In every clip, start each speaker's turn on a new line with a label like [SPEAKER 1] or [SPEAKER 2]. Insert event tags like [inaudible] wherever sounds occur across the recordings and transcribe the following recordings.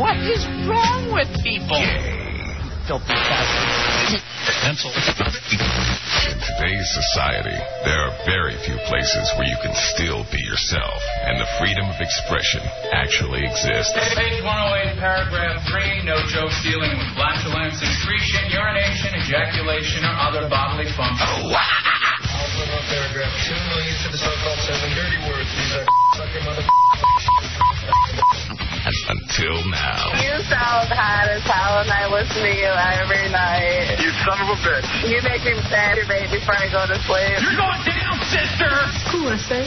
[SPEAKER 1] What is wrong with people?
[SPEAKER 2] Filthy bastards. Pencil.
[SPEAKER 3] In today's society, there are very few places where you can still be yourself, and the freedom of expression actually exists.
[SPEAKER 4] Page 108, paragraph 3, no jokes dealing with flatulence, excretion, urination, ejaculation, or other bodily function.
[SPEAKER 5] Oh, Also on paragraph 2, no use of the so-called seven dirty words. These are sucker mother...
[SPEAKER 3] Until now.
[SPEAKER 6] You sound hot as hell, and I listen to you every night.
[SPEAKER 5] You son of a bitch.
[SPEAKER 6] You make me masturbate before I go to sleep.
[SPEAKER 4] You're going down, sister!
[SPEAKER 6] Cool, sir.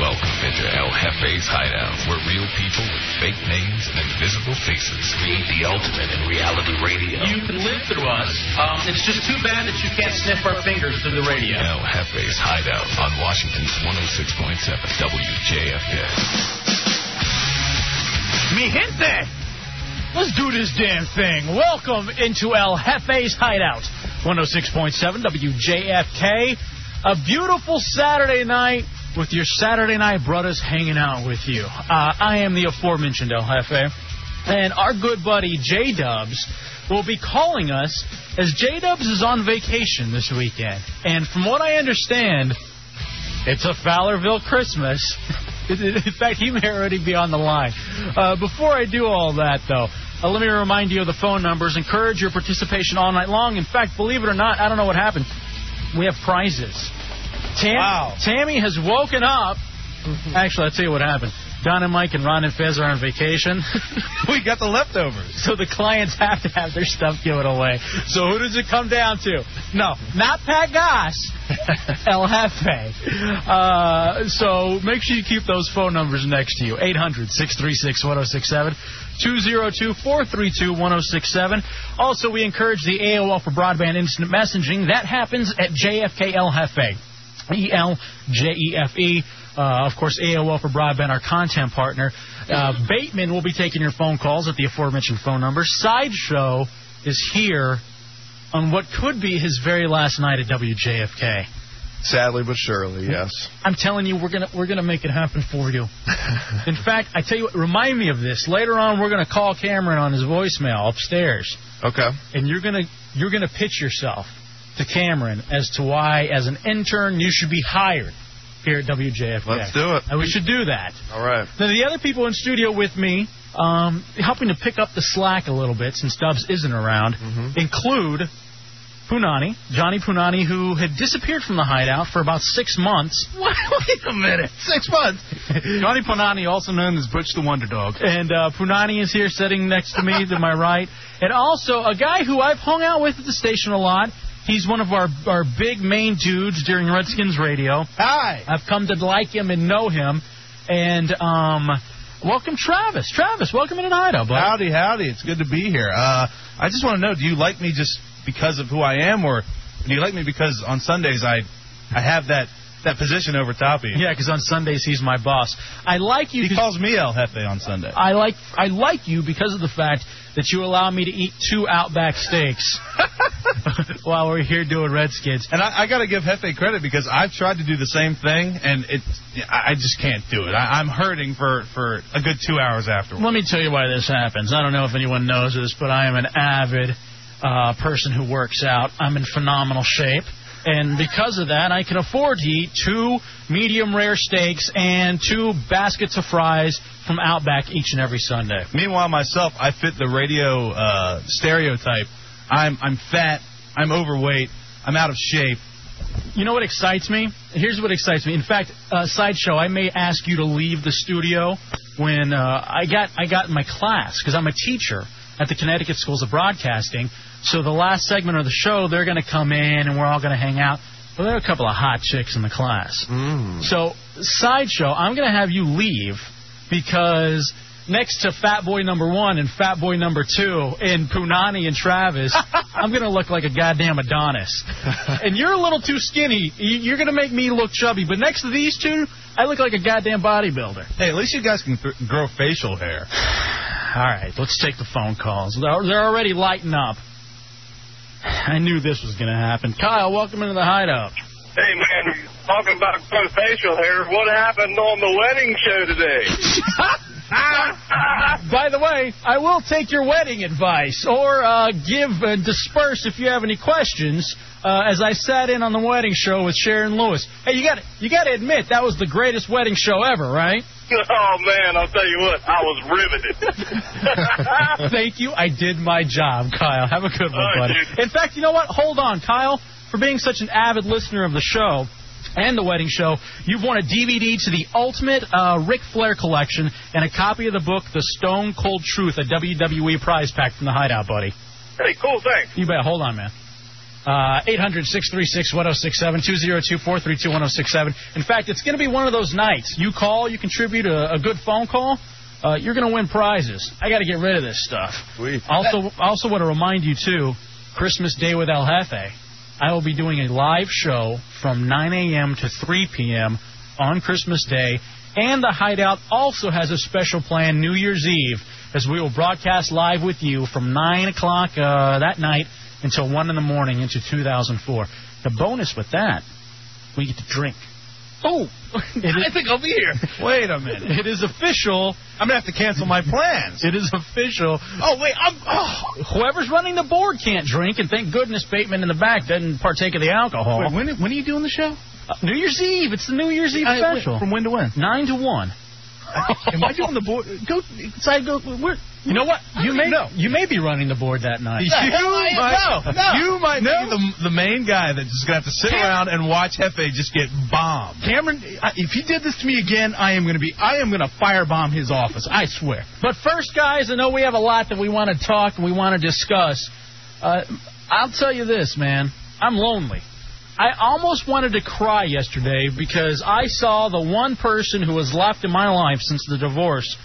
[SPEAKER 3] Welcome into El Jefe's Hideout, where real people with fake names and invisible faces create the ultimate in reality radio.
[SPEAKER 4] You can live through us. Um, it's just too bad
[SPEAKER 2] [laughs]
[SPEAKER 4] that you can't sniff our fingers through the radio.
[SPEAKER 3] El Jefe's Hideout on Washington's 106.7 WJFS.
[SPEAKER 2] Mi gente! Let's do this damn thing. Welcome into El Jefe's Hideout, 106.7 WJFK. A beautiful Saturday night with your Saturday night brothers hanging out with you. Uh, I am the aforementioned El Jefe, and our good buddy J Dubs will be calling us as J Dubs is on vacation this weekend. And from what I understand, it's a Fowlerville Christmas. [laughs] In fact, he may already be on the line. Uh, before I do all that, though, uh, let me remind you of the phone numbers. Encourage your participation all night long. In fact, believe it or not, I don't know what happened. We have prizes. Tam-
[SPEAKER 7] Wow. Mm-hmm.
[SPEAKER 2] Tammy has woken up. Actually, I'll tell you what happened. Don and Mike and Ron and Fez are on vacation.
[SPEAKER 7] [laughs] we got the leftovers.
[SPEAKER 2] So the clients have to have their stuff given away. So who does it come down to? No, not Pat Goss, [laughs] El Jefe. [laughs] Uh, so make sure you keep those phone numbers next to you 800 636 1067, 202 432 1067. Also, we encourage the AOL for broadband instant messaging. That happens at JFK El Jefe. E L J E F E. Uh, of course, AOL for broadband, our content partner. Uh, Bateman will be taking your phone calls at the aforementioned phone number. Sideshow is here on what could be his very last night at WJFK.
[SPEAKER 7] Sadly
[SPEAKER 8] [laughs]
[SPEAKER 7] but surely, yes.
[SPEAKER 2] I'm telling you, we're gonna we're gonna make it happen for you.
[SPEAKER 7] [laughs]
[SPEAKER 2] In fact, I tell you, what, remind me of this later on. We're gonna call Cameron on his voicemail upstairs,
[SPEAKER 7] Okay.
[SPEAKER 2] and you're gonna you're gonna pitch yourself to Cameron as to why, as an intern, you should be hired here at WJFK.
[SPEAKER 7] Let's do it.
[SPEAKER 2] And we should do that.
[SPEAKER 7] All right.
[SPEAKER 2] Now, the other people in studio with me, um, helping to pick up the slack a little bit since Dubs isn't around,
[SPEAKER 7] Mm-hmm.
[SPEAKER 2] include Punani, Johnny Punani, who had disappeared from the hideout for about six months. [laughs] Wait a minute.
[SPEAKER 7] Six
[SPEAKER 2] [laughs]
[SPEAKER 7] months.
[SPEAKER 2] Johnny Punani, also known as Butch the Wonder Dog. And uh, Punani is here sitting next to me to [laughs] my right. And also a guy who I've hung out with at the station a lot. He's one of our, our big main dudes during Redskins radio.
[SPEAKER 7] Hi.
[SPEAKER 2] I've come to like him and know him. And um, welcome, Travis. Travis, welcome into the hideout, bud.
[SPEAKER 7] Howdy, howdy. It's good to be here. Uh, I just want to know, do you like me just because of who I am, or do you like me because on Sundays I, I have that that position over top of you?
[SPEAKER 2] Yeah, because on Sundays he's my boss. I like you.
[SPEAKER 7] He
[SPEAKER 2] 'cause-
[SPEAKER 7] calls me El Jefe on Sunday.
[SPEAKER 2] I like I like you because of the fact that you allow me to eat two Outback
[SPEAKER 7] [laughs]
[SPEAKER 2] steaks while we're here doing Redskins.
[SPEAKER 7] And I, I got to give Hefe credit because I've tried to do the same thing, and it I I just can't do it. I, I'm hurting for for a good two hours afterwards.
[SPEAKER 2] Let me tell you why this happens. I don't know if anyone knows this, but I am an avid uh, person who works out. I'm in phenomenal shape. And because of that, I can afford to eat two medium rare steaks and two baskets of fries from Outback each and every Sunday.
[SPEAKER 7] Meanwhile, myself, I fit the radio uh, stereotype. I'm I'm fat. I'm overweight. I'm out of shape.
[SPEAKER 2] You know what excites me? Here's what excites me. In fact, uh, sideshow, I may ask you to leave the studio when uh, I got I got my class because I'm a teacher at the Connecticut Schools of Broadcasting. So the last segment of the show, they're going to come in and we're all going to hang out. Well, there are a couple of hot chicks in the class. So sideshow, I'm going to have you leave because next to Fat Boy number one and Fat Boy number two and Punani and Travis, I'm going to look like a goddamn Adonis. and you're a little too skinny. You- You're going to make me look chubby. But next to these two, I look like a goddamn bodybuilder.
[SPEAKER 7] Hey, at least you guys can th- grow facial hair.
[SPEAKER 2] [sighs] All right, let's take the phone calls. They're they're already lighting up. I knew this was going to happen. Kyle, welcome into the hideout.
[SPEAKER 9] Hey man,
[SPEAKER 2] [laughs]
[SPEAKER 9] talking about facial hair. What happened on the wedding show today?
[SPEAKER 2] By the way, I will take your wedding advice or uh, give and disperse if you have any questions. Uh, as I sat in on the wedding show with Sharon Lewis. Hey, you got you got to admit that was the greatest wedding show ever, right?
[SPEAKER 9] [laughs] Oh man, I'll tell you what, I was riveted.
[SPEAKER 2] [laughs] Thank you. I did my job, Kyle. Have a good one,
[SPEAKER 9] All right,
[SPEAKER 2] buddy. In fact, you know what? Hold on, Kyle, for being such an avid listener of the show. And the wedding show. You've won a DVD to the ultimate uh, Ric Flair collection and a copy of the book The Stone Cold Truth, a WWE prize pack from the Hideout, buddy.
[SPEAKER 9] hey, cool thing.
[SPEAKER 2] You bet. Hold on, man. Uh, 800-636-1067-2024-321-1067. In fact, it's going to be one of those nights. You call, you contribute a, a good phone call, uh, you're going to win prizes. I got to get rid of this stuff. Also, also want to remind you too, Christmas Day with El Jefe. I will be doing a live show from 9 a.m. to 3 p.m. on Christmas Day, and the Hideout also has a special plan New Year's Eve, as we will broadcast live with you from 9 o'clock uh, that night until 1 in the morning into 2004. The bonus with that, we get to drink. [laughs]
[SPEAKER 10] Oh,
[SPEAKER 2] is-
[SPEAKER 10] I think I'll be here.
[SPEAKER 7] Wait a minute.
[SPEAKER 2] It is official.
[SPEAKER 7] I'm gonna have to cancel my plans.
[SPEAKER 2] It is official.
[SPEAKER 7] Oh wait, I'm. Oh.
[SPEAKER 2] Whoever's running the board can't drink, and thank goodness Bateman in the back doesn't partake of the alcohol.
[SPEAKER 7] Wait, when, when are you doing the show?
[SPEAKER 2] Uh, New Year's Eve. It's the New Year's Eve
[SPEAKER 7] I- wait,
[SPEAKER 2] special.
[SPEAKER 7] From when to when?
[SPEAKER 2] Nine to one.
[SPEAKER 7] [laughs] Am I doing the board? Go, side go. Where?
[SPEAKER 2] You know what? You may
[SPEAKER 7] No.
[SPEAKER 2] you may be running the board that night.
[SPEAKER 7] [laughs] You might, no, you might be the, the main guy that's just gonna have to sit around and watch Hefe just get bombed.
[SPEAKER 10] Cameron, I- if he did this to me again, I am going to be, I am going to firebomb his office. I swear.
[SPEAKER 2] But first, guys, I know we have a lot that we want to talk and we want to discuss. Uh, I'll tell you this, man. I'm lonely. I almost wanted to cry yesterday because I saw the one person who was left in my life since the divorce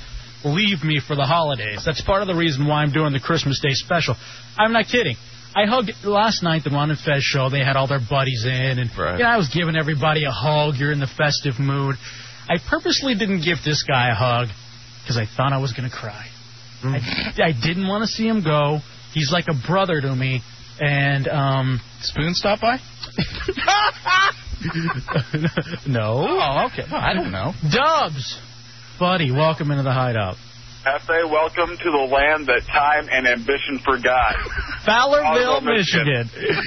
[SPEAKER 2] leave me for the holidays. That's part of the reason why I'm doing the Christmas Day special. I'm not kidding. I hugged last night the Ron and Fez show. They had all their buddies in, and
[SPEAKER 7] Right.
[SPEAKER 2] you know, I was giving everybody a hug. You're in the festive mood. I purposely didn't give this guy a hug because I thought I was going to cry. I, I didn't want to see him go. He's like a brother to me, and um,
[SPEAKER 10] Spoon stop by?
[SPEAKER 2] [laughs] no,
[SPEAKER 10] Oh, okay. I don't know.
[SPEAKER 2] Dubs, buddy, welcome into the hideout.
[SPEAKER 9] Hefe, welcome to the land that time and ambition
[SPEAKER 2] [laughs]
[SPEAKER 9] forgot.
[SPEAKER 2] Fowlerville,
[SPEAKER 9] Fowlerville, Michigan.
[SPEAKER 2] Michigan.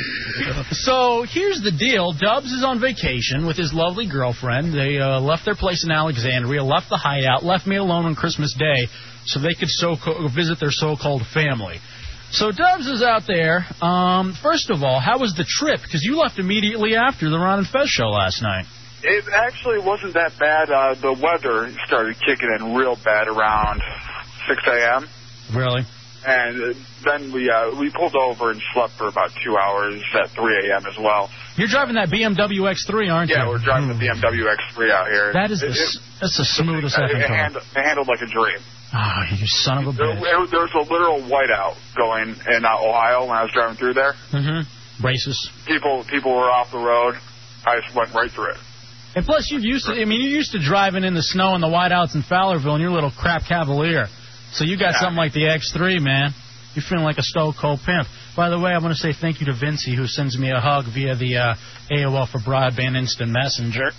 [SPEAKER 2] so here's the deal. Dubs is on vacation with his lovely girlfriend. They uh, left their place in Alexandria, left the hideout, left me alone on Christmas Day so they could so visit their so-called family. So Dubs is out there. Um, first of all, how was the trip? Because you left immediately after the Ron and Fez show last night.
[SPEAKER 9] It actually wasn't that bad. Uh, the weather started kicking in real bad around 6 a.m.
[SPEAKER 2] Really?
[SPEAKER 9] And then we uh, we pulled over and slept for about two hours at 3 a.m. as well.
[SPEAKER 2] You're driving that BMW X3, aren't
[SPEAKER 9] Yeah,
[SPEAKER 2] you?
[SPEAKER 9] we're driving the BMW X3 out here.
[SPEAKER 2] Hmm. That is the
[SPEAKER 9] It-
[SPEAKER 2] s-
[SPEAKER 9] it-
[SPEAKER 2] that's the smoothest I've
[SPEAKER 9] it,
[SPEAKER 2] ever
[SPEAKER 9] hand- it handled like a dream.
[SPEAKER 2] Ah, you son of a
[SPEAKER 9] There,
[SPEAKER 2] bitch.
[SPEAKER 9] there- there was a literal whiteout going in uh, Ohio when I was driving through there.
[SPEAKER 2] Mm-hmm. Racist.
[SPEAKER 9] People people were off the road. I just went right through it.
[SPEAKER 2] And plus, you're used to. I mean, you're used to driving in the snow and the whiteouts in Fowlerville, and you're a little crap cavalier. So you got
[SPEAKER 9] Yeah.
[SPEAKER 2] something like the X3, man. You're feeling like a stone cold pimp. By the way, I want to say thank you to Vinci who sends me a hug via the uh, AOL for broadband instant messenger.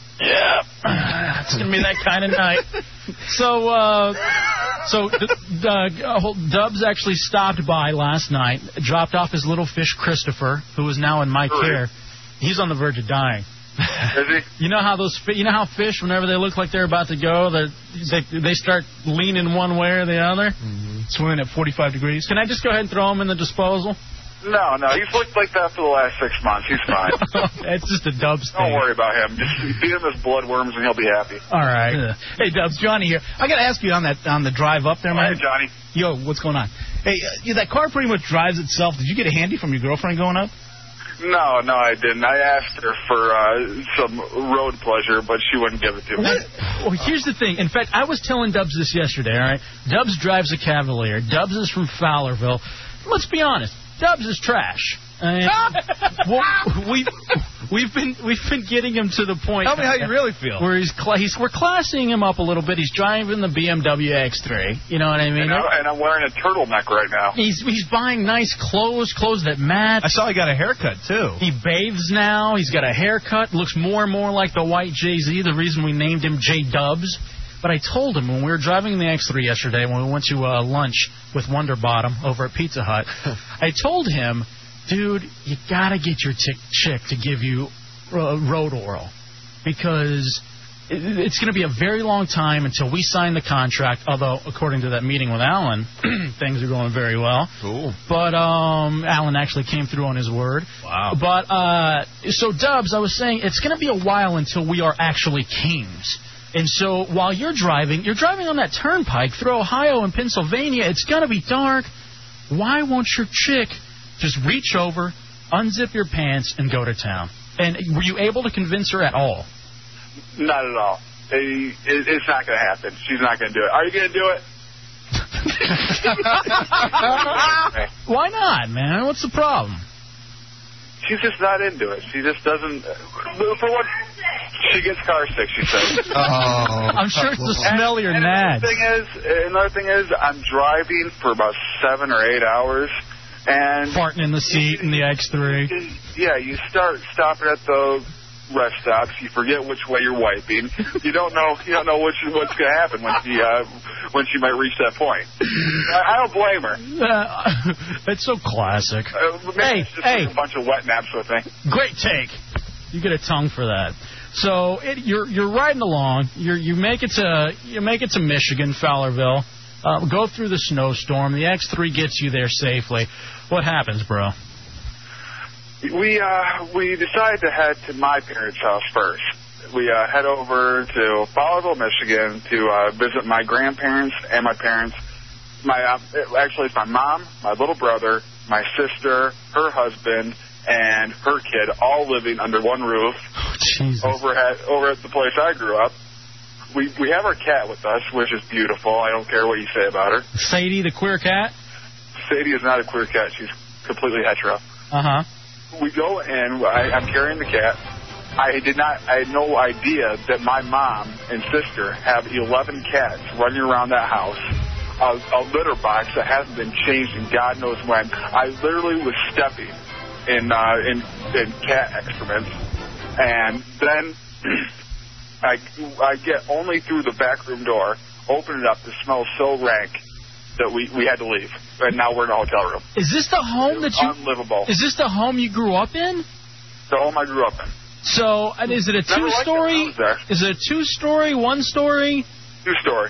[SPEAKER 2] Yeah, it's gonna be that kind of night. So, uh, so D- D- uh, hold- Dubs actually stopped by last night, dropped off his little fish Christopher, who is now in my
[SPEAKER 9] Right.
[SPEAKER 2] care. He's on the verge of dying.
[SPEAKER 9] Is he?
[SPEAKER 2] [laughs] You know how those fi- you know how fish whenever they look like they're about to go, they're- they they start leaning one way or the other,
[SPEAKER 9] Mm-hmm.
[SPEAKER 2] swimming at 45 degrees. Can I just go ahead and throw them in the disposal?
[SPEAKER 9] No, no, he's looked like that for the last six months. He's fine.
[SPEAKER 2] [laughs] it's just a Dubs thing.
[SPEAKER 9] Don't worry about him. Just feed him his bloodworms and he'll be happy.
[SPEAKER 2] All right.
[SPEAKER 10] Hey, Dubs, Johnny here. I got to ask you on that on the drive up there,
[SPEAKER 9] All right,
[SPEAKER 10] man.
[SPEAKER 9] Johnny.
[SPEAKER 10] Yo, what's going on? Hey, uh, yeah, that car pretty much drives itself. Did you get a handy from your girlfriend going up?
[SPEAKER 9] No, no, I didn't. I asked her for uh, some road pleasure, but she wouldn't give it to me.
[SPEAKER 2] Well, here's the thing. In fact, I was telling Dubs this yesterday. All right, Dubs drives a Cavalier. Dubs is from Fowlerville. Let's be honest. Dubs is trash. And Uh, [laughs]
[SPEAKER 10] [laughs]
[SPEAKER 2] well, we we've been we've been getting him to the point.
[SPEAKER 7] Tell me how you really feel.
[SPEAKER 2] Where he's, cla he's we're classing him up a little bit. He's driving the BMW X3. You know what I mean?
[SPEAKER 9] And, I, and I'm wearing a turtleneck right now.
[SPEAKER 2] He's he's buying nice clothes, clothes that match.
[SPEAKER 7] I saw he got a haircut too.
[SPEAKER 2] He bathes now. He's got a haircut. Looks more and more like the white Jay Z. The reason we named him J Dubs. But I told him when we were driving in the X3 yesterday, when we went to uh, lunch with Wonder Bottom over at
[SPEAKER 7] [laughs]
[SPEAKER 2] Pizza Hut, I told him, dude, you gotta get your chick chick to give you uh, road oral because it- it's going to be a very long time until we sign the contract. Although, according to that meeting with Alan, [clears throat] things are going very well.
[SPEAKER 11] Cool.
[SPEAKER 2] But um, Alan actually came through on his word. Wow. But uh, so Dubs, I was saying it's going to be a while until we are actually kings. And so while you're driving, you're driving on that turnpike through Ohio and Pennsylvania. It's going to be dark. Why won't your chick just reach over, unzip your pants, and go to town? And were you able to convince her at all?
[SPEAKER 9] Not at all. It, it, it's not going to happen. She's not going to do it. Are you going to do it?
[SPEAKER 2] Why not, man? What's the problem?
[SPEAKER 9] She's just not into it. She just doesn't. uh, For what? She gets car sick. She says.
[SPEAKER 2] I'm sure it's the smell of your nads.
[SPEAKER 9] Thing is, another thing is, I'm driving for about seven or eight hours, and
[SPEAKER 2] Farting in the seat in the X3.
[SPEAKER 9] yeah, you start stopping at the rest stops. You forget which way you're wiping. You don't know. You don't know which, what's going to happen when she uh, when she might reach that point. I, I don't blame her.
[SPEAKER 2] Uh, [laughs] it's so classic.
[SPEAKER 9] Uh, maybe it's just like a bunch of wet naps with me.
[SPEAKER 2] Great take. You get a tongue for that. So it, you're you're riding along. You you make it to you make it to Michigan, Fowlerville. Uh, go through the snowstorm. The X3 gets you there safely. What happens, bro?
[SPEAKER 9] We uh, we decided to head to my parents' house first. We uh, head over to Fowlerville, Michigan, to uh, visit my grandparents and my parents. My uh, actually, it's my mom, my little brother, my sister, her husband, and her kid, all living under one roof over at over at the place I grew up. We we have our cat with us, which is beautiful. I don't care what you say about her.
[SPEAKER 2] Sadie, the queer cat.
[SPEAKER 9] Sadie is not a queer cat. She's completely hetero.
[SPEAKER 2] Uh huh.
[SPEAKER 9] We go in. I, I'm carrying the cat. I did not. I had no idea that my mom and sister have 11 cats running around that house. A, a litter box that hasn't been changed in God knows when. I literally was stepping in uh, in, in cat excrement, and then I I get only through the back room door. Open it up. The smell so rank that we we had to leave, and now we're in a hotel room.
[SPEAKER 2] Is this the home that you?
[SPEAKER 9] Unlivable.
[SPEAKER 2] Is this the home you grew up in?
[SPEAKER 9] the home oh, I grew up in.
[SPEAKER 2] So, and is it a
[SPEAKER 9] Never liked it
[SPEAKER 2] two-story?
[SPEAKER 9] when I was
[SPEAKER 2] Is it a two-story, one-story?
[SPEAKER 9] Two-story.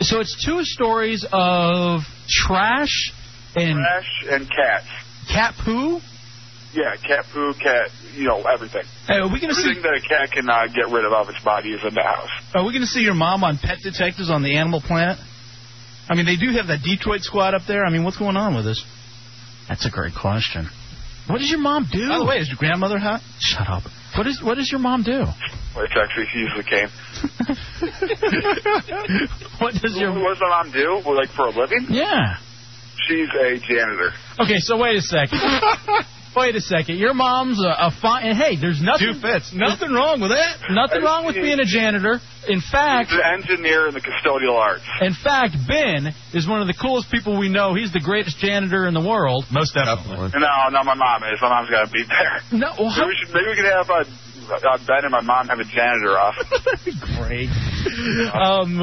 [SPEAKER 2] So it's two stories of trash and
[SPEAKER 9] Trash and cats.
[SPEAKER 2] cat poo.
[SPEAKER 9] Yeah, cat poo, cat, you know, everything.
[SPEAKER 2] Hey, are we gonna
[SPEAKER 9] everything that a cat can uh, get rid of of its body is in the house.
[SPEAKER 10] Are we going to see your mom on Pet Detectives on the Animal Planet? I mean, they do have that Detroit squad up there. I mean, what's going on with this?
[SPEAKER 2] That's a great question. What does your mom do?
[SPEAKER 10] By the way, is your grandmother hot?
[SPEAKER 2] Shut up. What is what does your mom do?
[SPEAKER 9] Which actually she usually came.
[SPEAKER 2] [laughs] what does your
[SPEAKER 9] what does my mom do? Well, like for a living?
[SPEAKER 2] Yeah.
[SPEAKER 9] She's a janitor.
[SPEAKER 2] Okay, so wait a
[SPEAKER 10] [laughs]
[SPEAKER 2] second. wait a second. Your mom's a, a fine. And hey, there's nothing.
[SPEAKER 10] fits. Nothing wrong with that.
[SPEAKER 2] Nothing wrong with being a janitor. In fact,
[SPEAKER 9] She's an engineer in the custodial arts.
[SPEAKER 2] in fact, Ben is one of the coolest people we know. He's the greatest janitor in the world.
[SPEAKER 7] Most definitely.
[SPEAKER 9] No, no, my mom is. My mom's got to be there.
[SPEAKER 2] No, well,
[SPEAKER 9] Maybe
[SPEAKER 2] how-
[SPEAKER 9] we, should, maybe we could have uh, uh, Ben and my mom have a janitor off.
[SPEAKER 2] [laughs] Great. [laughs] Um,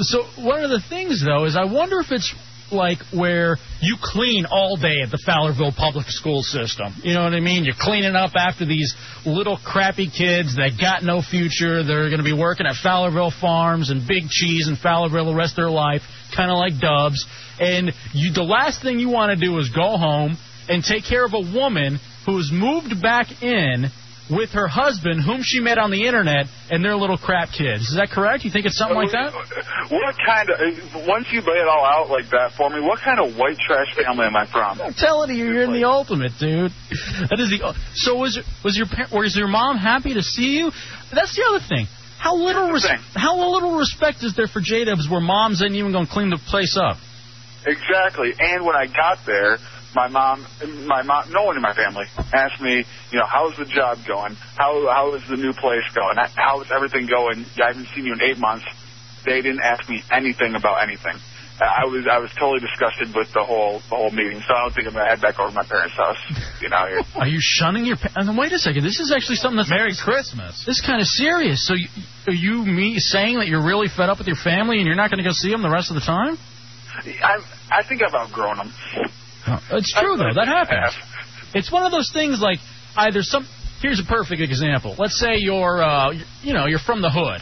[SPEAKER 2] so one of the things though is I wonder if it's like where you clean all day at the Fowlerville public school system. You know what I mean? You're cleaning up after these little crappy kids that got no future. They're going to be working at Fowlerville Farms and Big Cheese and Fowlerville the rest of their life, kind of like Dubs. And you, the last thing you want to do is go home and take care of a woman who's moved back in with her husband, whom she met on the internet, and their little crap kids. Is that correct? You think it's something like that?
[SPEAKER 9] [laughs] What kind of, once you lay it all out like that for me, what kind of white trash family am I from?
[SPEAKER 2] I'm telling you, you're in the ultimate, dude. That is the. So was was your par- was your mom happy to see you? That's the other thing. How little
[SPEAKER 9] Here's
[SPEAKER 2] res-
[SPEAKER 9] the thing.
[SPEAKER 2] how little respect is there for J Dubs where mom's ain't even gonna clean the place up?
[SPEAKER 9] Exactly. And when I got there, my mom, my mom, no one in my family asked me, you know, how's the job going? How how is the new place going? How is everything going? I haven't seen you in eight months. They didn't ask me anything about anything. I was I was totally disgusted with the whole the whole meeting, so I don't think I'm gonna head back over to my parents' house. You know, here.
[SPEAKER 2] Are you shunning your? Pa- and wait a second. This is actually something that's
[SPEAKER 7] Merry Christmas.
[SPEAKER 2] this kind of serious. So you, are you me saying that you're really fed up with your family and you're not going to go see them the rest of the time?
[SPEAKER 9] I I think I've outgrown them.
[SPEAKER 2] It's true though. That happens. It's one of those things like either some. Here's a perfect example. Let's say you're, uh, you know, you're from the hood.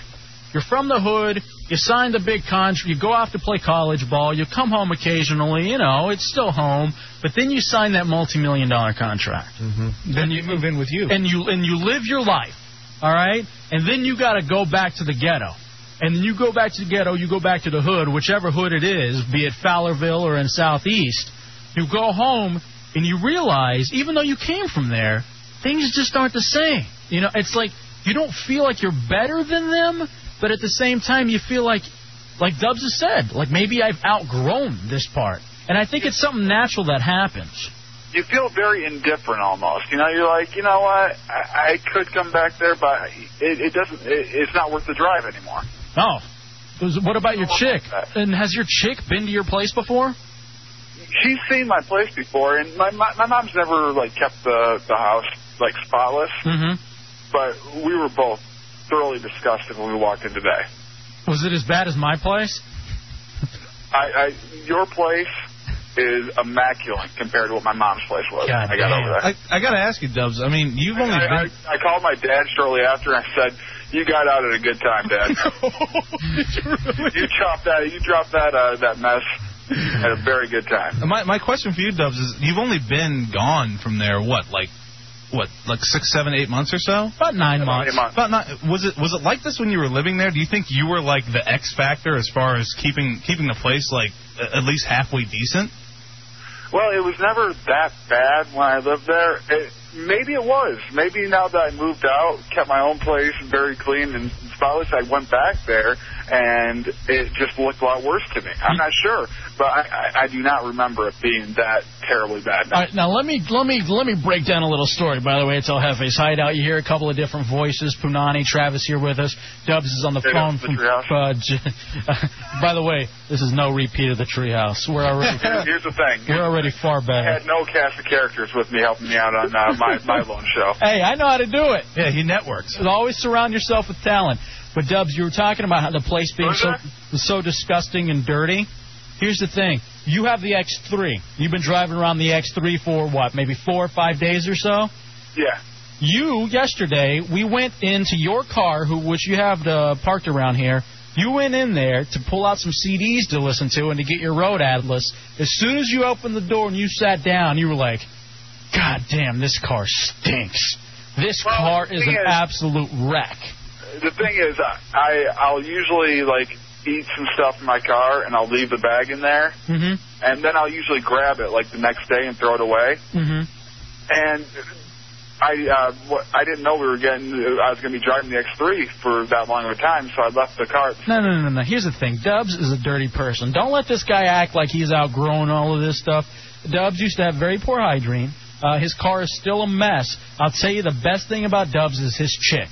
[SPEAKER 2] You're from the hood. You sign the big contract. You go off to play college ball. You come home occasionally. You know, it's still home. But then you sign that multi-million dollar contract.
[SPEAKER 3] Mm-hmm.
[SPEAKER 10] Then you move in with Mm-hmm. you.
[SPEAKER 2] and you and you live your life, all right? And then you got to go back to the ghetto. And then you go back to the ghetto, you go back to the hood, whichever hood it is, be it Fowlerville or in Southeast. You go home and you realize, even though you came from there, things just aren't the same. You know, it's like you don't feel like you're better than them, but at the same time, you feel like, like Dubs has said, like maybe I've outgrown this part. And I think it's something natural that happens.
[SPEAKER 9] You feel very indifferent almost. You know, you're like, you know what? I, I could come back there, but it, it doesn't. It, it's not worth the drive anymore.
[SPEAKER 2] Oh. Was- What about your chick? And has your chick been to your place before?
[SPEAKER 9] She's seen my place before, and my my, my mom's never like kept the the house like spotless.
[SPEAKER 2] Mm-hmm.
[SPEAKER 9] But we were both thoroughly disgusted when we walked in today.
[SPEAKER 2] Was it as bad as my place?
[SPEAKER 9] I, I your place is immaculate compared to what my mom's place was.
[SPEAKER 2] God
[SPEAKER 9] I got
[SPEAKER 2] damn.
[SPEAKER 9] over that.
[SPEAKER 7] I, I gotta ask you, Dubs. I mean, you've only been.
[SPEAKER 9] I, I, I called my dad shortly after and I said, "You got out at a good time, Dad. you chopped that, you dropped that uh, that mess at a very good time."
[SPEAKER 7] My my question for you, Dubs, is you've only been gone from there what like what like six, seven, eight months or so.
[SPEAKER 2] About nine months.
[SPEAKER 9] Eight months.
[SPEAKER 7] About not was it was it like this when you were living there? Do you think you were like the X factor as far as keeping keeping the place like a- at least halfway decent?
[SPEAKER 9] Well, it was never that bad when I lived there. It, maybe it was. Maybe now that I moved out, kept my own place very clean and spotless, I went back there and it just looked a lot worse to me. I'm not sure, but I, I, I do not remember it being that terribly bad.
[SPEAKER 2] All right, now let me let me let me break down a little story. By the way, it's El Jefe's hideout. You hear a couple of different voices. Punani, Travis here with us. Dubs is on the
[SPEAKER 9] Hey,
[SPEAKER 2] phone
[SPEAKER 9] that's the
[SPEAKER 2] from. Uh, J- [laughs] by the way, this is no repeat of the treehouse. We're already
[SPEAKER 9] [laughs] Here's the thing.
[SPEAKER 2] we're already far
[SPEAKER 9] I
[SPEAKER 2] better.
[SPEAKER 9] had no cast of characters with me helping me out on uh,
[SPEAKER 2] [laughs]
[SPEAKER 9] my my lone show.
[SPEAKER 2] Hey, I know how to do it.
[SPEAKER 7] Yeah, he networks.
[SPEAKER 2] So Always surround yourself with talent. But Dubs, you were talking about how the place being so
[SPEAKER 9] Was
[SPEAKER 2] so disgusting and dirty. Here's the thing: you have the X3. You've been driving around the X3 for what, maybe four or five days or so.
[SPEAKER 9] Yeah,
[SPEAKER 2] You yesterday, we went into your car, who which you have uh, parked around here. You went in there to pull out some CDs to listen to and to get your road atlas. As soon as you opened the door and you sat down, you were like, "God damn, this car stinks. This
[SPEAKER 9] Well,
[SPEAKER 2] car
[SPEAKER 9] the
[SPEAKER 2] is
[SPEAKER 9] thing
[SPEAKER 2] an
[SPEAKER 9] is-
[SPEAKER 2] absolute wreck."
[SPEAKER 9] the thing is, I I'll usually like eat some stuff in my car and I'll leave the bag in there,
[SPEAKER 10] mm-hmm,
[SPEAKER 2] hmm
[SPEAKER 9] and then I'll usually grab it like the next day and throw it away.
[SPEAKER 2] hmm
[SPEAKER 10] mm-hmm.
[SPEAKER 9] And I uh, what, I didn't know we were getting I was going to be driving the X3 for that long of a time, so I left the car.
[SPEAKER 2] No, no, no, no. Here's the thing. Dubs is a dirty person. Don't let this guy act like he's outgrown all of this stuff. Dubs used to have very poor hygiene. Uh, his car is still a mess. I'll tell you the best thing about Dubs is his chick.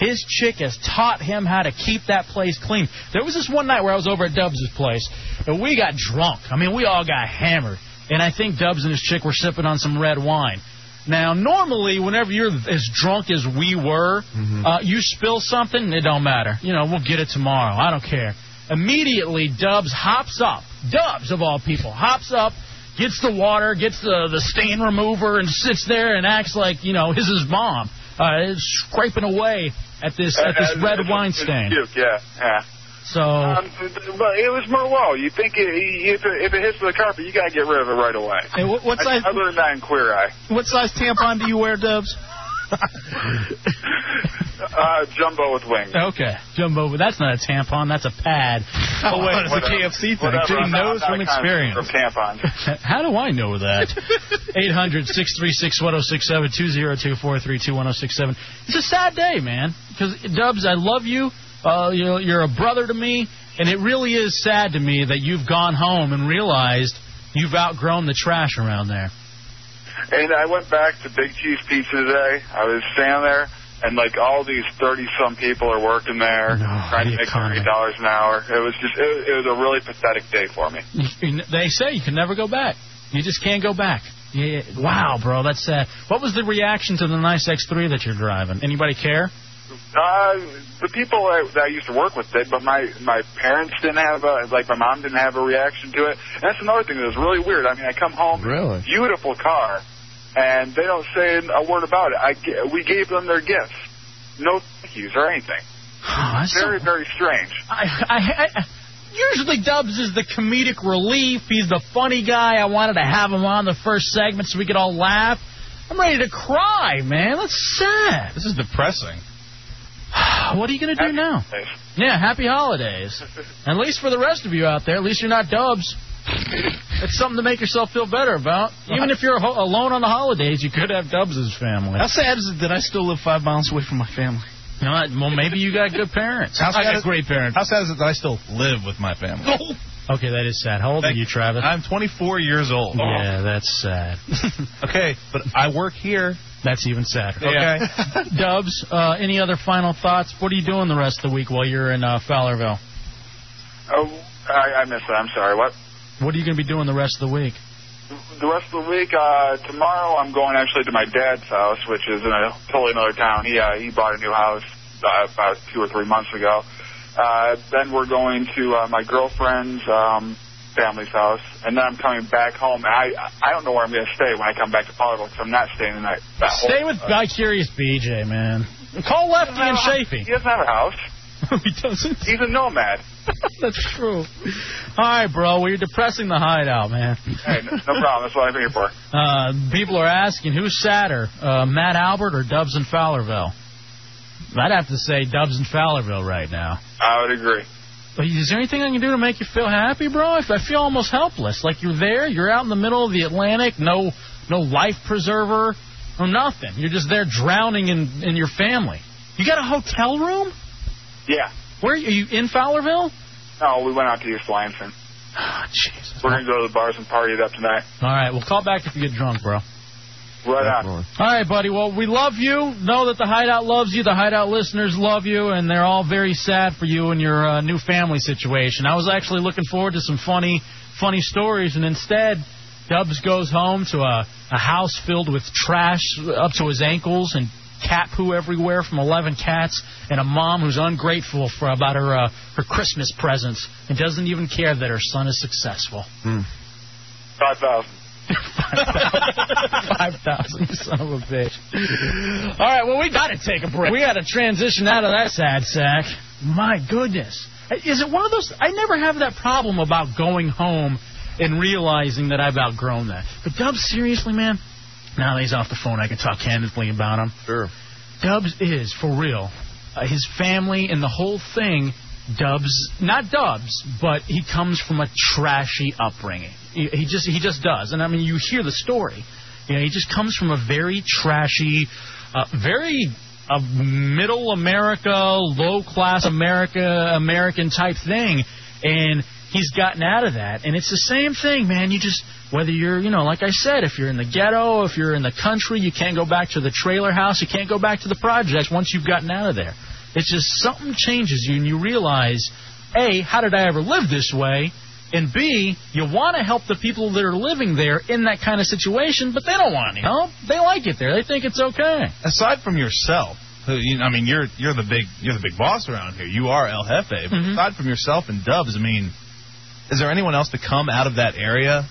[SPEAKER 2] His chick has taught him how to keep that place clean. There was this one night where I was over at Dubs' place, and we got drunk. I mean, we all got hammered. And I think Dubs and his chick were sipping on some red wine. Now, normally, whenever you're as drunk as we were,
[SPEAKER 9] Mm-hmm.
[SPEAKER 2] uh, you spill something, it don't matter. You know, we'll get it tomorrow. I don't care. Immediately, Dubs hops up. Dubs, of all people, hops up, gets the water, gets the, the stain remover, and sits there and acts like, you know, his is mom. Uh, is scraping away at this at
[SPEAKER 9] [laughs]
[SPEAKER 2] this
[SPEAKER 9] Uh,
[SPEAKER 2] red
[SPEAKER 9] it's-
[SPEAKER 2] wine
[SPEAKER 9] it's
[SPEAKER 2] stain.
[SPEAKER 9] puke, Yeah, yeah.
[SPEAKER 2] So
[SPEAKER 9] Um, but it was Merlot. You think it, if it, if it hits the carpet, you got to get rid of it right away.
[SPEAKER 10] Hey, what, what
[SPEAKER 9] I,
[SPEAKER 10] size
[SPEAKER 9] I learned that in Queer Eye.
[SPEAKER 10] what size tampon do you wear, Dubs?
[SPEAKER 9] Uh, jumbo with wings.
[SPEAKER 2] okay, jumbo, but that's not a tampon. That's
[SPEAKER 9] [laughs]
[SPEAKER 2] a pad. Oh wait,
[SPEAKER 10] It's a KFC thing.
[SPEAKER 9] Uh, Whatever.
[SPEAKER 10] Dude
[SPEAKER 9] I'm not-
[SPEAKER 10] knows
[SPEAKER 9] I'm
[SPEAKER 10] from
[SPEAKER 9] not a connoisseur
[SPEAKER 10] experience.
[SPEAKER 9] Of tampons.
[SPEAKER 2] How do I know that? 800 636 1067 202 432 1067. It's a sad day, man. Because, Dubs, I love you. Uh, you're, you're a brother to me. And it really is sad to me that you've gone home and realized you've outgrown the trash around there.
[SPEAKER 9] And I went back to Big Cheese Pizza today. I was standing there, and like all these thirty-some people are working there,
[SPEAKER 2] No,
[SPEAKER 9] trying to
[SPEAKER 2] the
[SPEAKER 9] make
[SPEAKER 2] economy.
[SPEAKER 9] thirty dollars an hour. It was just, it, it was a really pathetic day for me.
[SPEAKER 2] You- you- They say you can never go back. You just can't go back. Yeah, wow, bro, that's sad. What was the reaction to the nice X3 that you're driving? Anybody care?
[SPEAKER 9] Uh, the people I, that I used to work with did, but my my parents didn't have a like my mom didn't have a reaction to it. And that's another thing that was really weird. I mean, I come home,
[SPEAKER 11] Really?
[SPEAKER 9] beautiful car, and they don't say a word about it. I g- we gave them their gifts, no thank yous or anything.
[SPEAKER 2] that's so-
[SPEAKER 9] very very strange.
[SPEAKER 2] I, I, I, I- usually Dubs is the comedic relief. He's the funny guy. I wanted to have him on the first segment so we could all laugh. I'm ready to cry, man. That's sad.
[SPEAKER 7] This is depressing.
[SPEAKER 2] [sighs] What are you going to do now?
[SPEAKER 9] holidays.
[SPEAKER 2] Yeah, happy holidays. at least for the rest of you out there, at least you're not Dubs. It's something to make yourself feel better about. Even if you're ho- alone on the holidays, you could have Dubs' family.
[SPEAKER 10] How sad is it that I still live five miles away from my family?
[SPEAKER 2] You know what? well, maybe you got good parents.
[SPEAKER 7] How
[SPEAKER 2] I
[SPEAKER 7] sad
[SPEAKER 2] got
[SPEAKER 7] is-
[SPEAKER 2] great parents.
[SPEAKER 7] How sad is it that I still live with my family?
[SPEAKER 2] Okay, that is sad. How old are you, Travis?
[SPEAKER 7] I'm 24 years old.
[SPEAKER 2] Yeah, that's sad.
[SPEAKER 7] [laughs] Okay, but I work here.
[SPEAKER 2] That's even sadder.
[SPEAKER 7] Okay.
[SPEAKER 2] [laughs] Dubs, uh, any other final thoughts? What are you doing the rest of the week while you're in uh, Fowlerville?
[SPEAKER 9] Oh, I, I missed that. I'm sorry. What?
[SPEAKER 2] What are you going to be doing the rest of the week?
[SPEAKER 9] The rest of the week, uh, tomorrow I'm going actually to my dad's house, which is in a totally another town. He uh, he bought a new house uh, about two or three months ago. Uh, then we're going to uh, my girlfriend's um, family's house, and then I'm coming back home. And I I don't know where I'm going to stay when I come back to Potterville because I'm not staying the night. That whole-
[SPEAKER 2] Stay with Guy Curious BJ, man. Call Lefty and
[SPEAKER 9] He
[SPEAKER 2] Shafee.
[SPEAKER 9] doesn't have a house.
[SPEAKER 2] [laughs] he doesn't.
[SPEAKER 9] He's a nomad.
[SPEAKER 2] [laughs] That's true. All right, bro. Well, you're depressing the hideout, man.
[SPEAKER 9] Hey, no, no problem. That's what I'm here for.
[SPEAKER 2] Uh, people are asking who's sadder, uh, Matt Albert or Dubs and Fowlerville? I'd have to say Dubs and Fowlerville right now.
[SPEAKER 9] I would agree.
[SPEAKER 2] But is there anything I can do to make you feel happy, bro? I I feel almost helpless. Like you're there, you're out in the middle of the Atlantic, no, no life preserver, no nothing. You're just there drowning in in your family. You got a hotel room?
[SPEAKER 9] Yeah.
[SPEAKER 2] Where are you, are you in Fowlerville?
[SPEAKER 9] No, we went out to East Lansing.
[SPEAKER 2] Oh, Jesus.
[SPEAKER 9] We're gonna go to the bars and party it up tonight.
[SPEAKER 2] All right, well, call back if you get drunk, bro.
[SPEAKER 9] Right on.
[SPEAKER 11] Definitely.
[SPEAKER 2] All right, buddy. Well, we love you. Know that the Hideout loves you. The Hideout listeners love you, and they're all very sad for you and your uh, new family situation. I was actually looking forward to some funny, funny stories, and instead, Dubs goes home to a, a house filled with trash up to his ankles and cat poo everywhere from 11 cats, and a mom who's ungrateful for about her uh, her Christmas presents and doesn't even care that her son is successful. [laughs]
[SPEAKER 9] Five thousand.
[SPEAKER 2] Five thousand, son of a bitch. All right, well we got to take a break. We got to transition out of that sad sack. My goodness, is it one of those? I never have that problem about going home and realizing that I've outgrown that. But Dubs, seriously, man, now that he's off the phone, I can talk candidly about him.
[SPEAKER 11] Sure.
[SPEAKER 2] Dubs is for real. Uh, his family and the whole thing. Dubs, not Dubs, but he comes from a trashy upbringing. He, he just he just does, and I mean you hear the story. You know, he just comes from a very trashy, uh, very uh, middle America, low class America, American type thing, and he's gotten out of that. And it's the same thing, man. You just whether you're, you know, like I said, if you're in the ghetto, if you're in the country, you can't go back to the trailer house, you can't go back to the projects once you've gotten out of there. It's just something changes you, and you realize, a, how did I ever live this way? And B, you want to help the people that are living there in that kind of situation, but they don't want any help. They like it there. They think it's okay.
[SPEAKER 7] Aside from yourself, who you, I mean, you're you're the big you're the big boss around here. You are El Jefe. But
[SPEAKER 2] Mhm.
[SPEAKER 7] aside from yourself and Dubs, I mean, is there anyone else to come out of that area?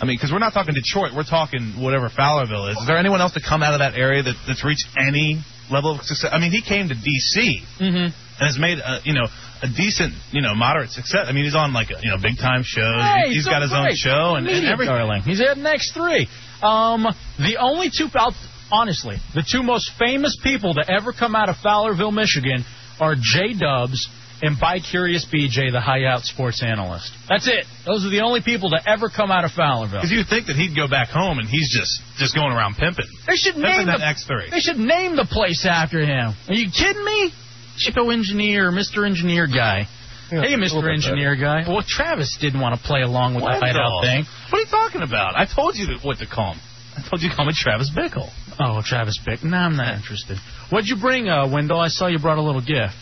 [SPEAKER 7] I mean, because we're not talking Detroit, we're talking whatever Fowlerville is. Is there anyone else to come out of that area that, that's reached any level of success? I mean, he came to D.C.
[SPEAKER 2] Mm-hmm.
[SPEAKER 7] and has made a, you know a decent you know moderate success. I mean, he's on like a, you know big time shows.
[SPEAKER 2] Hey,
[SPEAKER 7] he's
[SPEAKER 2] so
[SPEAKER 7] got his own
[SPEAKER 2] great.
[SPEAKER 7] show and, and
[SPEAKER 2] Media
[SPEAKER 7] everything.
[SPEAKER 2] darling. He's at next three. Um, the only two, I'll- honestly, the two most famous people to ever come out of Fowlerville, Michigan, are J Dubs and By Curious BJ, the high out sports analyst. That's it. Those are the only people to ever come out of Fowlerville.
[SPEAKER 7] Because you'd think that he'd go back home and he's just just going around pimping.
[SPEAKER 2] They should
[SPEAKER 7] Pimping
[SPEAKER 2] name
[SPEAKER 7] that
[SPEAKER 2] the
[SPEAKER 7] X3.
[SPEAKER 2] They should name the place after him. Are you kidding me? Chico Engineer, Mr. Engineer Guy. hey, Mr. Engineer Guy. Well, Travis didn't want to play along with the
[SPEAKER 7] Wendell.
[SPEAKER 2] hideout thing.
[SPEAKER 7] What are you talking about? I told you that- what to call him. I told you to call me Travis Bickle.
[SPEAKER 2] Oh, Travis Bick. No, I'm not interested. What'd you bring, uh, Wendell? I saw you brought a little gift.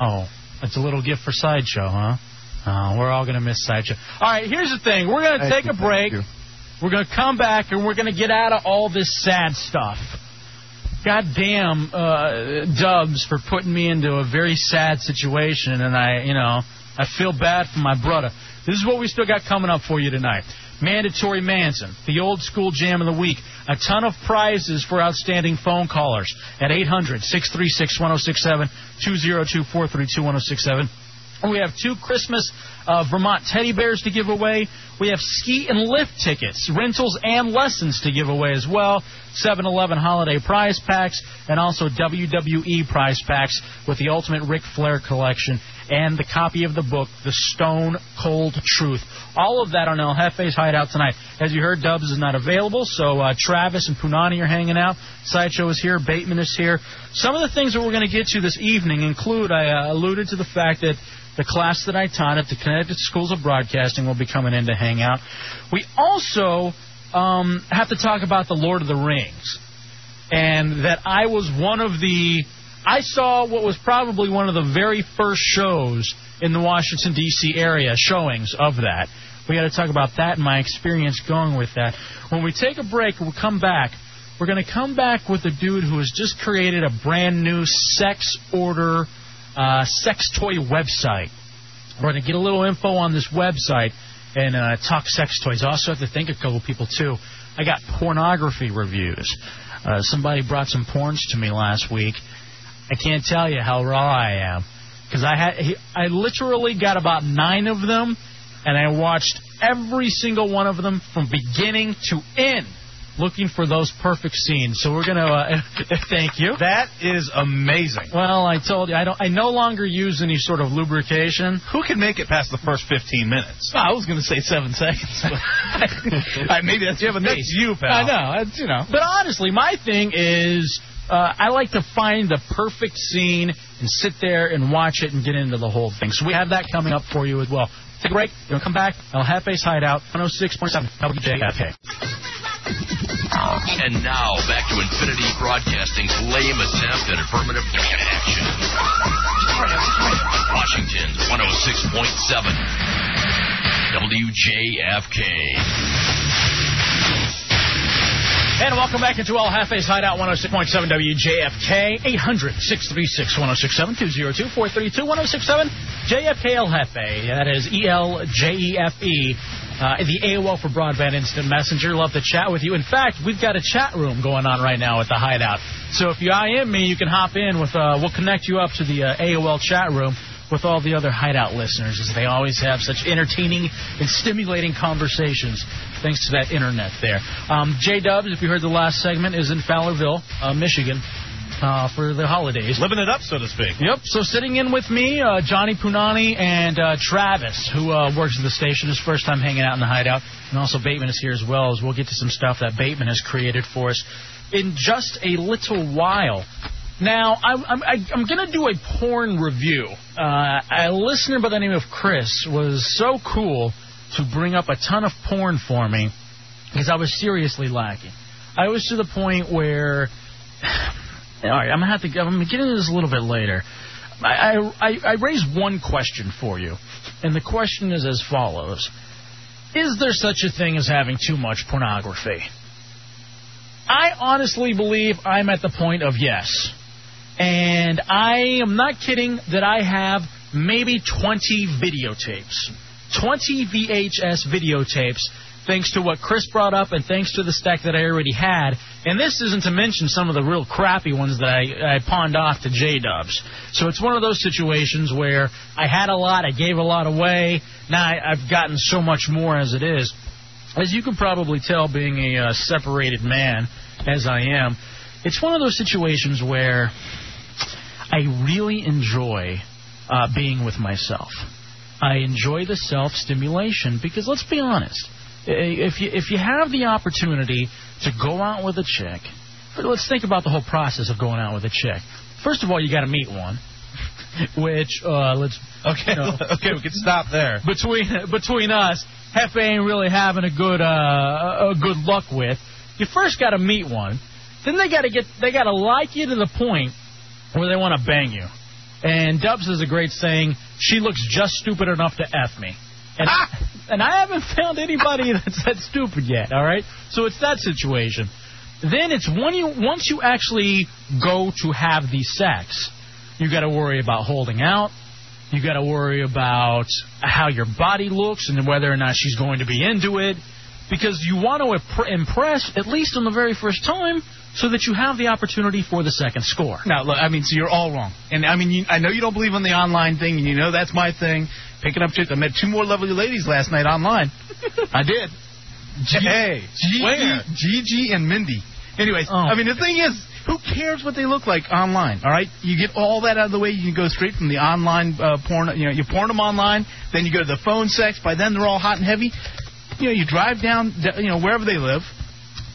[SPEAKER 2] Oh, it's a little gift for Sideshow, huh? Oh, we're all going to miss Sideshow. All right, here's the thing. We're going to take
[SPEAKER 11] Thank you,
[SPEAKER 2] a break.
[SPEAKER 11] thank you.
[SPEAKER 2] We're going to come back, and we're going to get out of all this sad stuff. goddamn uh, Dubs for putting me into a very sad situation, and I, you know, I feel bad for my brother. This is what we still got coming up for you tonight. Mandatory Manson, the old school jam of the week, a ton of prizes for outstanding phone callers at 800 636 1067 202 432 1067. We have two Christmas uh, Vermont teddy bears to give away. We have ski and lift tickets, rentals, and lessons to give away as well. 7 Eleven holiday prize packs, and also WWE prize packs with the Ultimate Ric Flair collection and the copy of the book, The Stone Cold Truth. All of that on El Jefe's Hideout tonight. As you heard, Dubs is not available, so uh, Travis and Punani are hanging out. Sideshow is here. Bateman is here. Some of the things that we're going to get to this evening include I uh, alluded to the fact that the class that I taught at the Connecticut Schools of Broadcasting will be coming in to hang out. We also um, have to talk about The Lord of the Rings and that I was one of the. I saw what was probably one of the very first shows in the Washington D.C. area showings of that. We got to talk about that and my experience going with that. When we take a break, we'll come back. We're going to come back with a dude who has just created a brand new sex order, uh, sex toy website. We're going to get a little info on this website and uh, talk sex toys. I also have to thank a couple people, too. I got pornography reviews. Uh, somebody brought some porns to me last week. I can't tell you how raw I am because I had he, I literally got about nine of them, and I watched every single one of them from beginning to end, looking for those perfect scenes. So we're gonna uh, [laughs] thank you.
[SPEAKER 7] That is amazing.
[SPEAKER 2] Well, I told you I don't. I no longer use any sort of lubrication.
[SPEAKER 7] Who can make it past the first 15 minutes?
[SPEAKER 10] I was going to say seven seconds.
[SPEAKER 7] [laughs]
[SPEAKER 10] All right, maybe that's you, but
[SPEAKER 7] That's you, pal.
[SPEAKER 10] I know. That's, you know.
[SPEAKER 2] But honestly, my thing is. Uh, I like to find the perfect scene and sit there and watch it and get into the whole thing. So we have that coming up for you as well. Take a break. We'll come back. El Jefe's Hideout, 106.7 WJFK.
[SPEAKER 11] And now back to Infinity Broadcasting's lame attempt at affirmative action. Washington 106.7 WJFK.
[SPEAKER 2] And welcome back into El Jefe's Hideout 106.7 WJFK 800 636 1067 202 432 1067 JFK El Jefe. That is E L J E F E. Uh, the AOL for Broadband Instant Messenger. Love to chat with you. In fact, we've got a chat room going on right now at the Hideout. So if you IM me, you can hop in with. Uh, we'll connect you up to the uh, AOL chat room with all the other Hideout listeners, as they always have such entertaining and stimulating conversations thanks to that internet there. Um, J Dubs, if you heard the last segment, is in Fowlerville, uh, Michigan, uh, for the holidays.
[SPEAKER 7] Living it up, so to speak.
[SPEAKER 2] Yep. So sitting in with me, uh, Johnny Punani and uh, Travis, who uh, works at the station, his first time hanging out in the hideout, and also Bateman is here as well. As we'll get to some stuff that Bateman has created for us in just a little while. Now I'm I'm, I- I'm gonna do a porn review. Uh, a listener by the name of Chris was so cool to bring up a ton of porn for me because I was seriously lacking. I was to the point where [sighs] all right, I'm gonna have to. I'm gonna get into this a little bit later. I I, I, I raised one question for you, and the question is as follows: Is there such a thing as having too much pornography? I honestly believe I'm at the point of yes, and I am not kidding that I have maybe 20 videotapes, 20 VHS videotapes thanks to what Chris brought up and thanks to the stack that I already had. And this isn't to mention some of the real crappy ones that I, I pawned off to J Dubs. So it's one of those situations where I had a lot, I gave a lot away. Now I, I've gotten so much more as it is. As you can probably tell, being a uh, separated man, as I am, it's one of those situations where I really enjoy uh, being with myself. I enjoy the self stimulation because let's be honest, i- if you if you have the opportunity to go out with a chick, but let's think about the whole process of going out with a chick. First of all, you got to meet one, [laughs] which uh, let's
[SPEAKER 7] Okay,
[SPEAKER 2] you know,
[SPEAKER 7] [laughs] okay, we can stop there.
[SPEAKER 2] between between us, Hefe ain't really having a good uh, a good luck with. You first got to meet one, then they got to get they got to like you to the point where they want to bang you. And Dubs is a great saying. She looks just stupid enough to f me. [laughs] And, and I haven't found anybody that's that stupid yet. All right, so it's that situation. Then it's when you once you actually go to have the sex, you got to worry about holding out. You got to worry about how your body looks and whether or not she's going to be into it, because you want to imp- impress at least on the very first time, so that you have the opportunity for the second score.
[SPEAKER 10] No, look, I mean, so you're all wrong. And I mean, you, I know you don't believe in the online thing, and you know that's my thing. Picking up chicks. I met two more lovely ladies last night online. I did. G- hey, Oh. Gigi,
[SPEAKER 7] where?
[SPEAKER 10] Gigi and Mindy. Anyways, I mean, the thing is, who cares what they look like online? All right, you get all that out of the way. You can go straight from the online uh, porn. You know, you porn them online. Then you go to the phone sex. By then, they're all hot and heavy. You know, you drive down, you know, wherever they live,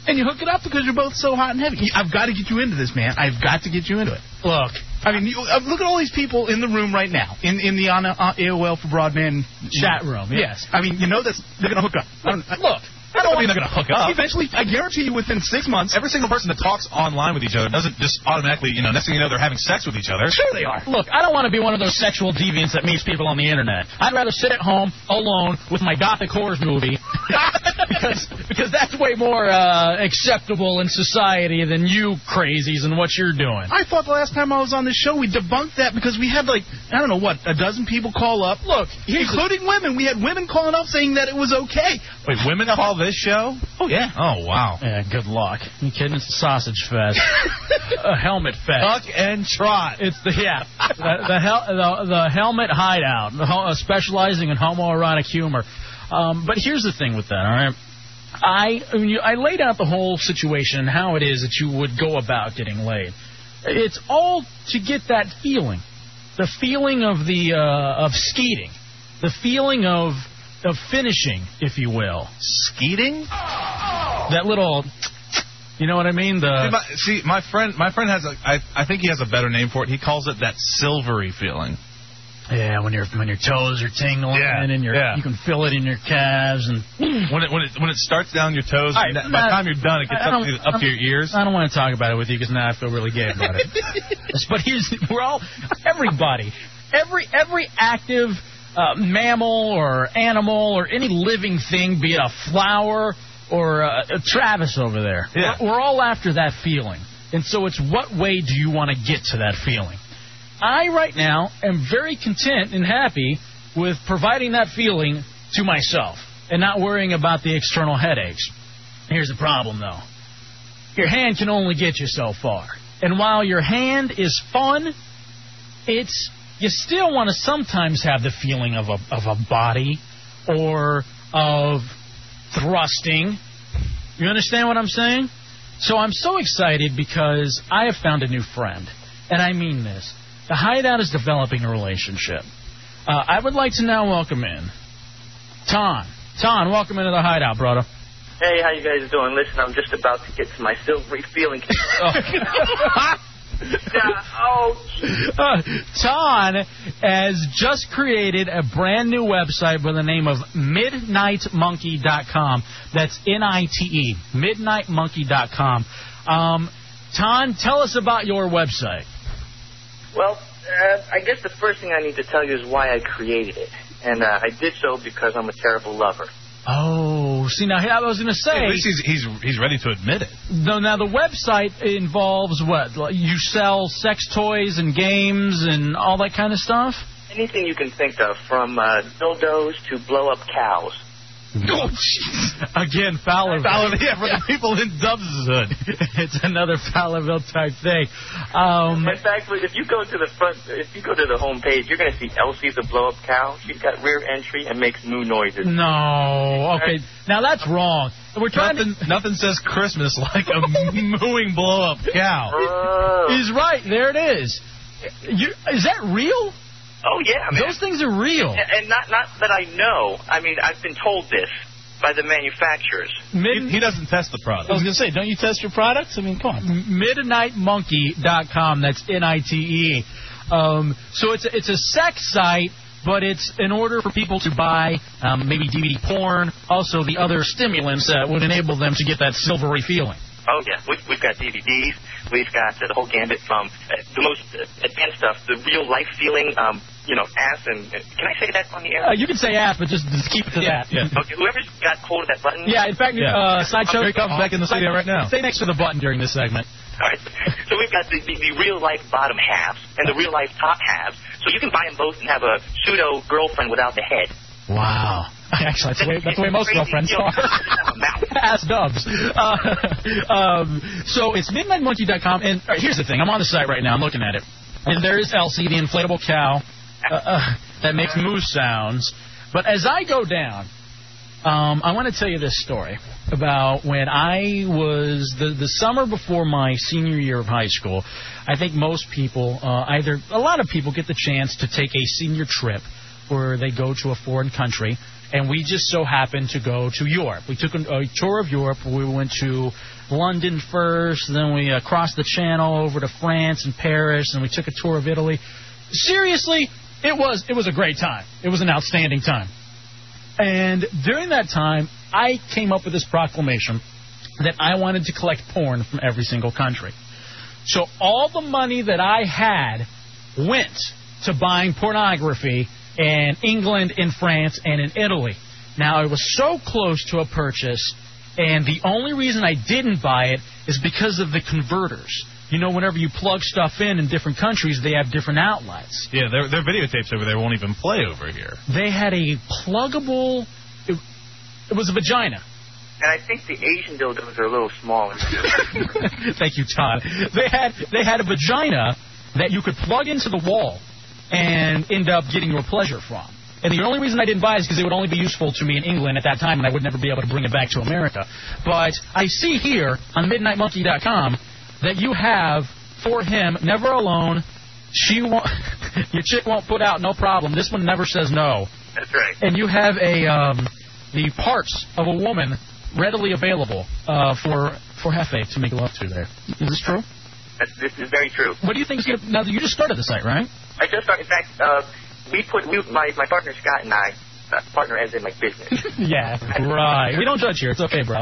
[SPEAKER 10] and you hook it up because you're both so hot and heavy. You- I've got to get you into this, man. I've got to get you into it.
[SPEAKER 2] Look,
[SPEAKER 10] I mean, you, uh, look at all these people in the room right now in in the on, uh, AOL for broadband
[SPEAKER 2] Chat room, yeah.
[SPEAKER 10] Yes, I mean, you know that's they're gonna hook up. I don't,
[SPEAKER 2] look.
[SPEAKER 10] I don't mean
[SPEAKER 7] they're gonna hook up.
[SPEAKER 10] Eventually, I guarantee you, within six months,
[SPEAKER 7] Every single person that talks online with each other doesn't just automatically, you know, next thing you know, they're having sex with each other.
[SPEAKER 10] Sure they are.
[SPEAKER 2] Look, I don't want to be one of those sexual deviants that meets people on the internet. I'd rather sit at home alone with my gothic horrors movie [laughs] because because that's way more uh, acceptable in society than you crazies and what you're doing.
[SPEAKER 10] I thought the last time I was on this show we debunked that because we had like I don't know what a dozen people call up. Look, including women. We had women calling up saying that it was okay.
[SPEAKER 7] Wait, women call this show?
[SPEAKER 10] Oh yeah.
[SPEAKER 7] Oh wow.
[SPEAKER 2] Yeah, good luck. You kidding? It's a sausage
[SPEAKER 7] [laughs]
[SPEAKER 2] fest, a helmet fest.
[SPEAKER 7] Tuck and trot.
[SPEAKER 2] It's the yeah, the the, hel- the, the helmet hideout, the ho- uh, specializing in homoerotic humor. Um, but here's the thing with that, all right. I I, mean, you, I laid out the whole situation and how it is that you would go about getting laid. It's all to get that feeling, the feeling of the uh, of skeeting, the feeling of of finishing, if you will.
[SPEAKER 7] Skeeting?
[SPEAKER 2] That little, you know what I mean?
[SPEAKER 7] See,
[SPEAKER 2] The
[SPEAKER 7] my, see, my friend, my friend has a, I, I think he has a better name for it. He calls it that silvery feeling.
[SPEAKER 2] yeah, when your when your toes are tingling
[SPEAKER 7] Yeah,
[SPEAKER 2] and your
[SPEAKER 7] yeah.
[SPEAKER 2] you can feel it in your calves and
[SPEAKER 7] When it when it when it starts down your toes,
[SPEAKER 2] All right,
[SPEAKER 7] and that- by the
[SPEAKER 2] no,
[SPEAKER 7] time you're done, it gets
[SPEAKER 2] I- I
[SPEAKER 7] up,
[SPEAKER 2] don't-
[SPEAKER 7] to, up to your ears.
[SPEAKER 2] I don't want to talk about it with you because now I feel really gay
[SPEAKER 7] [laughs]
[SPEAKER 2] about it. but here's we're all everybody, every every active uh, mammal or animal or any living thing, be it a flower or uh, a Travis over there.
[SPEAKER 7] Yeah.
[SPEAKER 2] We're, we're all after that feeling, and so it's what way do you want to get to that feeling? I right now am very content and happy with providing that feeling to myself and not worrying about the external headaches. Here's the problem though your hand can only get you so far. And while your hand is fun, it's you still want to sometimes have the feeling of a of a body or of thrusting. You understand what I'm saying? So I'm so excited because I have found a new friend, and I mean this. The Hideout is developing a relationship. Uh, I would like to now welcome in Ton. Ton, welcome into the Hideout, brother.
[SPEAKER 12] Hey, how you guys doing? Listen, I'm just about to get to my silvery [laughs] feeling.
[SPEAKER 10] [laughs]
[SPEAKER 12] oh,
[SPEAKER 2] [laughs] Uh, Ton has just created a brand new website by the name of MidnightMonkey.com. That's N-I-T-E, MidnightMonkey.com. Um, Ton, tell us about your website.
[SPEAKER 12] well, uh, I guess the first thing I need to tell you is why I created it, and uh, I did so because I'm a terrible lover.
[SPEAKER 2] Oh, see now, I was going to
[SPEAKER 7] At
[SPEAKER 2] say.
[SPEAKER 7] least he's he's he's ready to admit it.
[SPEAKER 2] Though now the website involves what? Like, You sell sex toys and games and all that kind of stuff.
[SPEAKER 12] Anything you can think of, from uh, dildos to blow up cows.
[SPEAKER 7] Oh, jeez.
[SPEAKER 2] [laughs] Again, Fowler. [laughs]
[SPEAKER 7] Solid, yeah, for the people in Dubs' hood.
[SPEAKER 2] it's another Fowlerville type thing. Um,
[SPEAKER 12] In fact, if you go to the front, if you go to the home page, you're going to see Elsie the blow up cow. She's got rear entry and makes moo noises.
[SPEAKER 2] No. Okay. Now that's wrong. We're trying
[SPEAKER 7] Nothing, nothing says
[SPEAKER 2] [laughs]
[SPEAKER 7] Christmas like a mooing blow up cow.
[SPEAKER 12] Oh,
[SPEAKER 2] to. He's right. There it is. You, is that real?
[SPEAKER 12] oh yeah, man.
[SPEAKER 2] Those things are real.
[SPEAKER 12] And not not that I know. I mean, I've been told this by the manufacturers.
[SPEAKER 7] He, he doesn't test the product.
[SPEAKER 10] was gonna say, don't you test your products? I mean, come on.
[SPEAKER 2] MidnightMonkey.com. That's N-I-T-E. Um, so it's a, it's a sex site, but it's in order for people to buy um, maybe DVD porn, also the other stimulants that would enable them to get that silvery feeling.
[SPEAKER 12] Oh yeah, we, we've got DVDs. We've got uh, the whole gambit from uh, the most uh, advanced stuff, the real life feeling, um, you know, ass and. Can I say that on the
[SPEAKER 2] Uh,
[SPEAKER 12] air?
[SPEAKER 2] you can say ass, but just, just keep it to that.
[SPEAKER 12] Okay, whoever's got hold of that button.
[SPEAKER 2] Yeah, in fact, uh, Sideshow.
[SPEAKER 12] Here he comes back in the
[SPEAKER 2] Side-
[SPEAKER 12] studio right now.
[SPEAKER 2] Stay next to the button during this segment.
[SPEAKER 12] All right. So we've got the, the, the real life bottom halves and the real life top halves. So you can buy them both and have a pseudo girlfriend without the head.
[SPEAKER 2] Wow. Actually, that's the way, that's the way most
[SPEAKER 12] Crazy
[SPEAKER 2] girlfriends
[SPEAKER 12] deal.
[SPEAKER 2] are. [laughs] Ass dubs. Uh, [laughs] um, so it's midnightmonkey.com, and all right, here's the thing. I'm on the site right now. I'm looking at it. And there is Elsie, the inflatable cow uh, uh, that makes moo sounds. But as I go down, um, I want to tell you this story about when I was the the summer before my senior year of high school. I think most people, uh, either a lot of people, get the chance to take a senior trip where they go to a foreign country, and we just so happened to go to Europe. We took an, a tour of Europe. We went to London first, then we uh, crossed the Channel over to France and Paris, and we took a tour of Italy. Seriously, it was it was a great time. It was an outstanding time. And during that time, I came up with this proclamation that I wanted to collect porn from every single country. So all the money that I had went to buying pornography in England, in France, and in Italy. Now, I was so close to a purchase, and the only reason I didn't buy it is because of the converters. You know, whenever you plug stuff in in different countries, they have different outlets.
[SPEAKER 7] Yeah, their, their videotapes over there won't even play over here.
[SPEAKER 2] They had a pluggable. It, it was a vagina.
[SPEAKER 12] And I think the Asian dildos are a little [laughs] smaller.
[SPEAKER 2] [laughs] Thank you, Todd. They had they had a vagina that you could plug into the wall and end up getting your pleasure from. And the only reason I didn't buy it is because it would only be useful to me in England at that time, and I would never be able to bring it back to America. But I see here on MidnightMonkey.com that you have for him "Never Alone." She won't, [laughs] your chick won't put out, no problem. This one never says no.
[SPEAKER 12] That's right.
[SPEAKER 2] And you have a um, the parts of a woman readily available uh, for for Hefe to make love to. There is this true?
[SPEAKER 12] That's, this is very true.
[SPEAKER 2] What do you think is gonna? Now you just started the site, right?
[SPEAKER 12] I just started. In fact, uh, we put we, my my partner Scott and I, uh, partner as in my business,
[SPEAKER 3] [laughs]
[SPEAKER 2] yeah, right. We don't judge here. It's okay,
[SPEAKER 12] [laughs]
[SPEAKER 2] bro.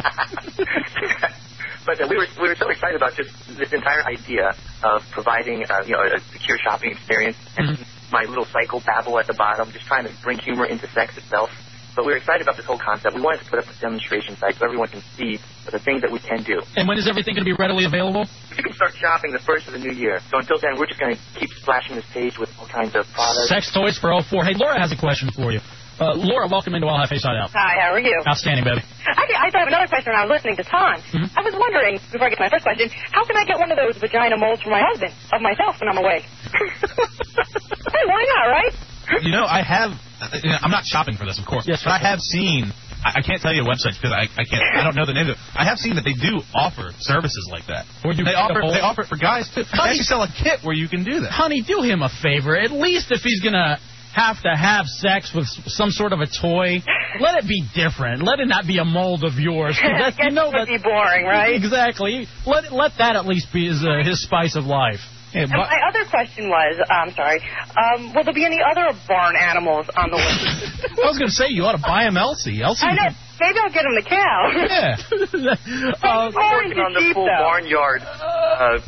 [SPEAKER 12] but uh, we were we were so excited about just this entire idea of providing uh, you know a secure shopping experience and my little psycho babble at the bottom, just trying to bring humor into sex itself. But we were excited about this whole concept. We wanted to put up a demonstration site so everyone can see the things that we can do.
[SPEAKER 2] And when is everything going to be readily available?
[SPEAKER 12] You can start shopping the first of the new year. So until then, we're just going to keep splashing this page with all kinds of products.
[SPEAKER 2] Sex toys for 04. Hey, Laura has a question for you. Uh, Laura, welcome into All Hefe Side Out.
[SPEAKER 13] Hi, how are you?
[SPEAKER 2] Outstanding, baby.
[SPEAKER 13] I, I have another question when I was listening to Tom.
[SPEAKER 10] Mm-hmm.
[SPEAKER 13] I was wondering, before I get to my first question, how can I get one of those vagina molds for my husband, of myself, when I'm away? [laughs] hey, why not, right?
[SPEAKER 7] You know, I have. you know, I'm not shopping for this, of course. Yes, but I have seen. I I can't tell you websites because I, I can't. I don't know the name of it. I have seen that they do offer services like that.
[SPEAKER 2] Or do
[SPEAKER 7] they
[SPEAKER 2] pick up
[SPEAKER 7] offer
[SPEAKER 2] all-
[SPEAKER 7] they offer it for guys too. They actually sell a kit where you can do that.
[SPEAKER 2] Honey, do him a favor. At least if he's going to have to have sex with s- some sort of a toy, let it be different. Let it not be a mold of yours. 'cause
[SPEAKER 13] [laughs]
[SPEAKER 2] That's, you know that
[SPEAKER 13] be boring, right?
[SPEAKER 2] Exactly. Let let that at least be his, uh, his spice of life.
[SPEAKER 13] And my other question was, uh, I'm sorry, um, will there be any other barn animals on the list?
[SPEAKER 7] [laughs] I was going to say you ought to buy him Elsie. Elsie.
[SPEAKER 13] I know. Maybe I'll get him the cow. [laughs]
[SPEAKER 7] Yeah.
[SPEAKER 13] I'm
[SPEAKER 12] working on the full barnyard uh,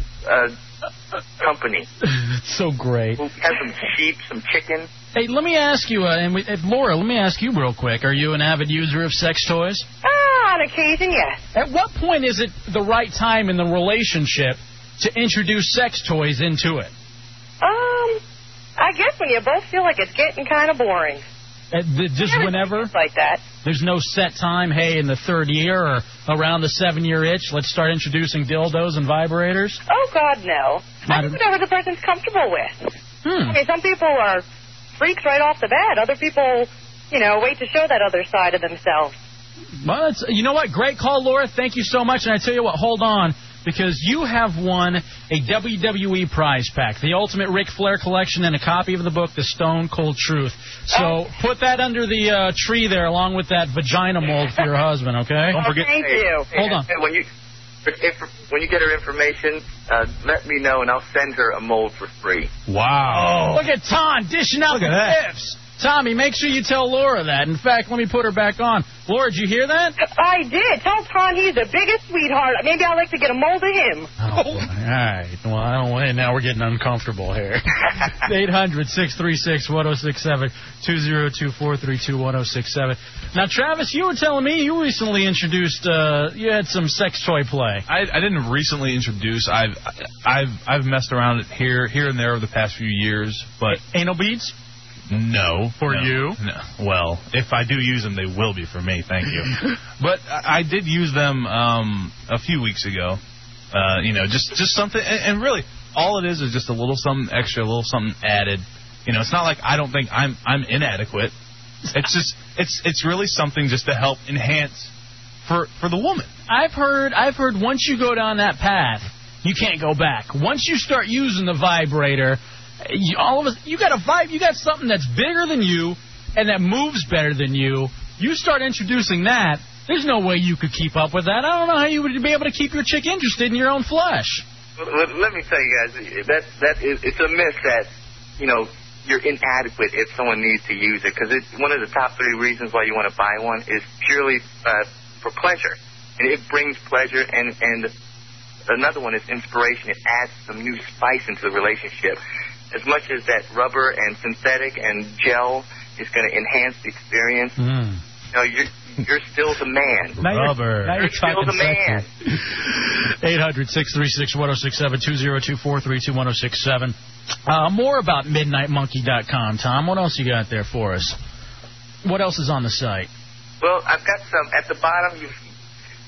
[SPEAKER 12] uh, company.
[SPEAKER 2] It's so great.
[SPEAKER 12] We have some sheep, some chicken.
[SPEAKER 2] Hey, let me ask you, uh, and we, uh, Laura, let me ask you real quick. Are you an avid user of sex toys?
[SPEAKER 13] Ah, on occasion, yes.
[SPEAKER 2] At what point is it the right time in the relationship to introduce sex toys into it?
[SPEAKER 13] Um, I guess when you both feel like it's getting kind of boring.
[SPEAKER 2] Uh, the, just whenever?
[SPEAKER 13] Like that.
[SPEAKER 2] There's no set time, hey, in the third year or around the seven year itch, let's start introducing dildos and vibrators.
[SPEAKER 13] Oh God, no. I
[SPEAKER 2] Not
[SPEAKER 13] think
[SPEAKER 2] a-
[SPEAKER 13] whatever the person's comfortable with. I mean, some people are freaks right off the bat. Other people, you know, wait to show that other side of themselves.
[SPEAKER 2] Well, that's, you know what? Great call, Laura. Thank you so much. And I tell you what, hold on, because you have won a WWE prize pack, the Ultimate Ric Flair collection, and a copy of the book, The Stone Cold Truth. So put that under the uh, tree there, along with that vagina mold for your husband, okay?
[SPEAKER 12] Hey, hey,
[SPEAKER 2] Oh, Hold on.
[SPEAKER 12] hey, When you if, when you get her information, uh, let me know and I'll send her a mold for free.
[SPEAKER 7] Wow.
[SPEAKER 13] Oh,
[SPEAKER 2] Look at Ton dishing out
[SPEAKER 7] Oh. Look at that.
[SPEAKER 2] the gifts. Tommy, make sure you tell Laura that. In fact, let me put her back on. Laura, did you hear that?
[SPEAKER 13] I did. Tell Tom he's the biggest sweetheart. Maybe I'd like to get a mold of him.
[SPEAKER 2] All right. Well, I don't want Now we're getting uncomfortable here. 800 636 1067 202 432 1067. Now, Travis, you were telling me you recently introduced, uh, you had some sex toy play.
[SPEAKER 7] I, I didn't recently introduce. I've I've I've messed around it here here and there over the past few years, but
[SPEAKER 2] anal beads.
[SPEAKER 7] No,
[SPEAKER 2] For
[SPEAKER 7] no,
[SPEAKER 2] you?
[SPEAKER 7] No. Well, if I do use them, they will be for me. Thank you.
[SPEAKER 2] [laughs]
[SPEAKER 7] but I I did use them um, a few weeks ago. Uh, you know, just just something, and, and really, all it is is just a little something extra, a little something added. You know, it's not like I don't think I'm I'm inadequate. It's just it's it's really something just to help enhance for for the woman.
[SPEAKER 2] I've heard I've heard once you go down that path, you can't go back. Once you start using the vibrator, you, all of us you got a vibe, you got something that's bigger than you and that moves better than you. You start introducing that, there's no way you could keep up with that. I don't know how you would be able to keep your chick interested in your own flesh.
[SPEAKER 12] Let, let me tell you guys, that that is, it's a myth that you know you're inadequate if someone needs to use it because it's one of the top three reasons why you want to buy one is purely uh, for pleasure, and it brings pleasure and and another one is inspiration. It adds some new spice into the relationship. As much as that rubber and synthetic and gel is going to enhance the experience, you know, you're you're still the man.
[SPEAKER 2] Now you're- now you're
[SPEAKER 12] You're still
[SPEAKER 2] talking
[SPEAKER 12] the man.
[SPEAKER 2] sexy. 800 636 1067 202 432 1067. Uh, More about midnightmonkey.com, Tom. What else you got there for us? What else is on the site?
[SPEAKER 12] Well, I've got some at the bottom. You,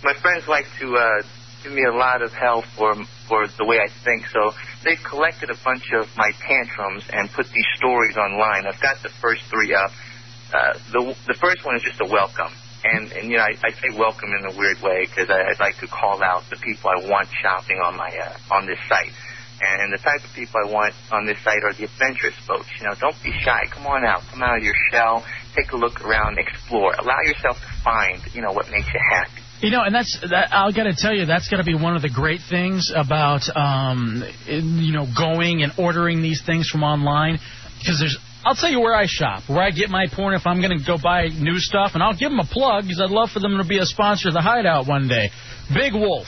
[SPEAKER 12] my friends like to uh, give me a lot of hell for for the way I think, so they've collected a bunch of my tantrums and put these stories online. I've got the first three up. Uh, the the first one is just a welcome, and and you know I, I say welcome in a weird way because I, I'd like to call out the people I want shopping on my uh, on this site. And the type of people I want on this site are the adventurous folks. You know, don't be shy. Come on out. Come out of your shell. Take a look around. Explore. Allow yourself to find, you know, what makes you happy.
[SPEAKER 2] You know, and that's that, I'll gotta tell you, that's gotta be one of the great things about um, in- you know going and ordering these things from online because there's. I'll tell you where I shop, where I get my porn if I'm going to go buy new stuff, and I'll give them a plug because I'd love for them to be a sponsor of the Hideout one day. Big Wolf,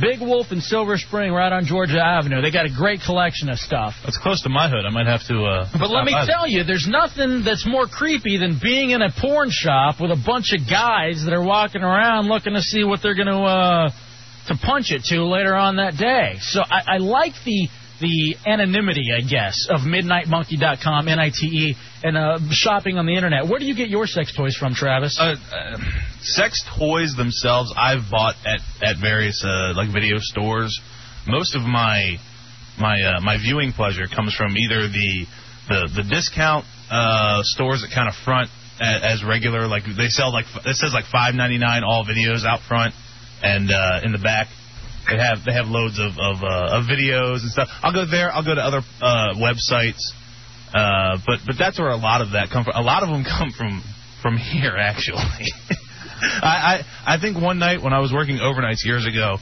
[SPEAKER 2] Big Wolf in Silver Spring, right on Georgia Avenue. They got a great collection of stuff.
[SPEAKER 7] It's close to my hood. I might have to. Uh,
[SPEAKER 2] But let
[SPEAKER 7] stop
[SPEAKER 2] me
[SPEAKER 7] by there.
[SPEAKER 2] tell you, there's nothing that's more creepy than being in a porn shop with a bunch of guys that are walking around looking to see what they're going to uh, to punch it to later on that day. So I, I like the the anonymity, I guess, of MidnightMonkey.com, N-I-T-E, and uh, shopping on the internet. Where do you get your sex toys from, Travis?
[SPEAKER 7] Uh, uh, sex toys themselves, I've bought at at various uh, like video stores. Most of my my uh, my viewing pleasure comes from either the the the discount uh, stores that kind of front a- as regular, like they sell like f- it says like five ninety nine all videos out front and uh, in the back. They have they have loads of of, uh, of videos and stuff. I'll go there. I'll go to other uh, websites. Uh, but but that's where a lot of that come from. A lot of them [laughs] come from from here actually. [laughs] I, I I think one night when I was working overnights years ago,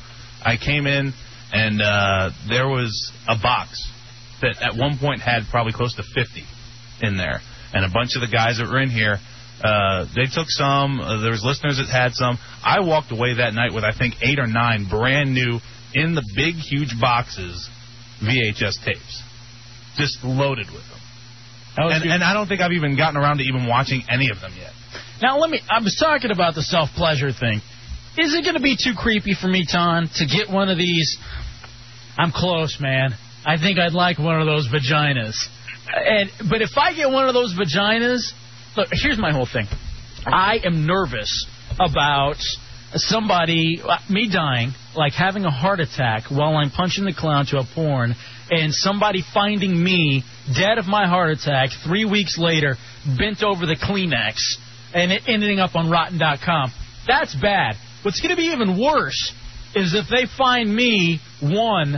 [SPEAKER 7] I came in and uh, there was a box that at one point had probably close to 50 in there, and a bunch of the guys that were in here. Uh, they took some. Uh, there was listeners that had some. I walked away that night with I think eight or nine brand new, in the big huge boxes, VHS tapes, just loaded with them. And, and I don't think I've even gotten around to even watching any of them yet.
[SPEAKER 2] Now let me. I was talking about the self pleasure thing. Is it going to be too creepy for me, Ton, to get one of these? I'm close, man. I think I'd like one of those vaginas. And but if I get one of those vaginas, look. Here's my whole thing. I am nervous about somebody, uh, me dying, like having a heart attack while I'm punching the clown to a porn, and somebody finding me dead of my heart attack three weeks later, bent over the Kleenex, and it ending up on Rotten.com. That's bad. What's going to be even worse is if they find me one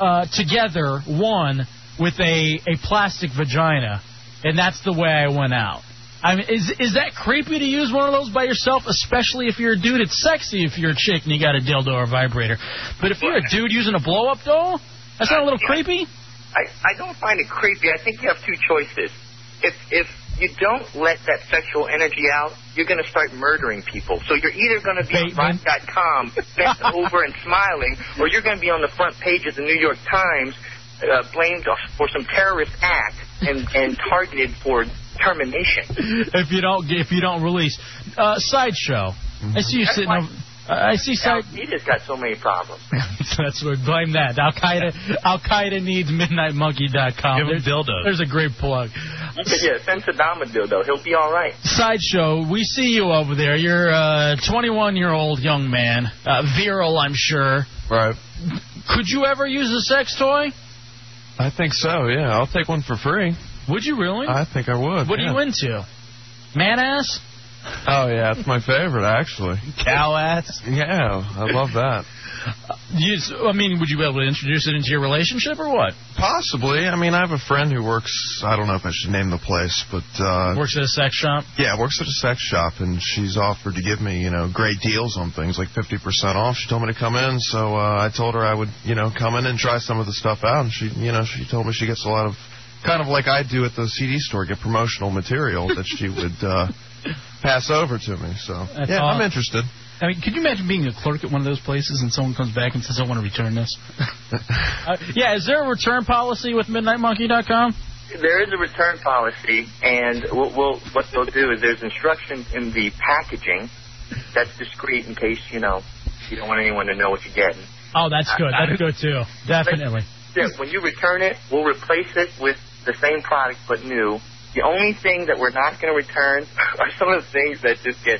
[SPEAKER 2] uh, together, one with a a plastic vagina, and that's the way I went out. I mean, is is that creepy to use one of those by yourself, especially if you're a dude? It's sexy if you're a chick and you got a dildo or a vibrator, but if you're a dude using a blow up doll, that's not a little [laughs] creepy.
[SPEAKER 12] I, I don't find it creepy. I think you have two choices. If if you don't let that sexual energy out, you're going to start murdering people. So you're either going to be on rock.com, bent
[SPEAKER 2] [laughs]
[SPEAKER 12] over and smiling, or you're going to be on the front page of the New York Times, uh, blamed for some terrorist act and, and targeted for termination.
[SPEAKER 2] if you don't if you don't release uh, sideshow. I see you
[SPEAKER 12] That's
[SPEAKER 2] sitting.
[SPEAKER 12] why-
[SPEAKER 2] Over, I see side.
[SPEAKER 12] Al-Qaeda's got so many problems.
[SPEAKER 2] That's what blame that. Al Qaeda Al Qaeda needs midnightmonkey.com.
[SPEAKER 12] Give 'em
[SPEAKER 2] There's-
[SPEAKER 12] dildos.
[SPEAKER 2] There's a great plug.
[SPEAKER 12] You could, yeah, send Saddam a dildo. He'll be all right.
[SPEAKER 2] Sideshow, we see you over there. You're a 21 year old young man, uh, virile, I'm sure.
[SPEAKER 8] Right.
[SPEAKER 2] Could you ever use a sex toy?
[SPEAKER 8] I think so. Yeah, I'll take one for free.
[SPEAKER 2] Would you really?
[SPEAKER 8] I think I would.
[SPEAKER 2] What
[SPEAKER 8] yeah.
[SPEAKER 2] are you into? Man ass?
[SPEAKER 8] Oh yeah, it's my favorite actually.
[SPEAKER 7] Cow ass.
[SPEAKER 8] Yeah, I love that.
[SPEAKER 2] You, I mean, would you be able to introduce it into your relationship or what?
[SPEAKER 8] Possibly. I mean, I have a friend who works. I don't know if I should name the place, but uh,
[SPEAKER 2] Works at a sex shop.
[SPEAKER 8] Yeah, works at a sex shop, and she's offered to give me, you know, great deals on things like 50% off. She told me to come in, so uh, I told her I would, you know, come in and try some of the stuff out. And she, you know, she told me she gets a lot of, kind of like I do at the CD store, get promotional material that she would uh, pass over to me. So
[SPEAKER 10] That's
[SPEAKER 8] yeah,
[SPEAKER 10] awesome.
[SPEAKER 8] I'm interested.
[SPEAKER 10] I mean, could you imagine being a clerk at one of those places and someone comes back and says, "I want to return this"?
[SPEAKER 2] Uh, yeah, is there a return policy with midnightmonkey.com?
[SPEAKER 12] There is a return policy, and we'll, we'll, what they'll do is there's instructions in the packaging that's discreet in case, you know, you don't want anyone to know what you're getting.
[SPEAKER 2] Oh, that's good. That's good too. Definitely.
[SPEAKER 12] Yeah, when you return it, we'll replace it with the same product but new. The only thing that we're not going to return [laughs] are some of the things that just get,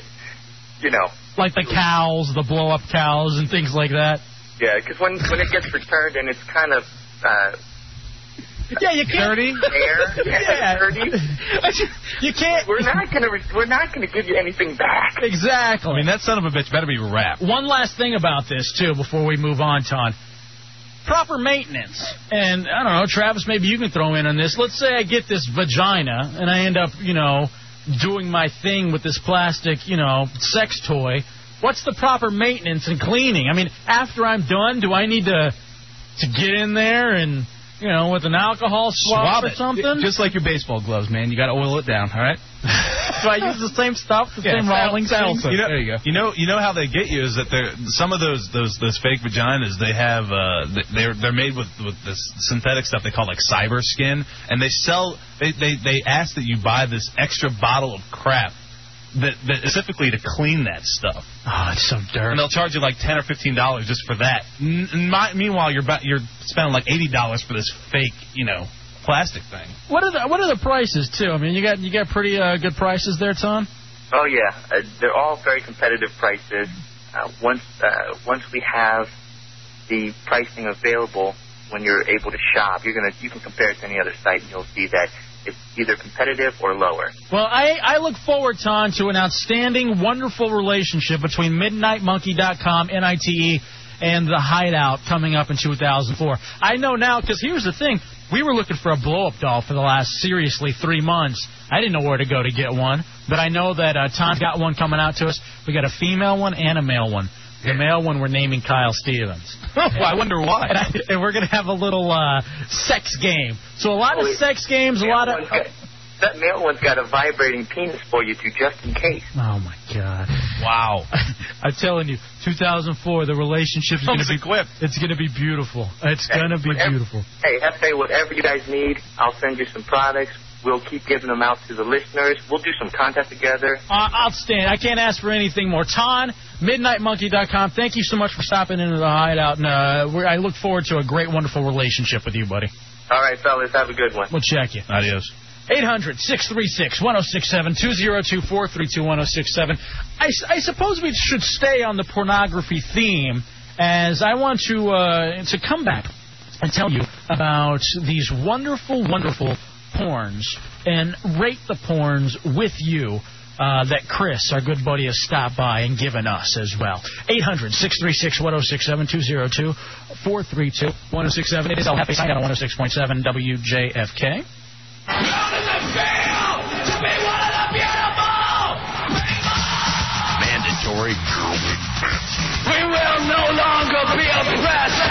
[SPEAKER 12] you know,
[SPEAKER 2] Like the cows, the blow up cows, and things like that.
[SPEAKER 12] yeah, because when, when it gets returned and it's kind of, uh,
[SPEAKER 2] Yeah, you can't.
[SPEAKER 12] Air.
[SPEAKER 2] [laughs] Yeah.
[SPEAKER 12] Dirty.
[SPEAKER 2] You can't.
[SPEAKER 12] We're not gonna. Re- we're not gonna give you anything back.
[SPEAKER 2] Exactly.
[SPEAKER 7] I mean, that son of a bitch better be wrapped.
[SPEAKER 2] One last thing about this too, before we move on, Ton. Proper maintenance, and I don't know, Travis. Maybe you can throw in on this. Let's say I get this vagina, and I end up, you know, doing my thing with this plastic, you know, sex toy. What's the proper maintenance and cleaning? I mean, after I'm done, do I need to to get in there and, you know, with an alcohol swab,
[SPEAKER 10] Swab
[SPEAKER 2] or
[SPEAKER 10] it.
[SPEAKER 2] something?
[SPEAKER 10] Just like your baseball gloves, man. You got to oil it down.
[SPEAKER 2] [laughs]
[SPEAKER 10] All right.
[SPEAKER 2] do I use the same stuff, the same rolling thing?
[SPEAKER 7] You know, there you go. You know, you know how they get you is that they're some of those those those fake vaginas. They have uh, th- they're they're made with with this synthetic stuff they call like cyber skin, and they sell they they they ask that you buy this extra bottle of crap. That, that specifically to clean that stuff.
[SPEAKER 2] Oh, it's so dirty.
[SPEAKER 7] And they'll charge you like ten or fifteen dollars just for that. N- n- my, meanwhile, you're bu- you're spending like eighty dollars for this fake, you know, plastic thing.
[SPEAKER 2] What are the what are the prices too? I mean, you got you got pretty uh, good prices there, Ton.
[SPEAKER 12] Oh yeah, uh, they're all very competitive prices. Uh, once uh, once we have the pricing available, when you're able to shop, you're gonna you can compare it to any other site, and you'll see that it's either competitive or lower.
[SPEAKER 2] Well, I, I look forward, Ton, to an outstanding, wonderful relationship between MidnightMonkey.com, N-I-T-E, E, and The Hideout coming up in 2004. I know now, because here's the thing. We were looking for a blow-up doll for the last, seriously, three months. I didn't know where to go to get one, but I know that uh, Tom's got one coming out to us. We got a female one and a male one. The male one we're naming Kyle Stevens.
[SPEAKER 7] Well, I wonder why.
[SPEAKER 2] And, I, [laughs] and we're going to have a little uh, sex game. So a
[SPEAKER 7] Oh,
[SPEAKER 2] lot of sex games, a lot of...
[SPEAKER 12] That male one's got a vibrating penis for you too, just in case.
[SPEAKER 2] Oh my God!
[SPEAKER 7] Wow!
[SPEAKER 2] [laughs] I'm telling you, 2004, the relationship's going to
[SPEAKER 12] Someone's
[SPEAKER 2] be It's going to be beautiful. It's going to be beautiful.
[SPEAKER 12] Hey, FA, whatever you guys need, I'll send you some products. We'll keep giving them out to the listeners. We'll do some content together.
[SPEAKER 2] Uh, outstanding. I can't ask for anything more. Ton, MidnightMonkey.com. Thank you so much for stopping into the hideout, and uh, we're, I look forward to a great, wonderful relationship with you, buddy.
[SPEAKER 12] All right, fellas, have a good one.
[SPEAKER 2] We'll check you.
[SPEAKER 7] Adios.
[SPEAKER 2] 800 636 1067 202 432 1067. I suppose we should stay on the pornography theme as I want to, uh, to come back and tell you about these wonderful, wonderful porns and rate the porns with you. Uh, that Chris, our good buddy, has stopped by and given us as well. 800 636 1067 202 432 1067. It is El Happy Side on 106.7 WJFK.
[SPEAKER 11] Mandatory.
[SPEAKER 4] We will no longer be oppressed.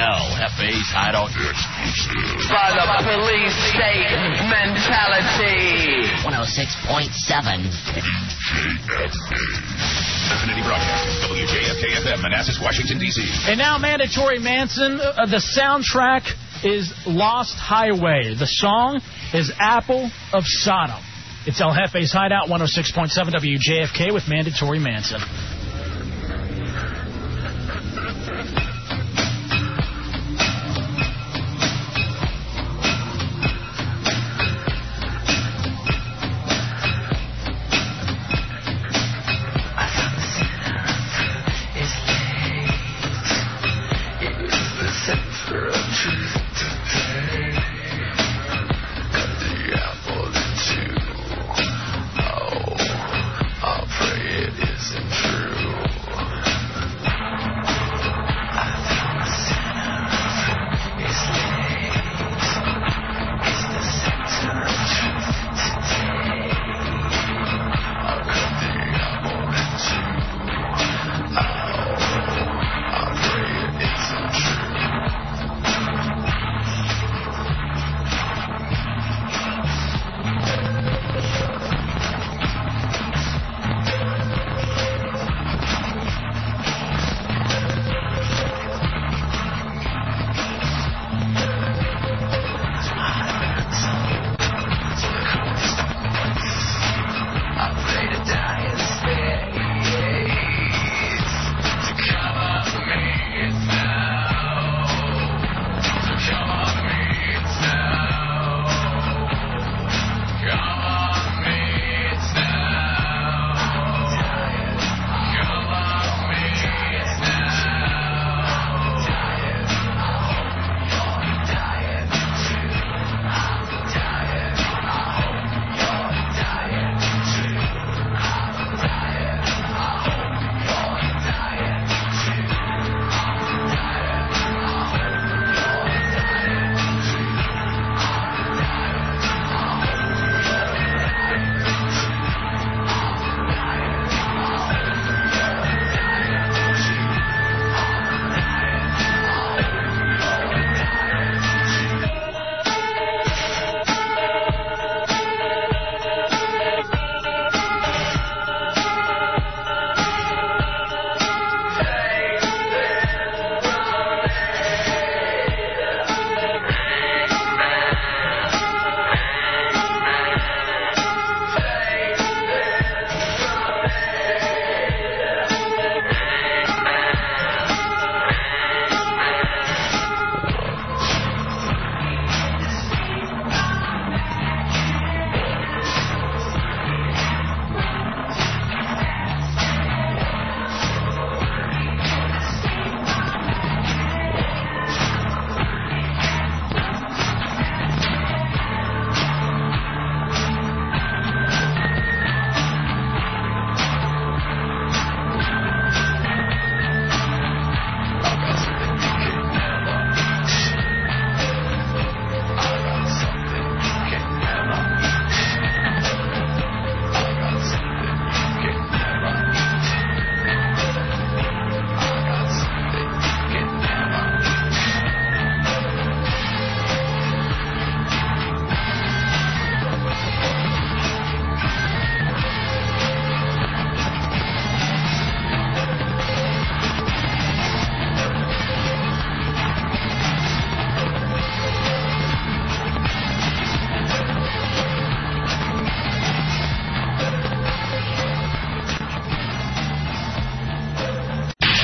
[SPEAKER 11] LFA's Hideout exclusive.
[SPEAKER 14] For the police state mentality.
[SPEAKER 15] 106.7.
[SPEAKER 11] Infinity Broadcasting, WJFK FM, Manassas, Washington, D.C.
[SPEAKER 2] And now Mandatory Manson, uh, the soundtrack is Lost Highway. The song is Apple of Sodom. It's El Jefe's Hideout, 106.7 WJFK with Mandatory Manson.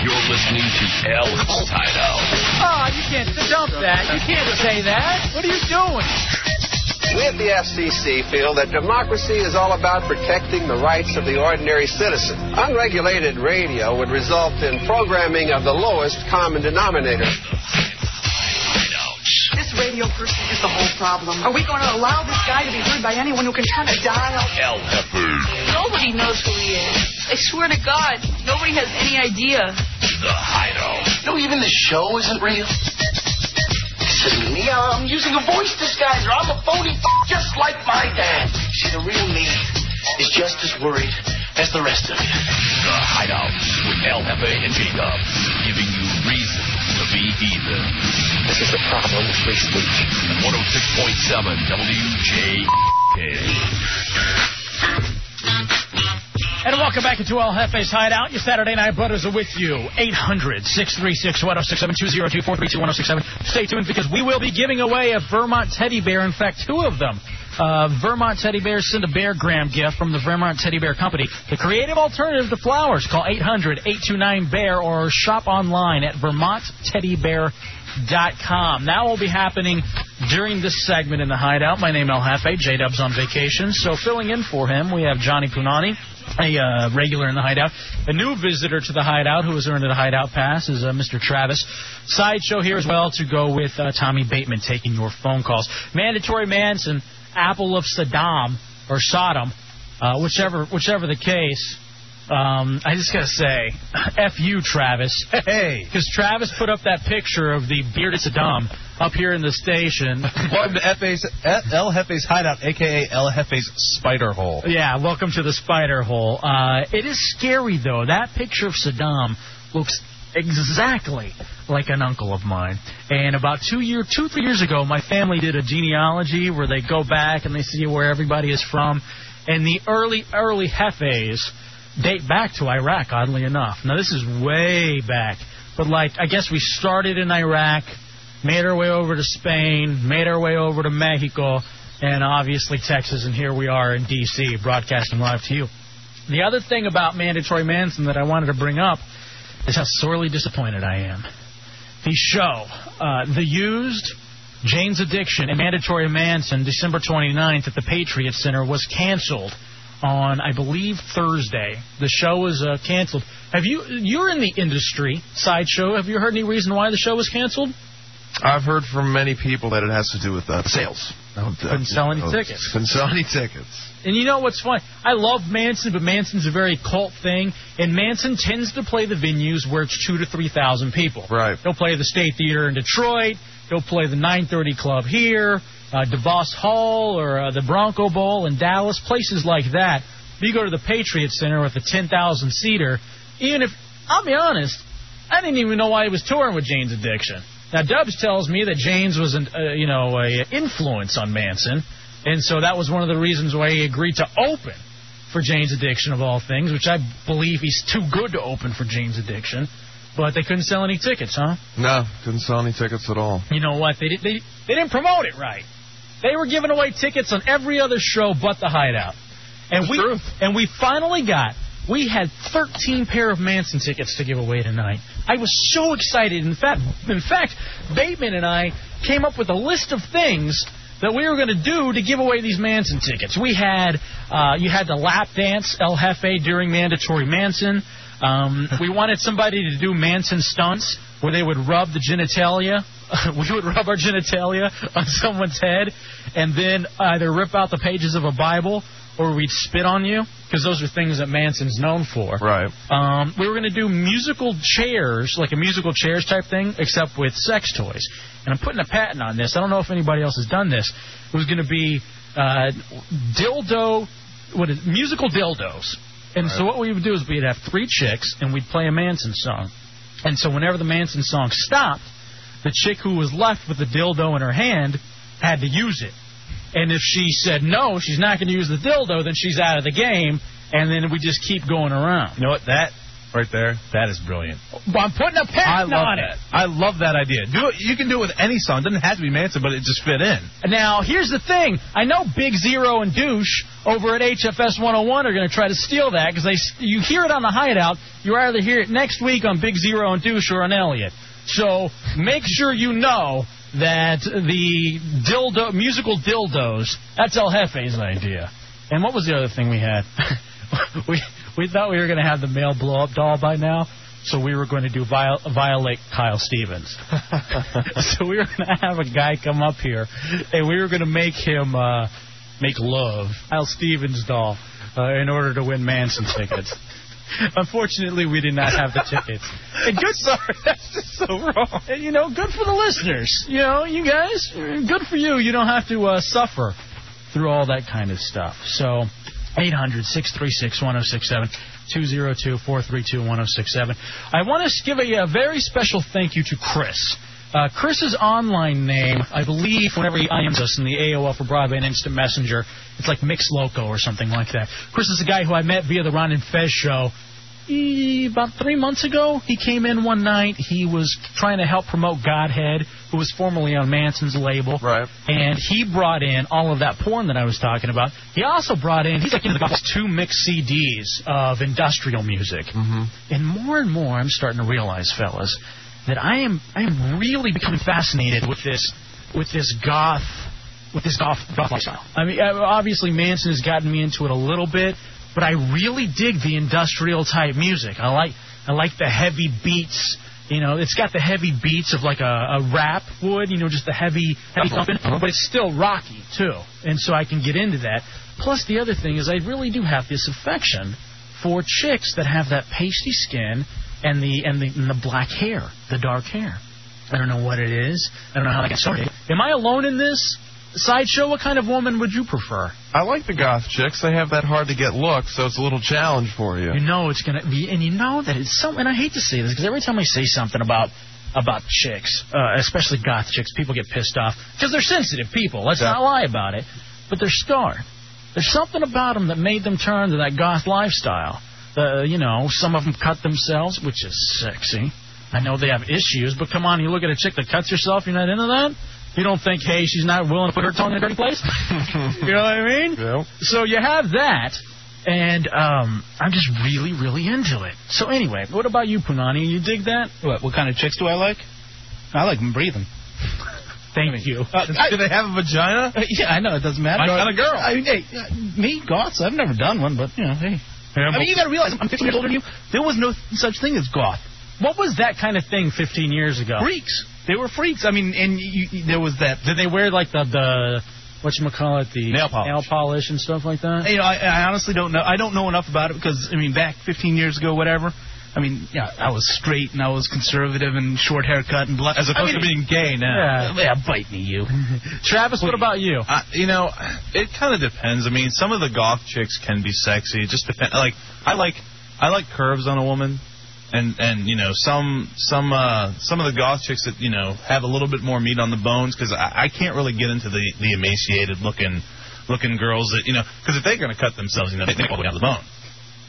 [SPEAKER 11] You're listening to LFA's Hideout.
[SPEAKER 2] Oh, you can't dump that. You can't say that. What are you doing?
[SPEAKER 8] We at the FCC feel that democracy is all about protecting the rights of the ordinary citizen. Unregulated radio would result in programming of the lowest common denominator.
[SPEAKER 16] This radio person is the whole problem. Are we going to allow this guy to be heard by anyone who can turn a dial?
[SPEAKER 11] LFA's
[SPEAKER 17] Nobody knows who he is. I swear to God, nobody has any idea.
[SPEAKER 11] The Hideout.
[SPEAKER 3] No, Oh, even the show isn't real. Listen to me, uh, I'm using a voice disguiser. I'm a phony f- just like my dad. See, the real me is just as worried as the rest of you.
[SPEAKER 11] The Hideout with LFA and J-Dub. Giving you reasons to be be heathen. oh This is the problem with free speech. 106.7 WJK.
[SPEAKER 2] And welcome back into El Jefe's Hideout. Your Saturday night brothers are with you. 800 636 1067 oh, Stay tuned because we will be giving away a Vermont teddy bear. In fact, two of them. Uh, Vermont teddy bears send a bear gram gift from the Vermont Teddy Bear Company. The creative alternative to flowers. Call 800 829 Bear or shop online at vermontteddybear.com. That will be happening during this segment in the Hideout. My name El Jefe. J Dub's on vacation. So filling in for him, we have Johnny Punani a uh, regular in the hideout. A new visitor to the hideout who has earned a hideout pass is uh, Mr. Travis. Sideshow here as well to go with uh, Tommy Bateman taking your phone calls. Mandatory Manson, Apple of Saddam or Sodom, uh, whichever whichever the case. Um, I just gotta say, [laughs] f you, Travis. Hey, because Travis put up that picture of the bearded Saddam up here in the station.
[SPEAKER 7] Welcome to FA's, El Jefe's E, Hideout, a.k.a. El Jefe's Spider Hole.
[SPEAKER 2] Yeah, welcome to the spider hole. Uh, it is scary though. That picture of Saddam looks exactly like an uncle of mine. And about two year, two three years ago, my family did a genealogy where they go back and they see where everybody is from. And the early early hefes date back to Iraq, oddly enough. Now this is way back, but like I guess we started in Iraq, made our way over to Spain, made our way over to Mexico, and obviously Texas, and here we are in D.C. broadcasting live to you. The other thing about Mandatory Manson that I wanted to bring up is how sorely disappointed I am. The show, uh, The Used, Jane's Addiction, and Mandatory Manson, December 29th at the Patriot Center, was canceled on, I believe, Thursday. The show was uh, canceled. Have you? You're in the industry, sideshow. Have you heard any reason why the show was canceled?
[SPEAKER 8] I've heard from many people that it has to do with uh, sales. Oh,
[SPEAKER 2] Couldn't sell any tickets.
[SPEAKER 8] Couldn't [laughs] sell any tickets.
[SPEAKER 2] And you know what's funny? I love Manson, but Manson's a very cult thing, and Manson tends to play the venues where it's two to three thousand people.
[SPEAKER 8] Right.
[SPEAKER 2] He'll play the State Theater in Detroit. He'll play the 9:30 Club here, uh, DeVos Hall, or uh, the Bronco Bowl in Dallas, places like that. If you go to the Patriot Center with a 10,000 seater, even if I'll be honest, I didn't even know why he was touring with Jane's Addiction. Now Dubs tells me that James was an uh, you know a influence on Manson, and so that was one of the reasons why he agreed to open for Jane's Addiction of all things, which I believe he's too good to open for Jane's Addiction. But they couldn't sell any tickets, huh?
[SPEAKER 8] No, couldn't sell any tickets at all.
[SPEAKER 2] You know what? They did, they they didn't promote it right. They were giving away tickets on every other show but the Hideout, and we and we finally got. We had 13 pair of Manson tickets to give away tonight. I was so excited. In fact, in fact, Bateman and I came up with a list of things that we were going to do to give away these Manson tickets. We had uh, you had the lap dance El Jefe during mandatory Manson. Um, we wanted somebody to do Manson stunts where they would rub the genitalia. [laughs] we would rub our genitalia on someone's head and then either rip out the pages of a Bible or we'd spit on you because those are things that Manson's known for.
[SPEAKER 8] Right.
[SPEAKER 2] Um, we were going to do musical chairs, like a musical chairs type thing, except with sex toys. And I'm putting a patent on this. I don't know if anybody else has done this. It was going to be uh, dildo, what is musical dildos. And so what we would do is we'd have three chicks and we'd play a Manson song. And so whenever the Manson song stopped, the chick who was left with the dildo in her hand had to use it. And if she said no, she's not going to use the dildo, then she's out of the game. And then we just keep going around.
[SPEAKER 7] You know what? That right there, that is brilliant.
[SPEAKER 2] But I'm putting a
[SPEAKER 7] I
[SPEAKER 2] patent
[SPEAKER 7] love
[SPEAKER 2] on
[SPEAKER 7] that.
[SPEAKER 2] it.
[SPEAKER 7] I love that idea. Do it. You can do it with any song. It doesn't have to be Manson, but it just fit in.
[SPEAKER 2] Now, here's the thing. I know Big Zero and Douche over at HFS 101 are going to try to steal that because they you hear it on the Hideout. You either hear it next week on Big Zero and Douche or on Elliot. So make sure you know that the dildo musical dildos that's El Jefe's idea. And what was the other thing we had? [laughs] we we thought we were going to have the male blow up doll by now. So we were going to do viol- violate Kyle Stevens. [laughs] so we were going to have a guy come up here, and we were going to make him uh, make love Al Stevens doll uh, in order to win Manson tickets. Unfortunately, we did not have the tickets. [laughs] And good, sorry, that's just so wrong. And, you know, good for the listeners. You know, you guys, good for you. You don't have to uh, suffer through all that kind of stuff. So 800 636 1067. 202 432 1067. I want to give a, uh very special thank you to Chris. Uh, Chris's online name, I believe, whenever he IMs us in the AOL for Broadband Instant Messenger, it's like Mix Loco or something like that. Chris is a guy who I met via the Ron and Fez show eh, about three months ago. He came in one night. He was trying to help promote Godhead, who was formerly on Manson's label. Right. And he brought in all of that porn that I was talking about. He also brought in, he's like, you know, the two mixed CDs of industrial music. Mm-hmm. And more and more, I'm starting to realize, fellas, that I am I am really becoming fascinated with this with this goth with this goth goth lifestyle. I mean, I- obviously Manson has gotten me into it a little bit, but I really dig the industrial type music. I like I like the heavy beats. You know, it's got the heavy beats of like a, a rap would. You know, just the heavy heavy thumping, but it's still rocky too. And so I can get into that. Plus, the other thing is I really do have this affection for chicks that have that pasty skin and the and the, and the black hair, the dark hair. I don't know what it is. I don't know how that got started. Am I alone in this? Sideshow, what kind of woman would you prefer?
[SPEAKER 8] I like the goth chicks. They have that hard to get look, so it's a little challenge for you.
[SPEAKER 2] You know it's gonna be, and you know that it's some. And I hate to say this because every time I say something about about chicks, uh, especially goth chicks, people get pissed off because they're sensitive people. Let's not lie about it. But they're scarred. There's something about them that made them turn to that goth lifestyle. Uh, you know, some of them cut themselves, which is sexy. I know they have issues, but come on, you look at a chick that cuts herself, you're not into that. You don't think, hey, she's not willing to put her tongue in a dirty place. you know what I mean? So you have that, and um, I'm just really, really into it. So anyway, what about you, Punani? You dig that?
[SPEAKER 10] What, what kind of chicks do I like? I like them breathing.
[SPEAKER 2] Thank you.
[SPEAKER 10] do they have a vagina? Uh, yeah, I know it doesn't matter.
[SPEAKER 2] My
[SPEAKER 10] No,
[SPEAKER 2] kind of girl.
[SPEAKER 10] I mean, hey, uh, me, goths. I've never done one, but you know, hey. I
[SPEAKER 2] but-
[SPEAKER 10] mean, you got to realize I'm 15 years older than you. There was no such thing as goth.
[SPEAKER 2] What was that kind of thing 15 years ago?
[SPEAKER 10] Freaks. They were freaks. I mean, and you, you- there was that.
[SPEAKER 2] Did they wear like the the what you call it the nail polish. and stuff like that?
[SPEAKER 10] You know, I, I honestly don't know. I don't know enough about it because I mean, back 15 years ago, whatever. I mean, yeah, I was straight and I was conservative and short haircut and blah.
[SPEAKER 7] As opposed to being gay now.
[SPEAKER 10] Yeah, yeah bite me, you.
[SPEAKER 2] [laughs] Travis, what about you?
[SPEAKER 7] I, you know, it kind of depends. I mean, some of the goth chicks can be sexy. It just depends. Like, I like, I like curves on a woman, and and you know, some some uh some of the goth chicks that you know have a little bit more meat on the bones because I, I can't really get into the the emaciated looking looking girls that you know because if they're gonna cut themselves, you know, they they go all the way down to the bone.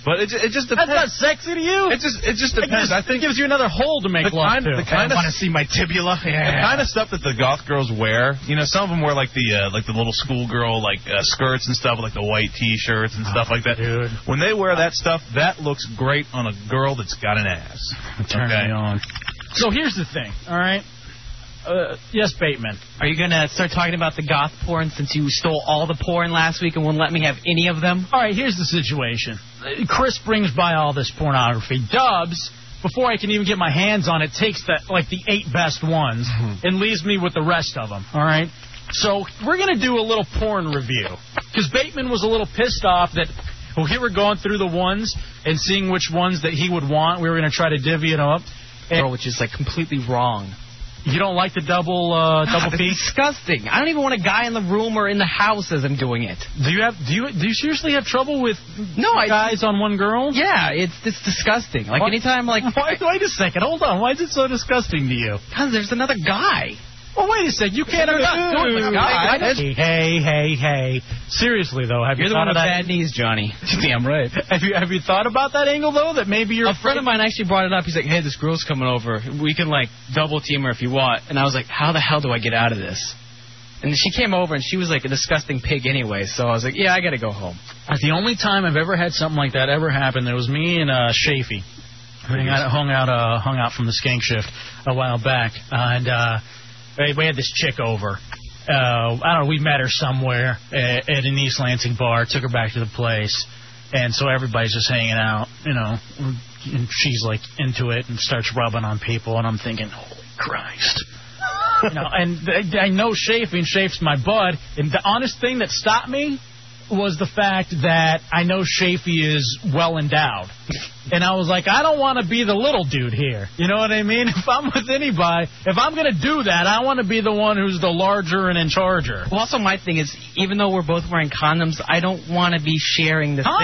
[SPEAKER 7] But it, it just depends.
[SPEAKER 2] That's not sexy to you.
[SPEAKER 7] It just it just depends. I think it
[SPEAKER 2] gives you another hole to make
[SPEAKER 7] the
[SPEAKER 2] love
[SPEAKER 7] kind,
[SPEAKER 2] to.
[SPEAKER 7] The kind of
[SPEAKER 10] want to see my tibula.
[SPEAKER 7] the
[SPEAKER 10] Yeah.
[SPEAKER 7] kind of stuff that the goth girls wear, you know, some of them wear like the uh, like the little schoolgirl like uh, skirts and stuff, like the white t-shirts and stuff like that. When they wear that stuff, that looks great on a girl that's got an ass.
[SPEAKER 2] Turn me on. So here's the thing, all right? Uh, yes, Bateman.
[SPEAKER 16] Are you gonna start talking about the goth porn since you stole all the porn last week and wouldn't let me have any of them?
[SPEAKER 2] All right, here's the situation. Uh, Chris brings by all this pornography. Dubs, before I can even get my hands on it, takes the like the eight best ones
[SPEAKER 16] Mm-hmm.
[SPEAKER 2] and leaves me with the rest of them. All right. So we're gonna do a little porn review because Bateman was a little pissed off that well, we were going through the ones and seeing which ones that he would want. We were gonna try to divvy it up, and,
[SPEAKER 16] which is like completely wrong.
[SPEAKER 2] You don't like the double uh, double
[SPEAKER 16] God,
[SPEAKER 2] feet?
[SPEAKER 16] it's disgusting. I don't even want a guy in the room or in the house as I'm doing it.
[SPEAKER 2] Do you have do you do you seriously have trouble with
[SPEAKER 16] no
[SPEAKER 2] guys on one girl?
[SPEAKER 16] Yeah, it's it's disgusting. Like anytime like
[SPEAKER 2] [laughs] why, wait a second, hold on. Why is it so disgusting to you?
[SPEAKER 16] Because there's another guy.
[SPEAKER 2] Well, wait a second. You can't
[SPEAKER 16] There's
[SPEAKER 2] have
[SPEAKER 16] another
[SPEAKER 2] it.
[SPEAKER 16] guy.
[SPEAKER 2] Hey, hey, hey, hey. Seriously though, have
[SPEAKER 16] You're
[SPEAKER 2] you
[SPEAKER 16] the
[SPEAKER 2] thought
[SPEAKER 16] one
[SPEAKER 2] of
[SPEAKER 16] with bad
[SPEAKER 2] that?
[SPEAKER 16] knees,
[SPEAKER 2] [laughs]
[SPEAKER 16] Johnny.
[SPEAKER 10] Damn right.
[SPEAKER 2] Have you have you thought about that angle though? That maybe you're
[SPEAKER 16] a friend of mine actually brought it up. He's like, "Hey, this girl's coming over. We can like double team her if you want." And I was like, "How the hell do I get out of this?" And she came over and she was like a disgusting pig anyway. So I was like, "Yeah, I gotta go home."
[SPEAKER 2] That's the only time I've ever had something like that ever happen. It was me and uh, Shafee. We got hung out, uh, hung out from the skank shift a while back, and uh, we- we had this chick over. Uh, I don't know. We met her somewhere at, at an East Lansing bar. Took her back to the place, and so everybody's just hanging out, you know. And she's like into it and starts rubbing on people, and I'm thinking, holy Christ [laughs] you know, and I, I know Shafe, and Shafe's my bud. And the honest thing that stopped me was the fact that I know Shafee is well endowed, and I was like, I don't want to be the little dude here. You know what I mean? [laughs] If I'm with anybody, if I'm gonna do that, I want to be the one who's the larger and in charger.
[SPEAKER 16] Well, also my thing is, even though we're both wearing condoms, I don't want to be sharing the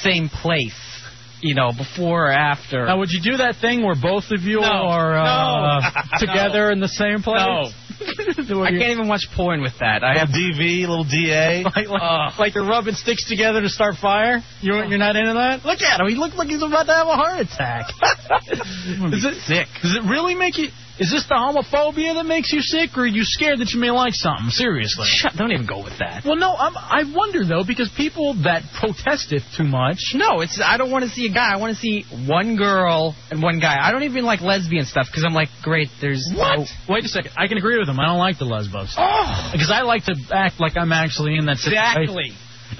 [SPEAKER 16] same same place. You know, before or after.
[SPEAKER 2] Now, would you do that thing where both of you
[SPEAKER 16] No.
[SPEAKER 2] are
[SPEAKER 16] [laughs]
[SPEAKER 2] uh,
[SPEAKER 16] No.
[SPEAKER 2] together in the same place?
[SPEAKER 16] No. I can't even watch porn with that. I have
[SPEAKER 7] DV, little DA,
[SPEAKER 2] [laughs] like, like, like you're rubbing sticks together to start fire. You're you're not into that. Look at him. He looks like he's about to have a heart attack. is it sick? Does it really make you? Is this the homophobia that makes you sick, or are you scared that you may like something? Seriously.
[SPEAKER 16] Shut, don't even go with that.
[SPEAKER 2] Well, no, I'm, Um, I wonder though because people that protest it too much.
[SPEAKER 16] No, it's I don't want to see a guy. I want to see one girl and one guy. I don't even like lesbian stuff because I'm like, great. There's
[SPEAKER 2] What?
[SPEAKER 16] no-
[SPEAKER 2] Wait a second. I can agree with him. I don't like the lesbos. Because I like to act like I'm actually in that situation.
[SPEAKER 16] Oh! Exactly.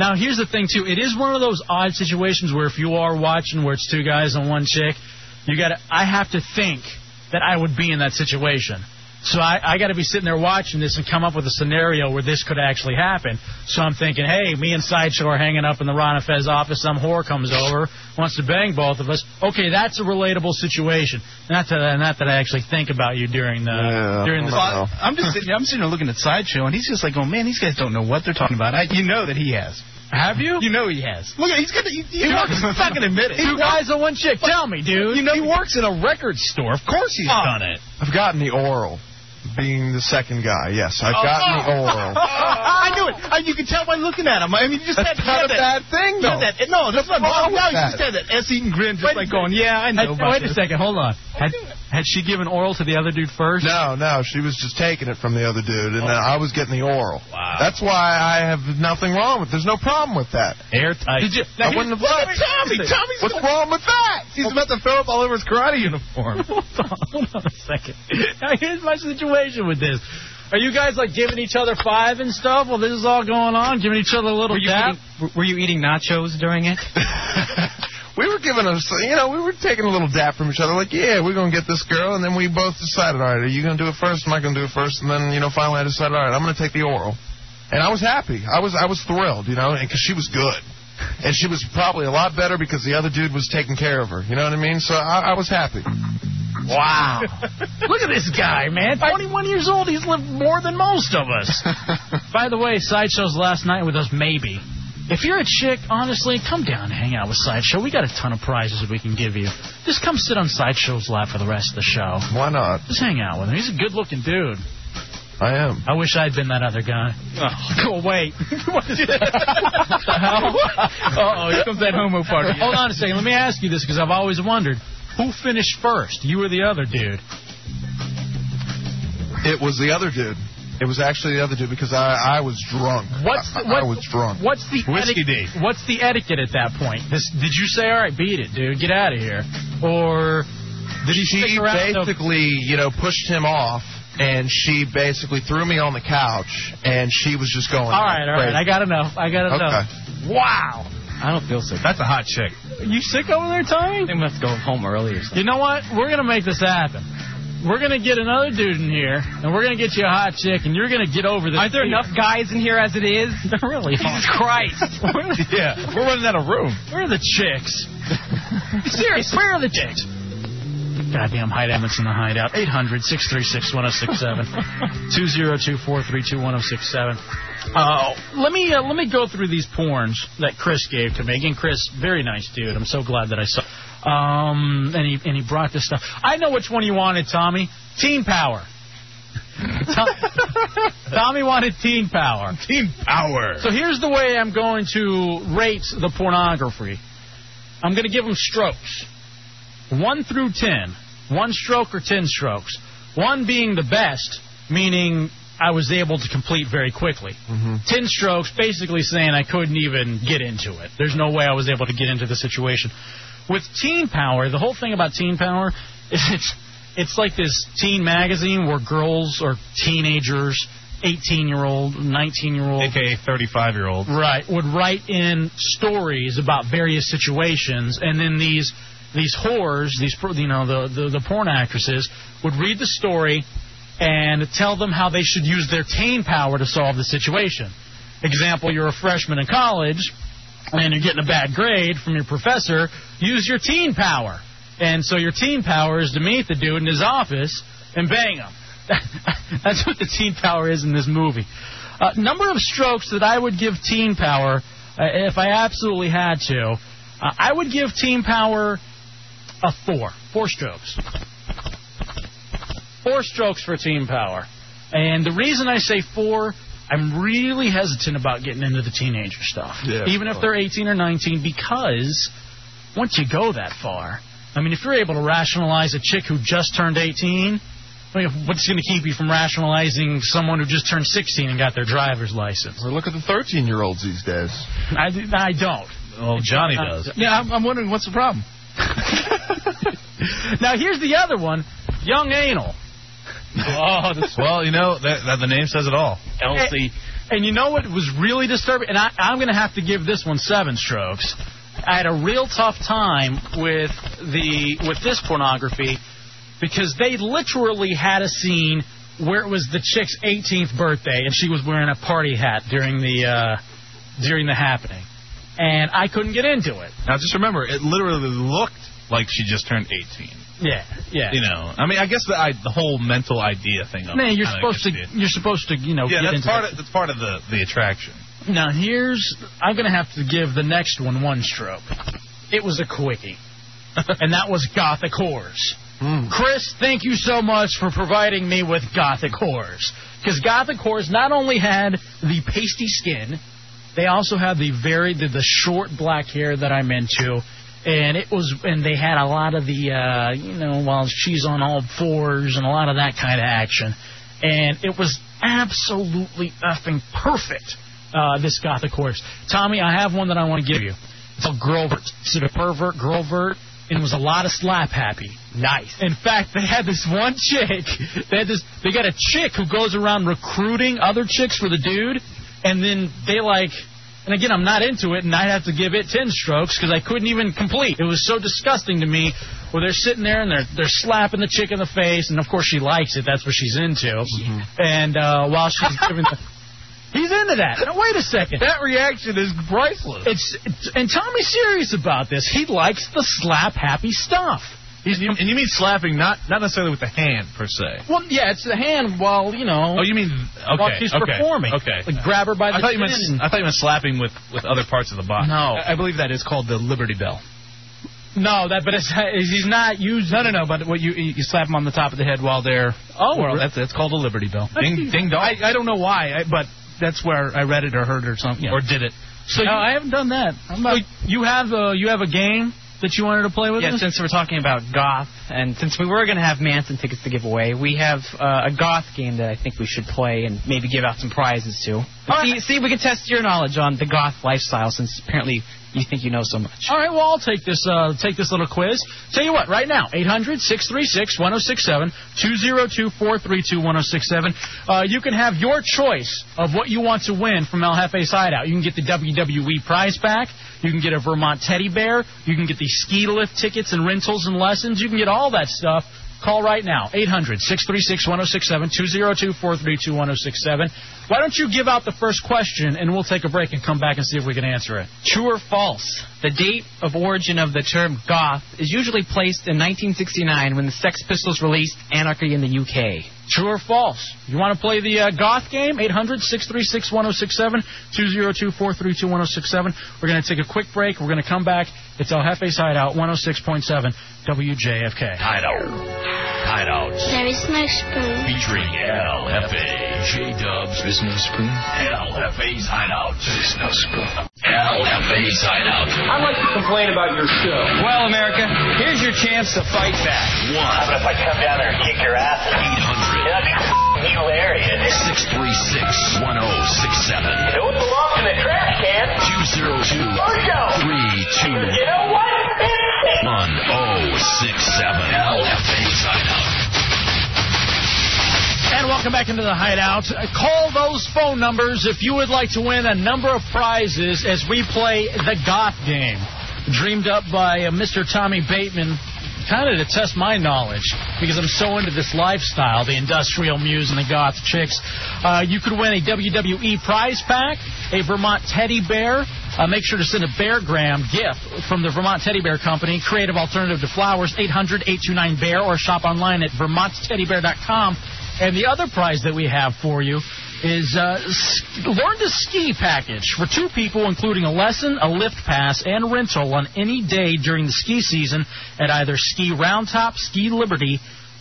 [SPEAKER 2] Now, here's the thing, too. It is one of those odd situations where if you are watching where it's two guys and one chick, you got to. I have to think that I would be in that situation. So I, I got to be sitting there watching this and come up with a scenario where this could actually happen. So I'm thinking, hey, me and Sideshow are hanging up in the Ron and Fez office. Some whore comes over, wants to bang both of us. Okay, that's a relatable situation. Not that, not that I actually think about you during the during the.
[SPEAKER 10] Well, I- I'm just sitting, I'm sitting there looking at sideshow, and he's just like, "Oh man, these guys don't know what they're talking about." I, you know that he has.
[SPEAKER 2] Have you?
[SPEAKER 10] You know he has. Look, at he's gonna. He, he
[SPEAKER 2] He
[SPEAKER 10] works,
[SPEAKER 2] works-
[SPEAKER 10] he's not gonna admit it.
[SPEAKER 2] Two guys and one chick. Tell me, dude.
[SPEAKER 10] You know
[SPEAKER 7] he works in a record store. Of course he's done it.
[SPEAKER 8] I've gotten the oral, being the second guy. Yes, I've
[SPEAKER 10] Oh.
[SPEAKER 8] gotten the oral.
[SPEAKER 10] [laughs]
[SPEAKER 3] [laughs]
[SPEAKER 10] I knew it. I, you can tell by looking at him. I mean, you just
[SPEAKER 8] That's
[SPEAKER 10] had,
[SPEAKER 8] not
[SPEAKER 10] had
[SPEAKER 8] a
[SPEAKER 10] that,
[SPEAKER 8] bad thing,
[SPEAKER 10] you had
[SPEAKER 8] though.
[SPEAKER 10] That, no, that's not
[SPEAKER 8] What's
[SPEAKER 10] wrong.
[SPEAKER 8] wrong with
[SPEAKER 10] No, you
[SPEAKER 8] that?
[SPEAKER 10] just had that S-eating grin, just like going, "Yeah, I know." about
[SPEAKER 2] wait
[SPEAKER 10] this.
[SPEAKER 2] a second, hold on. Had, had she given oral to [laughs] the other dude first?
[SPEAKER 8] No, no, she was just taking it from the other dude, and uh, I was getting the oral. Wow. That's why I have nothing wrong with. There's no problem with that.
[SPEAKER 7] Airtight.
[SPEAKER 8] Did you?
[SPEAKER 7] Now
[SPEAKER 8] I
[SPEAKER 7] here's-
[SPEAKER 8] wouldn't have
[SPEAKER 7] look
[SPEAKER 8] left.
[SPEAKER 7] at Tommy. Tommy's
[SPEAKER 8] What's wrong with that?
[SPEAKER 7] He's about to throw up all over his karate uniform.
[SPEAKER 2] [laughs] Hold on a second. Now, here's my situation with this. Are you guys like giving each other five and stuff while this is all going on? Giving each other a little
[SPEAKER 16] Were you,
[SPEAKER 2] dap?
[SPEAKER 16] eating, were- were you eating nachos during it?
[SPEAKER 8] We were giving us, you know, we were taking a little dap from each other, like, yeah, we're gonna get this girl, and then we both decided, all right, are you gonna do it first? Am I gonna do it first? And then, you know, finally I decided, all right, I'm gonna take the oral, and I was happy. I was, I was thrilled, you know, and because she was good, and she was probably a lot better because the other dude was taking care of her. You know what I mean? So I, I was happy.
[SPEAKER 2] [laughs] Wow. Look at this guy, man. 21 years old. He's lived more than most of us. [laughs] By the way, Sideshow's last night with us, maybe. If you're a chick, honestly, come down and hang out with Sideshow. We got a ton of prizes we can give you. Just come sit on Sideshow's lap for the rest of the show.
[SPEAKER 8] Why not?
[SPEAKER 2] Just hang out with him. He's a good looking dude.
[SPEAKER 8] I am.
[SPEAKER 2] I wish I'd been that other guy. Oh, go wait.
[SPEAKER 10] Uh-oh, here comes that homo party.
[SPEAKER 2] Hold on a second. Let me ask you this because I've always wondered who finished first, you or the other dude?
[SPEAKER 8] It was the other dude. It was actually the other dude because I, I was drunk.
[SPEAKER 2] What's
[SPEAKER 8] I,
[SPEAKER 2] the, what,
[SPEAKER 8] I was drunk.
[SPEAKER 2] What's the
[SPEAKER 8] Whiskey
[SPEAKER 2] etiquette? What's the etiquette at that point? This, did you say, "All right, beat it, dude, get out of here," or did he
[SPEAKER 8] she
[SPEAKER 2] stick around? till-
[SPEAKER 8] basically, you know, pushed him off, and she basically threw me on the couch, and she was just going.
[SPEAKER 2] all right, all right, I got enough. I got enough. Wow.
[SPEAKER 16] I don't feel sick.
[SPEAKER 7] That's a hot chick.
[SPEAKER 2] You sick over there, Tommy?
[SPEAKER 16] They must go home early or something.
[SPEAKER 2] You know what? We're gonna make this happen. We're gonna get another dude in here, and we're gonna get you a hot chick, and you're gonna get over this.
[SPEAKER 16] Aren't there
[SPEAKER 2] fear.
[SPEAKER 16] enough guys in here as it is?
[SPEAKER 2] [laughs] There
[SPEAKER 16] [laughs]
[SPEAKER 2] really are.
[SPEAKER 10] [laughs]
[SPEAKER 16] Jesus Christ.
[SPEAKER 7] yeah, we're running out of room.
[SPEAKER 2] Where are the chicks? Seriously, where are the chicks? Goddamn Hyde Emmons in the hideout. 800 636 1067. 202 432 1067. Let me oh uh, let me go through these porns that Chris gave to me. Again, Chris, very nice dude. I'm so glad that I saw. Um, and he and he brought this stuff. I know which one you wanted, Tommy. Teen Power. Tom- [laughs] Tommy wanted Teen Power.
[SPEAKER 7] Team power.
[SPEAKER 2] So here's the way I'm going to rate the pornography. I'm going to give them strokes. One through ten. One stroke or ten strokes. One being the best, meaning I was able to complete very quickly. Ten strokes, basically saying I couldn't even get into it. There's no way I was able to get into the situation. With Teen Power, the whole thing about Teen Power is it's it's like this teen magazine where girls or teenagers, 18 year old, 19 year old,
[SPEAKER 7] AKA 35 year old.
[SPEAKER 2] Right. Would write in stories about various situations, and then these these whores, these pro- you know the, the the porn actresses would read the story and tell them how they should use their tame power to solve the situation. Example, you're a freshman in college and you're getting a bad grade from your professor, use your teen power. And so your teen power is to meet the dude in his office and bang him. [laughs] That's what the teen power is in this movie. Uh, number of strokes that I would give teen power, uh, if I absolutely had to, uh, I would give teen power a four. Four strokes. Four strokes for teen power. And the reason I say four, I'm really hesitant about getting into the teenager stuff.
[SPEAKER 1] Yeah,
[SPEAKER 2] Even if
[SPEAKER 1] well.
[SPEAKER 2] they're 18 or 19, because once you go that far, I mean, if you're able to rationalize a chick who just turned 18, I mean, what's going to keep you from rationalizing someone who just turned 16 and got their driver's license?
[SPEAKER 8] Or look at the 13 year olds these days.
[SPEAKER 2] I, I don't. Uh,
[SPEAKER 8] Well, Johnny does.
[SPEAKER 10] Yeah, I'm, I'm wondering what's the problem.
[SPEAKER 2] [laughs] now here's the other one, young anal. Oh,
[SPEAKER 7] well, you know that, that the name says it all.
[SPEAKER 2] And, and you know what was really disturbing? And I, I'm going to have to give this one seven strokes. I had a real tough time with the with this pornography because they literally had a scene where it was the chick's 18th birthday and she was wearing a party hat during the uh, during the happening, and I couldn't get into it.
[SPEAKER 7] Now just remember, it literally looked like she just turned 18.
[SPEAKER 2] Yeah, yeah.
[SPEAKER 7] You know, I mean, I guess the I, the whole mental idea thing. Of
[SPEAKER 2] Man,
[SPEAKER 7] it
[SPEAKER 2] you're
[SPEAKER 7] kinda
[SPEAKER 2] supposed to
[SPEAKER 7] gets
[SPEAKER 2] you're supposed to you know
[SPEAKER 7] me. Yeah, that's
[SPEAKER 2] get into
[SPEAKER 7] part
[SPEAKER 2] that.
[SPEAKER 7] of that's part of the the attraction.
[SPEAKER 2] Now here's I'm gonna have to give the next one one stroke. It was a quickie, and that was Gothic Horrors. Chris, thank you so much for providing me with Gothic Horrors because Gothic Horrors not only had the pasty skin, they also had the very the, the short black hair that I'm into. And it was, and they had a lot of the, uh, you know, while she's on all fours and a lot of that kind of action, and it was absolutely effing perfect uh, this gothic horse. Tommy, I have one that I want to give you. It's called Grovert. Is it a pervert Grovert? And it was a lot of slap happy. Nice. In fact, they had this one chick. They had this. They got a chick who goes around recruiting other chicks for the dude, and then they like. And again, I'm not into it, and I'd have to give it ten strokes because I couldn't even complete. It was so disgusting to me. Where they're sitting there and they're they're slapping the chick in the face, and of course she likes it. That's what she's into. And uh, while she's giving the He's into that. Now wait a second. That reaction is priceless. It's, it's and Tommy's serious about this. He likes the slap happy stuff.
[SPEAKER 7] He's, you, and you mean slapping, not not necessarily with the hand per se.
[SPEAKER 2] Well, yeah, it's the hand while you know.
[SPEAKER 7] Oh, you mean okay?
[SPEAKER 2] while she's
[SPEAKER 7] okay,
[SPEAKER 2] performing?
[SPEAKER 7] Okay.
[SPEAKER 2] like grab her by the
[SPEAKER 7] I thought you
[SPEAKER 2] chin
[SPEAKER 7] meant
[SPEAKER 2] and-
[SPEAKER 7] I thought you meant slapping with with other parts of the body.
[SPEAKER 2] No.
[SPEAKER 7] I, I believe that is called the Liberty Bell.
[SPEAKER 2] No, that but it's, he's not using.
[SPEAKER 10] No, no, no. But what you you slap them on the top of the head while they're
[SPEAKER 2] oh,
[SPEAKER 10] well, that's that's called a Liberty Bell.
[SPEAKER 7] Ding- ding dong.
[SPEAKER 10] I, I don't know why, I, but that's where I read it or heard it or something.
[SPEAKER 7] Or did it?
[SPEAKER 2] So
[SPEAKER 10] no,
[SPEAKER 2] you-
[SPEAKER 10] I haven't done that. I'm not.
[SPEAKER 2] you have a you have a game that you wanted to play with?
[SPEAKER 16] Yeah,
[SPEAKER 2] us?
[SPEAKER 16] since we're talking [laughs] about goth, and since we were going to have Manson tickets to give away, we have uh, a goth game that I think we should play and maybe give out some prizes to. See, see, if we can test your knowledge on the goth lifestyle, since apparently you think you know so much.
[SPEAKER 2] All right, well, I'll take this uh, take this little quiz. Tell you what, right now, 800-636-1067, 202-432-1067. Uh, you can have your choice of what you want to win from El Jefe Sideout. You can get the WWE prize pack. You can get a Vermont teddy bear. You can get the ski lift tickets and rentals and lessons. You can get all that stuff. Call right now, 800-636-1067, 202-432-1067. Why don't you give out the first question, and we'll take a break and come back and see if we can answer it.
[SPEAKER 16] True or false? The date of origin of the term goth is usually placed in 1969 when the Sex Pistols released Anarchy in the UK.
[SPEAKER 2] True or false? You want to play the uh, Goth game? 800 636 1067 202 432 1067. We're going to take a quick break. We're going to come back. It's El Jefe's Hideout 106.7 WJFK.
[SPEAKER 11] Hideout. Hideouts.
[SPEAKER 18] There is no spoon.
[SPEAKER 11] Featuring LFA. J Dubs. There's no spoon. LFA's Hideout. There's no spoon. LFA's Hideout.
[SPEAKER 4] I'd like to complain about your show. Well, America, here's your chance to fight back.
[SPEAKER 11] One. How about if I come down there and kick your ass? 800. That'd be hilarious. 636 1067. Don't belong in the trash can. 202. Mojo. 32. You know what? 1067. LFA's Hideout.
[SPEAKER 2] And welcome back into the Hideout. Uh, Call those phone numbers if you would like to win a number of prizes as we play the Goth game. Dreamed up by uh, Mr. Tommy Bateman kind of to test my knowledge because I'm so into this lifestyle, the industrial muse and the goth chicks. Uh, you could win a WWE prize pack, a Vermont teddy bear. Uh, make sure to send a beargram gift from the Vermont Teddy Bear Company, creative alternative to flowers, 800 829 Bear, or shop online at vermontteddybear.com. And the other prize that we have for you is uh, s- learn to ski package for two people, including a lesson, a lift pass, and rental on any day during the ski season at either Ski Roundtop, Ski Liberty,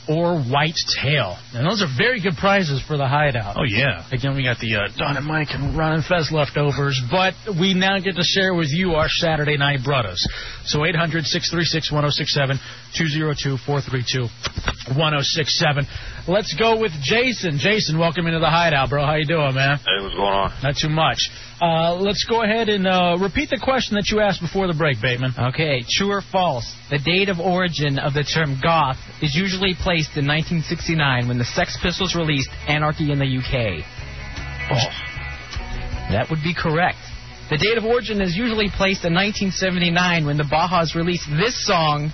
[SPEAKER 2] or Whitetail. And those are very good prizes for the hideout.
[SPEAKER 7] Oh, yeah.
[SPEAKER 2] Again, we got the uh, Don and Mike and Ron and Fez leftovers, but we now get to share with you our Saturday night brothers. So 800-636-1067, 202-432-1067. Let's go with Jason. Jason, welcome into the hideout, bro. How you doing, man?
[SPEAKER 18] Hey, what's going on?
[SPEAKER 2] Not too much. Uh, let's go ahead and uh, repeat the question that you asked before the break, Bateman.
[SPEAKER 16] Okay, true or false? The date of origin of the term goth is usually placed in 1969 when the Sex Pistols released Anarchy in the UK. False. That would be correct. The date of origin is usually placed in 1979 when the Bajas released this song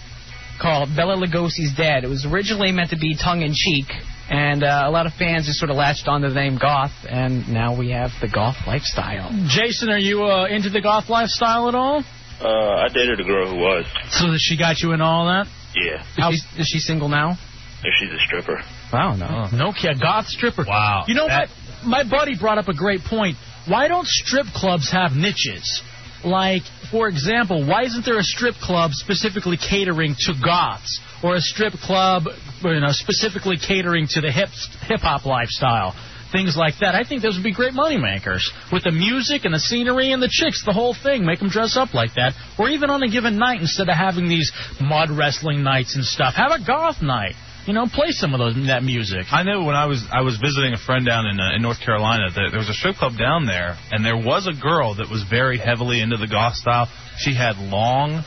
[SPEAKER 16] called Bella Lugosi's Dead. It was originally meant to be tongue in cheek, and uh, a lot of fans just sort of latched onto the name goth, and now we have the goth lifestyle.
[SPEAKER 2] Jason, are you uh, into the goth lifestyle at all?
[SPEAKER 18] Uh, I dated a girl who was.
[SPEAKER 2] So that she got you in all that?
[SPEAKER 18] Yeah.
[SPEAKER 2] How, is, she single now?
[SPEAKER 18] If she's a stripper.
[SPEAKER 2] Wow, no. No kid, Oh. goth stripper.
[SPEAKER 18] Wow.
[SPEAKER 2] You know
[SPEAKER 18] That-
[SPEAKER 2] what? My buddy brought up a great point. Why don't strip clubs have niches? Like, for example, why isn't there a strip club specifically catering to goths, or a strip club, you know, specifically catering to the hip hip hop lifestyle, things like that? I think those would be great money makers with the music and the scenery and the chicks, the whole thing. Make them dress up like that, or even on a given night instead of having these mud wrestling nights and stuff, have a goth night. You know, play some of those that music.
[SPEAKER 7] I know when I was I was visiting a friend down in uh, in North Carolina. There, there was a strip club down there, and there was a girl that was very heavily into the goth style. She had long,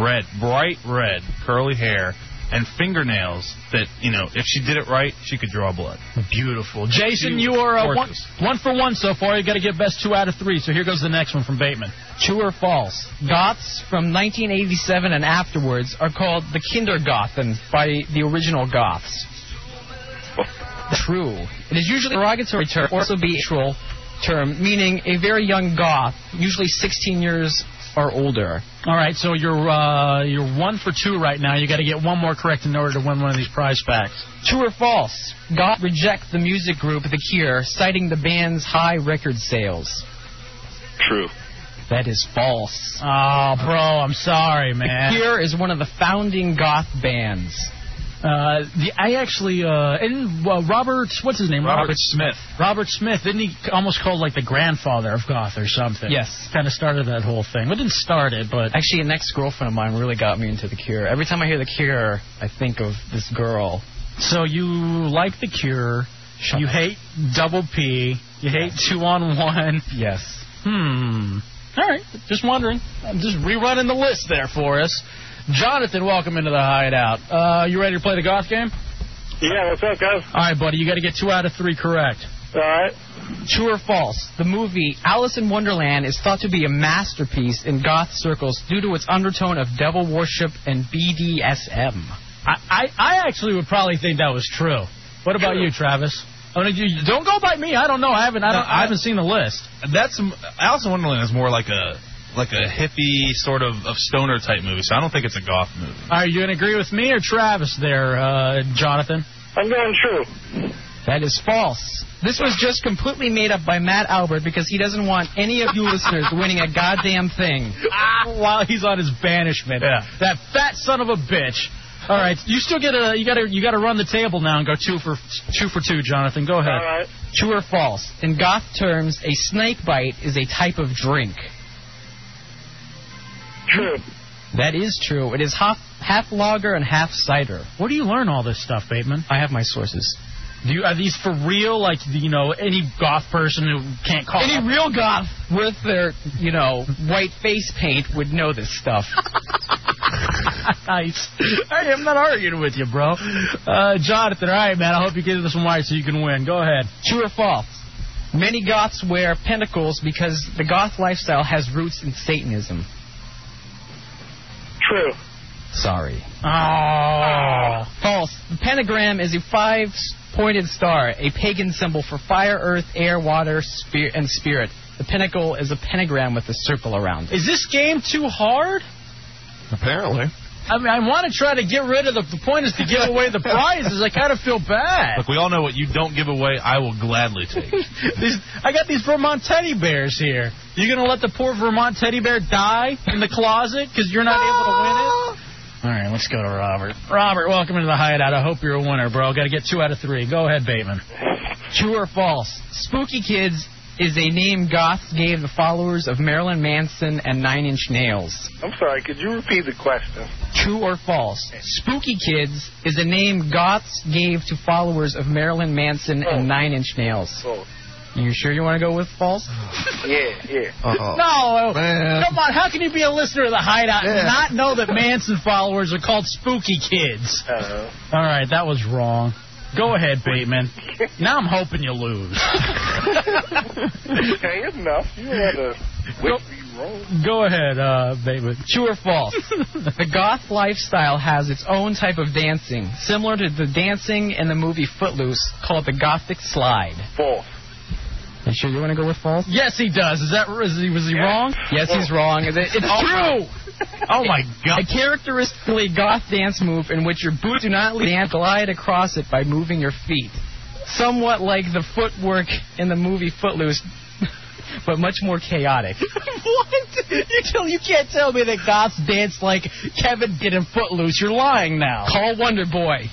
[SPEAKER 7] red, bright red, curly hair and fingernails that you know if she did it right, she could draw blood.
[SPEAKER 2] Beautiful, Jason, you are uh, one, one for one so far. You got to get best two out of three. So here goes the next one from Bateman.
[SPEAKER 16] True or false? Goths from 1987 and afterwards are called the Kindergarten by the original Goths. True. It is usually a derogatory term, or also be a neutral term, meaning a very young Goth, usually 16 years or older.
[SPEAKER 2] All right, so you're uh, you're one for two right now. You got to get one more correct in order to win one of these prize packs.
[SPEAKER 16] True or false? Goth reject the music group The Cure, citing the band's high record sales.
[SPEAKER 18] True.
[SPEAKER 16] That is false.
[SPEAKER 2] Oh, bro, I'm sorry, man.
[SPEAKER 16] The Cure is one of the founding goth bands.
[SPEAKER 2] Uh, the I actually uh, and uh, Robert, what's his name?
[SPEAKER 16] Robert Smith.
[SPEAKER 2] Robert Smith. Didn't he almost called like the grandfather of goth or something?
[SPEAKER 16] Yes.
[SPEAKER 2] Kind of started that whole thing. Well, it didn't start it, but
[SPEAKER 16] Actually, an ex-girlfriend of mine really got me into The Cure. Every time I hear The Cure, I think of this girl.
[SPEAKER 2] So you like The Cure? you hate Double P. You hate Two on One.
[SPEAKER 16] Yes.
[SPEAKER 2] Hmm. All right. Just wondering. I'm just rerunning the list there for us. Jonathan, welcome into the hideout. Uh, you ready to play the goth game?
[SPEAKER 19] Yeah, what's up, guys?
[SPEAKER 2] All right, buddy. You got to get two out of three correct.
[SPEAKER 19] All right.
[SPEAKER 16] True or false? The movie Alice in Wonderland is thought to be a masterpiece in goth circles due to its undertone of devil worship and BDSM.
[SPEAKER 2] I, I, I actually would probably think that was true. What about you, Travis? Oh, no, you, don't go by me. I don't know. I haven't. I, don't, I haven't seen the list.
[SPEAKER 7] That's Alice in Wonderland is more like a like a hippie sort of, of stoner type movie, so I don't think it's a goth movie.
[SPEAKER 2] Are you going to agree with me or Travis there, uh, Jonathan?
[SPEAKER 19] I'm going true.
[SPEAKER 16] That is false. This was just completely made up by Matt Albert because he doesn't want any of you listeners winning a goddamn thing. Ah.
[SPEAKER 2] [laughs] While he's on his banishment, that fat son of a bitch. All right, you still get a you got to you got to run the table now and go two for two for two, Jonathan. Go ahead.
[SPEAKER 16] True or false? In goth terms, a snake bite is a type of drink.
[SPEAKER 19] True.
[SPEAKER 16] That is true. It is half half lager and half cider.
[SPEAKER 2] Where do you learn all this stuff, Bateman?
[SPEAKER 16] I have my sources.
[SPEAKER 2] Do you, are these for real? Like you know, any goth person who can't call
[SPEAKER 16] Any
[SPEAKER 2] up-
[SPEAKER 16] real goth with their, you know, white face paint would know this stuff.
[SPEAKER 2] [laughs] nice. Hey, I'm not arguing with you, bro. Uh, Jonathan, all right, man. I hope you get this one right so you can win. Go ahead.
[SPEAKER 16] True or false? Many goths wear pentacles because the goth lifestyle has roots in Satanism.
[SPEAKER 19] True.
[SPEAKER 5] Sorry.
[SPEAKER 2] Oh.
[SPEAKER 16] False. The pentagram is a five pointed star, a pagan symbol for fire, earth, air, water, spirit, and spirit. The pinnacle is a pentagram with a circle around it.
[SPEAKER 2] Is this game too hard?
[SPEAKER 8] Apparently.
[SPEAKER 2] I mean, I want to try to get rid of the. The point is to give away the prizes. I kind of feel bad.
[SPEAKER 7] Look, we all know what you don't give away, I will gladly
[SPEAKER 2] [laughs]
[SPEAKER 7] take.
[SPEAKER 2] Oh, These, I got these Vermont teddy bears here. You're gonna let the poor Vermont teddy bear die in the [laughs] closet because you're not able to win it? All right, let's go to Robert. Robert, welcome into the hideout. I hope you're a winner, bro. Got to get two out of three. Go ahead, Bateman.
[SPEAKER 16] True or false? Spooky Kids is a name Goths gave the followers of Marilyn Manson and Nine Inch Nails.
[SPEAKER 19] I'm sorry, could you repeat the question?
[SPEAKER 16] True or false? Spooky Kids is a name Goths gave to followers of Marilyn Manson and Nine Inch Nails. You sure you want to go with false?
[SPEAKER 19] Yeah, yeah.
[SPEAKER 2] [laughs] No,
[SPEAKER 19] man.
[SPEAKER 2] come on. How can you be a listener of the Hideout
[SPEAKER 19] Yeah.
[SPEAKER 2] and not know that Manson followers are called spooky kids? All right, that was wrong. Go ahead, Bateman. Now I'm hoping you lose.
[SPEAKER 19] [laughs] okay, enough. You had
[SPEAKER 2] [laughs]
[SPEAKER 19] a whip me wrong.
[SPEAKER 2] Go ahead, uh, Bateman.
[SPEAKER 16] True or false? the goth lifestyle has its own type of dancing, similar to the dancing in the movie Footloose, called the gothic slide.
[SPEAKER 19] False.
[SPEAKER 16] You sure you want to go with false?
[SPEAKER 2] Yes, he does. Is that is he, was he wrong?
[SPEAKER 16] Yes, he's wrong. It- It's true.
[SPEAKER 2] Oh my god.
[SPEAKER 16] A characteristically goth dance move in which your boots do not leave and glide across it by moving your feet. Somewhat like the footwork in the movie Footloose, [laughs] but much more chaotic.
[SPEAKER 2] what? You, tell, you can't tell me that goths dance like Kevin did in Footloose. You're lying now.
[SPEAKER 16] Call Wonder Boy.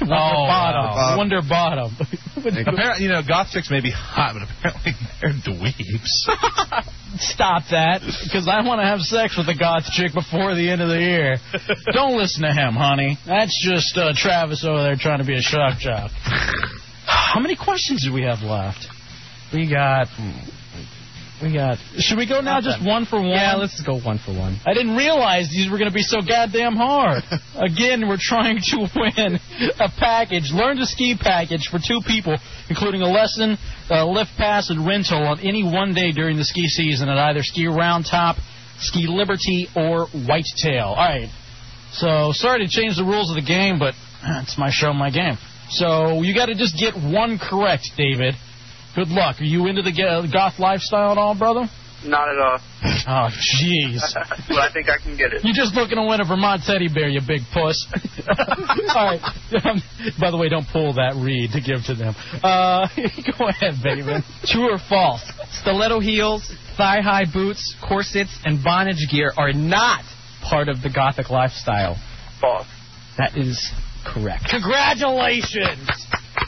[SPEAKER 2] Wonder Bottom. Wonder [laughs] Bottom.
[SPEAKER 7] apparently, you know, goth chicks may be hot, but apparently [laughs] they're dweebs.
[SPEAKER 2] Stop that, because I want to have sex with a goth chick before the end of the year. Don't listen to him, honey. That's just uh, Travis over there trying to be a shock jock. How many questions do we have left? We got. We got. Should we go now? Just one for one.
[SPEAKER 16] Yeah, let's go one for one.
[SPEAKER 2] I didn't realize these were going to be so goddamn hard. Again, we're trying to win a package, learn to ski package for two people, including a lesson, a lift pass, and rental on any one day during the ski season at either Ski Round Top, Ski Liberty, or Whitetail. All right. So sorry to change the rules of the game, but it's my show, my game. So you got to just get one correct, David. Good luck. Are you into the g- goth lifestyle at all, brother?
[SPEAKER 19] Not at all.
[SPEAKER 2] Oh,
[SPEAKER 12] [laughs]
[SPEAKER 2] jeez.
[SPEAKER 19] but I think I can get it.
[SPEAKER 2] You're just looking to win a Vermont teddy bear, you big [laughs] puss. All right. Um, by the way, don't pull that reed to give to them. Uh, [laughs] go ahead, baby.
[SPEAKER 16] [laughs] True or false? Stiletto heels, thigh high boots, corsets, and bondage gear are not part of the gothic lifestyle.
[SPEAKER 19] False.
[SPEAKER 16] That is correct.
[SPEAKER 2] Congratulations.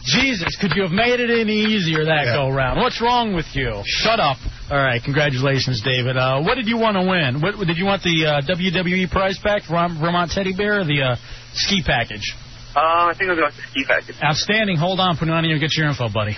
[SPEAKER 2] Jesus, could you have made it any easier that go round? What's wrong with you? Shut up. All right, congratulations, David. Uh, what did you want to win? What did you want the uh, WWE prize pack, Verm- Vermont teddy bear, or the uh, ski package?
[SPEAKER 19] Uh, I think I'll go with the ski package.
[SPEAKER 2] Outstanding. Hold on, Punani. You'll get your info, buddy.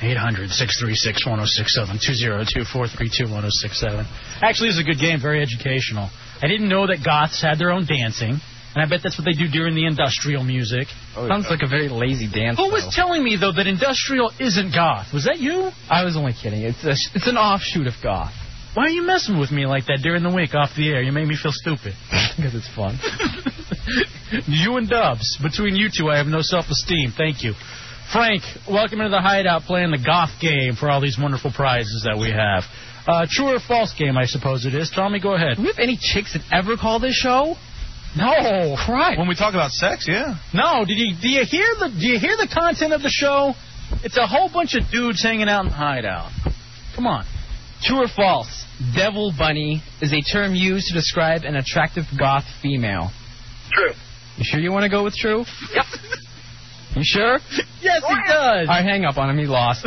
[SPEAKER 2] 800-636-1067-202-432-1067. Actually, this is a good game. Very educational. I didn't know that goths had their own dancing, and I bet that's what they do during the industrial music.
[SPEAKER 16] Sounds like a very lazy dance.
[SPEAKER 2] Who was telling me though that industrial isn't goth? Was that you?
[SPEAKER 16] I was only kidding. It's a, it's an offshoot of goth
[SPEAKER 2] Why are you messing with me like that during the week off the air? You make me feel
[SPEAKER 16] [laughs]
[SPEAKER 2] stupid.
[SPEAKER 16] because it's fun.
[SPEAKER 2] you and Dubs. Between you two, I have no self-esteem. Thank you. Frank, welcome into the hideout playing the golf game for all these wonderful prizes that we have. Uh, true or false game, I suppose it is. Tommy, go ahead. Do
[SPEAKER 16] we have any chicks that ever call this show?
[SPEAKER 2] No. Right.
[SPEAKER 7] When we talk about sex, yeah.
[SPEAKER 2] No. Did you do you hear the do you hear the content of the show? It's a whole bunch of dudes hanging out in the hideout. Come on.
[SPEAKER 16] True or false? Devil bunny is a term used to describe an attractive goth female.
[SPEAKER 19] True.
[SPEAKER 16] You sure you want to go with true? Yep. You sure?
[SPEAKER 2] Yes, he does.
[SPEAKER 16] I hang up on him. He
[SPEAKER 2] [laughs]
[SPEAKER 16] lost.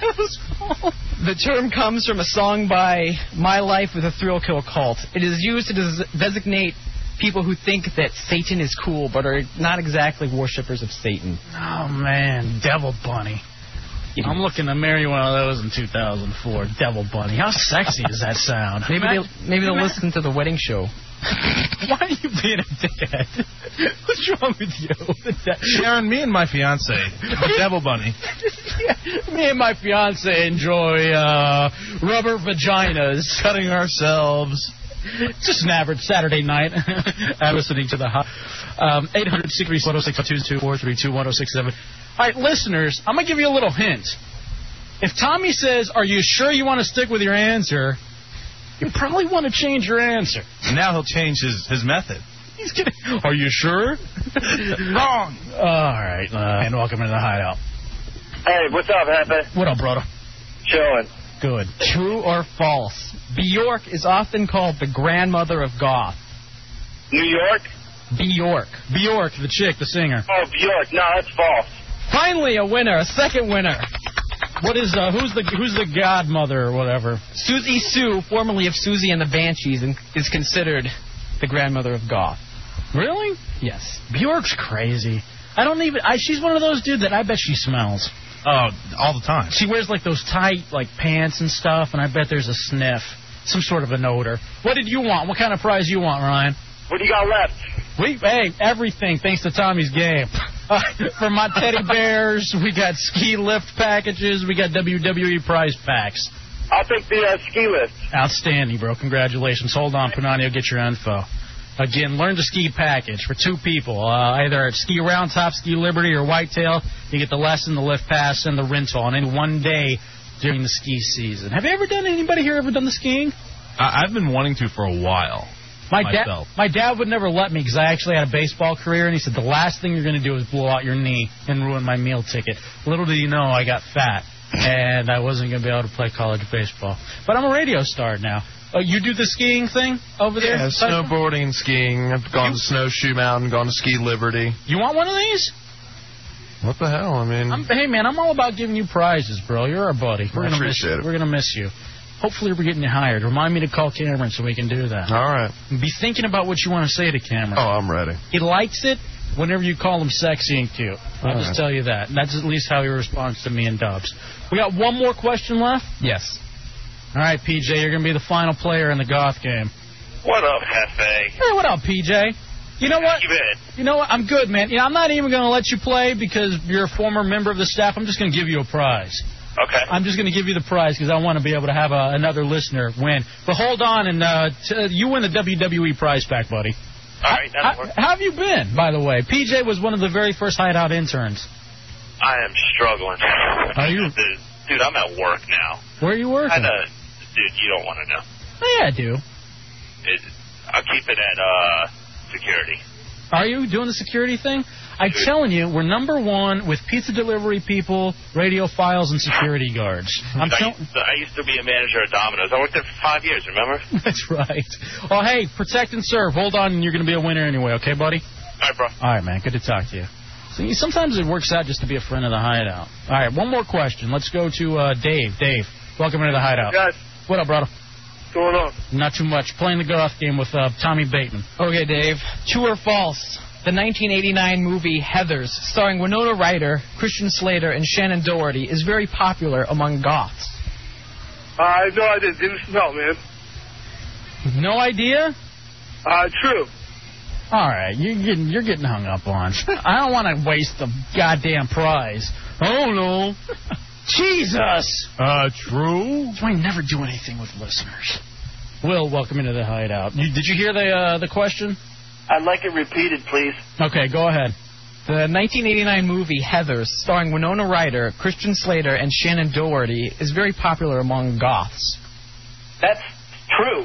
[SPEAKER 16] the term comes from a song by My Life with a Thrill Kill Cult. It is used to des- designate people who think that Satan is cool but are not exactly worshippers of Satan.
[SPEAKER 2] Oh man, Devil Bunny. I'm looking to marry one of those in 2004. Devil Bunny. How sexy does that sound?
[SPEAKER 16] Maybe
[SPEAKER 2] Imagine-
[SPEAKER 16] they'll, maybe they'll listen to the wedding show.
[SPEAKER 2] Why are you being a dickhead? [laughs] What's wrong with you?
[SPEAKER 7] Sharon, [laughs] me and my fiance, the devil bunny.
[SPEAKER 2] [laughs] Me and my fiance enjoy uh, rubber vaginas,
[SPEAKER 7] cutting ourselves.
[SPEAKER 2] It's just an average Saturday night. [laughs] I'm listening to the hot. Um, 800-636-1067. All right, listeners, I'm going to give you a little hint. If Tommy says, are you sure you want to stick with your answer, you probably want to change your answer.
[SPEAKER 7] Now he'll change his, his method.
[SPEAKER 2] He's gonna, are you [laughs] sure? Wrong. All right, uh, and welcome to the hideout.
[SPEAKER 19] Hey, what's up, Hefe?
[SPEAKER 2] What up, brother?
[SPEAKER 19] Chilling.
[SPEAKER 2] Good.
[SPEAKER 16] True or false? Bjork is often called the grandmother of goth.
[SPEAKER 19] New York?
[SPEAKER 16] Bjork.
[SPEAKER 2] Bjork, the chick, the singer.
[SPEAKER 19] Oh, Bjork. No, that's false.
[SPEAKER 16] Finally, a winner, a second winner.
[SPEAKER 2] What is uh, who's the who's the godmother or whatever?
[SPEAKER 16] Susie Sue, formerly of Susie and the Banshees, and is considered the grandmother of goth.
[SPEAKER 2] Really?
[SPEAKER 16] Yes.
[SPEAKER 2] Bjork's crazy. I don't even. I, she's one of those dude that I bet she smells.
[SPEAKER 7] Oh, all the time.
[SPEAKER 2] She wears like those tight like pants and stuff, and I bet there's a sniff, some sort of an odor. What did you want? What kind of prize you want, Ryan?
[SPEAKER 19] What do you got left?
[SPEAKER 2] We hey everything thanks to Tommy's game. [laughs] Uh, for my teddy bears, we got ski lift packages, we got WWE prize packs.
[SPEAKER 19] I'll take the uh, ski lift.
[SPEAKER 2] Outstanding, bro. Congratulations. Hold on, Panani. will get your info. Again, learn to ski package for two people, uh, either at Ski Round Top, Ski Liberty, or Whitetail. You get the lesson, the lift pass, and the rental on any one day during the ski season. Have you ever done anybody here ever done the skiing?
[SPEAKER 7] I, I've been wanting to for a while.
[SPEAKER 2] My dad,
[SPEAKER 7] myself.
[SPEAKER 2] my dad would never let me because I actually had a baseball career, and he said the last thing you're going to do is blow out your knee and ruin my meal ticket. Little do you know, I got fat, and I wasn't going to be able to play college baseball. But I'm a radio star now. Oh, you do the skiing thing over there?
[SPEAKER 8] Yeah, snowboarding and skiing. I've gone to Snowshoe Mountain, gone to Ski Liberty.
[SPEAKER 2] You want one of these?
[SPEAKER 8] What the hell? I mean,
[SPEAKER 2] I'm, hey man, I'm all about giving you prizes, bro. You're our buddy. We're
[SPEAKER 8] I
[SPEAKER 2] gonna
[SPEAKER 8] appreciate it.
[SPEAKER 2] miss, We're gonna miss you. Hopefully, we're getting you hired. Remind me to call Cameron so we can do that.
[SPEAKER 8] all right.
[SPEAKER 2] Be thinking about what you want to say to Cameron.
[SPEAKER 8] Oh, I'm ready.
[SPEAKER 2] He likes it whenever you call him sexy and cute. I'll
[SPEAKER 8] All
[SPEAKER 2] just
[SPEAKER 8] right.
[SPEAKER 2] tell you that. That's at least how he responds to me and Dubs. We got one more question left.
[SPEAKER 16] Yes.
[SPEAKER 2] All right, PJ, you're gonna be the final player in the goth game.
[SPEAKER 19] What up, Hefe?
[SPEAKER 2] Hey, what up, PJ? You know what?
[SPEAKER 19] You bet.
[SPEAKER 2] You know what? I'm good, man. You know, I'm not even going to let you play because you're a former member of the staff. I'm just going to give you a prize.
[SPEAKER 19] Okay.
[SPEAKER 2] I'm just going to give you the prize because I want to be able to have a, another listener win. But hold on, and uh, t- you win the WWE prize pack, buddy.
[SPEAKER 19] All right, that'll
[SPEAKER 2] How,
[SPEAKER 19] work.
[SPEAKER 2] how have you been, by the way? PJ was one of the very first Hideout interns.
[SPEAKER 19] I am struggling.
[SPEAKER 2] Are you-
[SPEAKER 19] Dude, dude, I'm at work now.
[SPEAKER 2] Where you working? Oh,
[SPEAKER 19] I know. Dude, you don't want to know.
[SPEAKER 2] Yeah, I do.
[SPEAKER 19] It, I'll keep it at uh security.
[SPEAKER 2] Are you doing the security thing? I'm telling you, we're number one with pizza delivery people, radio files, and security guards. I'm
[SPEAKER 19] I,
[SPEAKER 2] telling.
[SPEAKER 19] used to, I used to be a manager at Domino's. I worked there for five years, remember?
[SPEAKER 2] [laughs] That's right. Well, hey, protect and serve. Hold on, and you're going to be a winner anyway, okay, buddy?
[SPEAKER 19] All right, bro.
[SPEAKER 2] All right, man. Good to talk to you. See, sometimes it works out just to be a friend of the hideout. All right, one more question. Let's go to uh, Dave. Dave, welcome into the hideout.
[SPEAKER 5] Guys,
[SPEAKER 2] What up, brother?
[SPEAKER 5] what's going on?
[SPEAKER 2] Not too much. Playing the golf game with uh, Tommy Bateman.
[SPEAKER 16] Okay, Dave. True or false? The 1989 movie Heathers, starring Winona Ryder, Christian Slater, and Shannon Doherty, is very popular among goths.
[SPEAKER 5] I have no idea. Didn't smell, man.
[SPEAKER 2] No idea?
[SPEAKER 5] Uh, true.
[SPEAKER 2] All right, you're getting you're getting hung up on. [laughs] I don't want to waste the goddamn prize. Oh [laughs] no, Jesus! Uh, true. That's why I never do anything with listeners. Will, welcome into the hideout. You, did you hear the uh, the question?
[SPEAKER 19] I'd like it repeated, please.
[SPEAKER 2] Okay, go ahead.
[SPEAKER 16] The 1989 movie Heathers, starring Winona Ryder, Christian Slater, and Shannon Doherty, is very popular among goths.
[SPEAKER 19] That's true.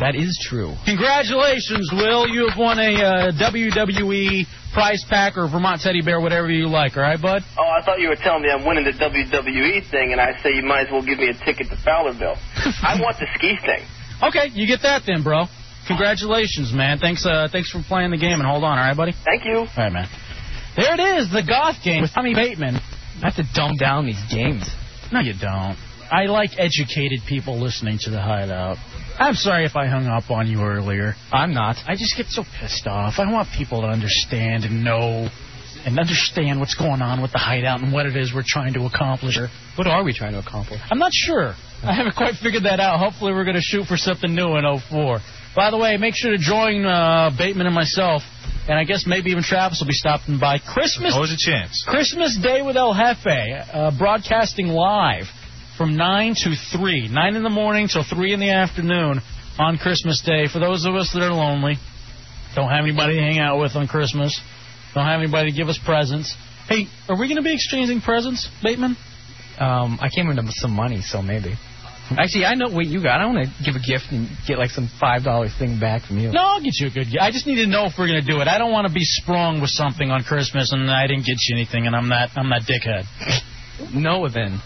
[SPEAKER 16] That is true.
[SPEAKER 2] Congratulations, Will. You have won a uh, WWE prize pack or Vermont teddy bear, whatever you like. All right, bud.
[SPEAKER 19] Oh, I thought you were telling me I'm winning the WWE thing, and I say you might as well give me a ticket to [laughs] Fowlerville.
[SPEAKER 6] Oh,
[SPEAKER 19] I want the ski thing.
[SPEAKER 2] Okay, you get that then, bro. Congratulations, man. Thanks, uh, thanks for playing the game and hold on. All right, buddy.
[SPEAKER 19] Thank you.
[SPEAKER 2] All right, man. There it is, the goth game with Tommy Bateman.
[SPEAKER 16] I have to dumb down these games.
[SPEAKER 2] No, you don't. I like educated people listening to the hideout. I'm sorry if I hung up on you earlier.
[SPEAKER 16] I'm not.
[SPEAKER 2] I just get so pissed off. I want people to understand and know and understand what's going on with the hideout and what it is we're trying to accomplish.
[SPEAKER 16] What are we trying to accomplish?
[SPEAKER 2] I'm not sure. I haven't quite figured that out. Hopefully, we're going to shoot for something new in 04. By the way, make sure to join uh, Bateman and myself, and I guess maybe even Travis will be stopping by Christmas.
[SPEAKER 7] Always a chance.
[SPEAKER 2] Christmas Day with El Jefe, uh, broadcasting live from 9 to 3, 9 in the morning till 3 in the afternoon on Christmas Day for those of us that are lonely, don't have anybody to hang out with on Christmas, don't have anybody to give us presents. Hey, are we going to be exchanging presents, Bateman?
[SPEAKER 16] Um, I came into some money, so maybe. Actually, I know what you got. I want to give a gift and get like some five dollar thing back from you.
[SPEAKER 2] No, I'll get you a good gift. I just need to know if we're going to do it. I don't want to be sprung with something on Christmas and I didn't get you anything, and I'm that I'm that dickhead.
[SPEAKER 16] No, then.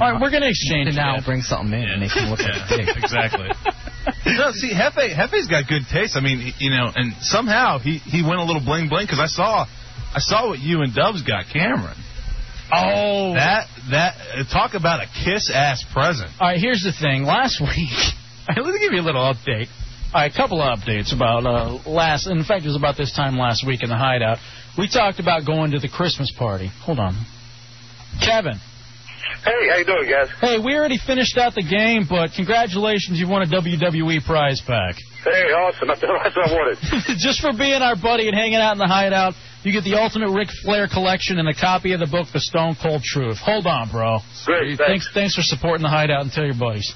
[SPEAKER 2] All right, we're going to exchange.
[SPEAKER 16] And now
[SPEAKER 2] gifts.
[SPEAKER 16] bring something in and they can look at the dick.
[SPEAKER 7] exactly. [laughs] no, see, Hefe, Hefe's got good taste. I mean, you know, and somehow he he went a little bling bling because I saw, I saw what you and Dubs got, Cameron.
[SPEAKER 2] [laughs] Oh,
[SPEAKER 7] that that uh, talk about a kiss ass present.
[SPEAKER 2] All right, here's the thing. Last week, [laughs] all right, let me give you a little update. All right, a couple of updates about uh, last. In fact, it was about this time last week in the hideout. We talked about going to the Christmas party. Hold on, Kevin.
[SPEAKER 5] Hey, how you doing, guys?
[SPEAKER 2] Hey, we already finished out the game, but congratulations, you won a WWE prize pack.
[SPEAKER 5] Hey, awesome. That's what I wanted.
[SPEAKER 2] [laughs] Just for being our buddy and hanging out in the hideout, you get the ultimate Ric Flair collection and a copy of the book, The Stone Cold Truth. Hold on, bro.
[SPEAKER 5] Great,
[SPEAKER 2] Thanks, thanks for supporting the hideout and tell your buddies.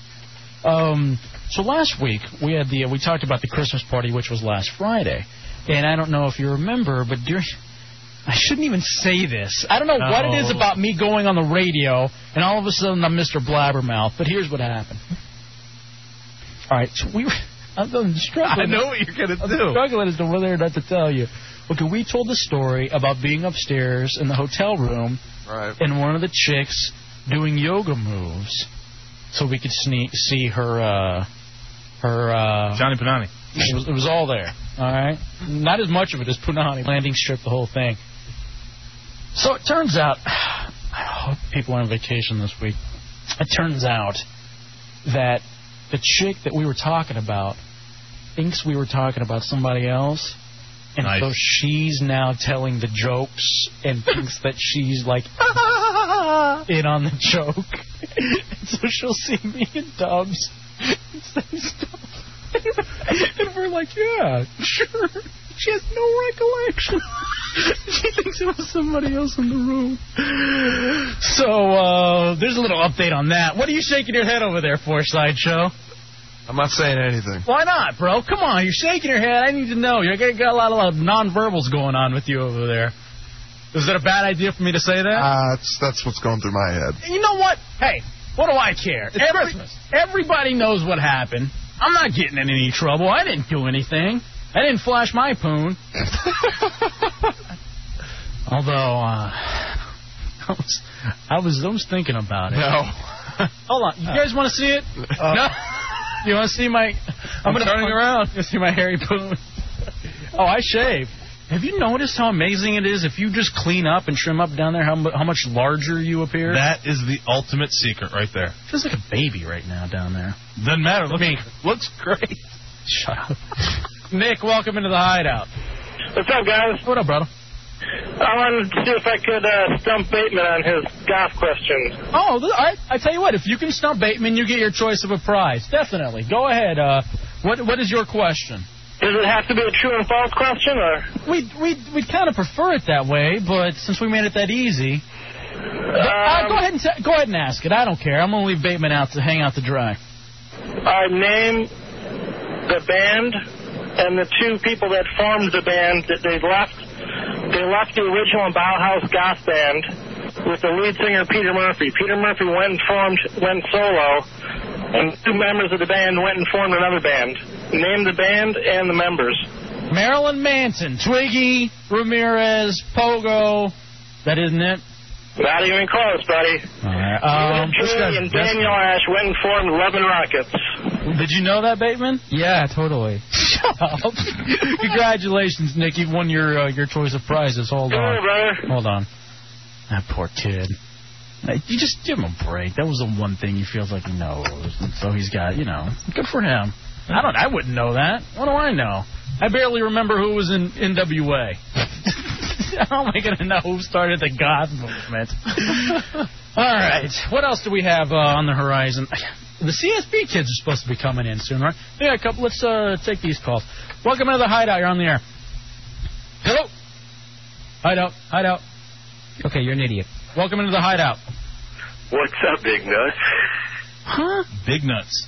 [SPEAKER 2] Um, so last week we had the uh, we talked about the Christmas party, which was last Friday, and I don't know if you remember, but during [laughs] I shouldn't even say this. I don't know what it is
[SPEAKER 16] No.
[SPEAKER 2] about me going on the radio, and all of a sudden I'm Mr. Blabbermouth. But here's what happened. All right, so we were. I'm I'm struggling.
[SPEAKER 7] I know what you're gonna
[SPEAKER 2] I'm
[SPEAKER 7] do.
[SPEAKER 2] struggling as to whether or not to tell you. Okay, we told the story about being upstairs in the hotel room,
[SPEAKER 8] right.
[SPEAKER 2] and one of the chicks doing yoga moves, so we could sneak, see her. Uh, her uh,
[SPEAKER 7] Johnny Panani.
[SPEAKER 2] It was, it was all there. All right, not as much of it as Punani landing strip, the whole thing. So it turns out, I hope people are on vacation this week. It turns out that the chick that we were talking about thinks we were talking about somebody else. And so she's now telling the jokes and thinks that she's like in on the joke. [laughs] And so she'll see me and Dubs and say stuff. and we're like, yeah, sure. She has no recollection. she thinks it was somebody else in the room. So uh, there's a little update on that. What are you shaking your head over there for, Sideshow?
[SPEAKER 8] I'm not saying anything.
[SPEAKER 2] Why not, bro? Come on, you're shaking your head. I need to know. You got got a lot, a lot of nonverbals going on with you over there. Is that a bad idea for me to say that?
[SPEAKER 8] Uh, that's that's what's going through my head.
[SPEAKER 2] you know what? Hey, what do I care? Every- Everybody knows what happened. I'm not getting in any trouble. I didn't do anything. I didn't flash my poon. Although uh, I was, I was, I was thinking about it.
[SPEAKER 8] No.
[SPEAKER 2] [laughs] Hold on. You guys want to see it? no. You want to see my? I'm, gonna turning around. You [laughs] see my hairy poon? oh, I shave. Have you noticed how amazing it is if you just clean up and trim up down there? How mu- how much larger you appear?
[SPEAKER 7] That is the ultimate secret right there.
[SPEAKER 2] feels like a baby right now down there.
[SPEAKER 7] Doesn't matter. Look,
[SPEAKER 2] Me.
[SPEAKER 7] looks great.
[SPEAKER 2] Shut up. [laughs] Nick, welcome into the hideout.
[SPEAKER 5] What's up, guys?
[SPEAKER 2] What up, brother?
[SPEAKER 5] I wanted to see if I could uh, stump Bateman on his golf questions.
[SPEAKER 2] Oh, th- I, I tell you what, if you can stump Bateman, you get your choice of a prize. Definitely. Go ahead. Uh, what What is your question?
[SPEAKER 5] Does it have to be a true and false question, or?
[SPEAKER 2] We we we kind of prefer it that way, but since we made it that easy,
[SPEAKER 5] Um,
[SPEAKER 2] uh, go ahead and t- go ahead and ask it. I don't care. I'm gonna leave Bateman out to hang out to dry.
[SPEAKER 5] I name the band and the two people that formed the band that they left. They left the original Bauhaus goth band with the lead singer Peter Murphy. Peter Murphy went and formed went solo, and two members of the band went and formed another band. Name the band and the members.
[SPEAKER 2] Marilyn Manson, Twiggy, Ramirez, Pogo. That isn't it.
[SPEAKER 5] Not even close, buddy.
[SPEAKER 2] All right. Um,
[SPEAKER 5] Drew and Daniel Ash went and formed Love and Rockets.
[SPEAKER 2] Did you know that, Bateman?
[SPEAKER 16] Yeah, totally.
[SPEAKER 2] [laughs] Shut up. Congratulations, Nick. You've won your uh, your choice of prizes. Hold on. Hold on. That poor kid. Hey, You just give him a break. That was the one thing he feels like he knows, and so he's got you know. Good for him. I don't. I wouldn't know that. What do I know? I barely remember who was in NWA. [laughs] How am I gonna know who started the goth movement? All right. What else do we have uh, on the horizon? [sighs] The CSB kids are supposed to be coming in soon, right? Yeah, a couple. Let's uh, take these calls. Welcome to the hideout. You're on the air. Hello. Hideout. Hideout.
[SPEAKER 16] Okay, you're an idiot.
[SPEAKER 2] Welcome into the hideout.
[SPEAKER 18] What's up, Big Nuts?
[SPEAKER 2] Huh?
[SPEAKER 7] Big nuts.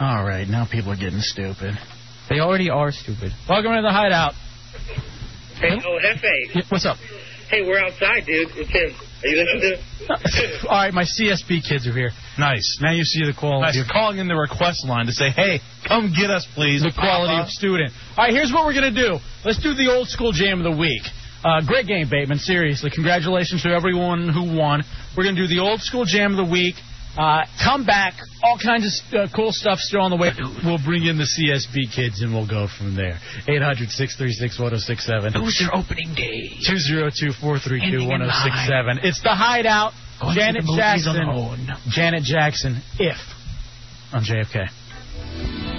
[SPEAKER 10] All right, now people are getting stupid.
[SPEAKER 16] They already are stupid.
[SPEAKER 2] Welcome to the hideout.
[SPEAKER 6] Hey, oh, Hefe.
[SPEAKER 2] Yeah, What's up?
[SPEAKER 6] Hey, we're outside, dude. It's him. Are you listening to
[SPEAKER 2] All right, my CSB kids are here.
[SPEAKER 7] Nice.
[SPEAKER 2] Now you see the quality.
[SPEAKER 7] Nice. You're calling in the request line to say, hey, come get us, please.
[SPEAKER 2] The quality of student. All right, here's what we're going to do. Let's do the old school jam of the week. Uh, great game, Bateman. Seriously, congratulations to everyone who won. We're going to do the old school jam of the week. Uh, come back, all kinds of uh, cool stuff still on the way. [laughs] We'll bring in the CSB kids and we'll go from there. 800 636 1067.
[SPEAKER 20] Those are opening day.
[SPEAKER 2] 202 432
[SPEAKER 20] Ending in
[SPEAKER 2] 1067. It's the hideout.
[SPEAKER 20] Going to
[SPEAKER 2] oh Janet
[SPEAKER 20] the movies
[SPEAKER 2] Jackson.
[SPEAKER 20] alone.
[SPEAKER 2] Janet Jackson, if on JFK.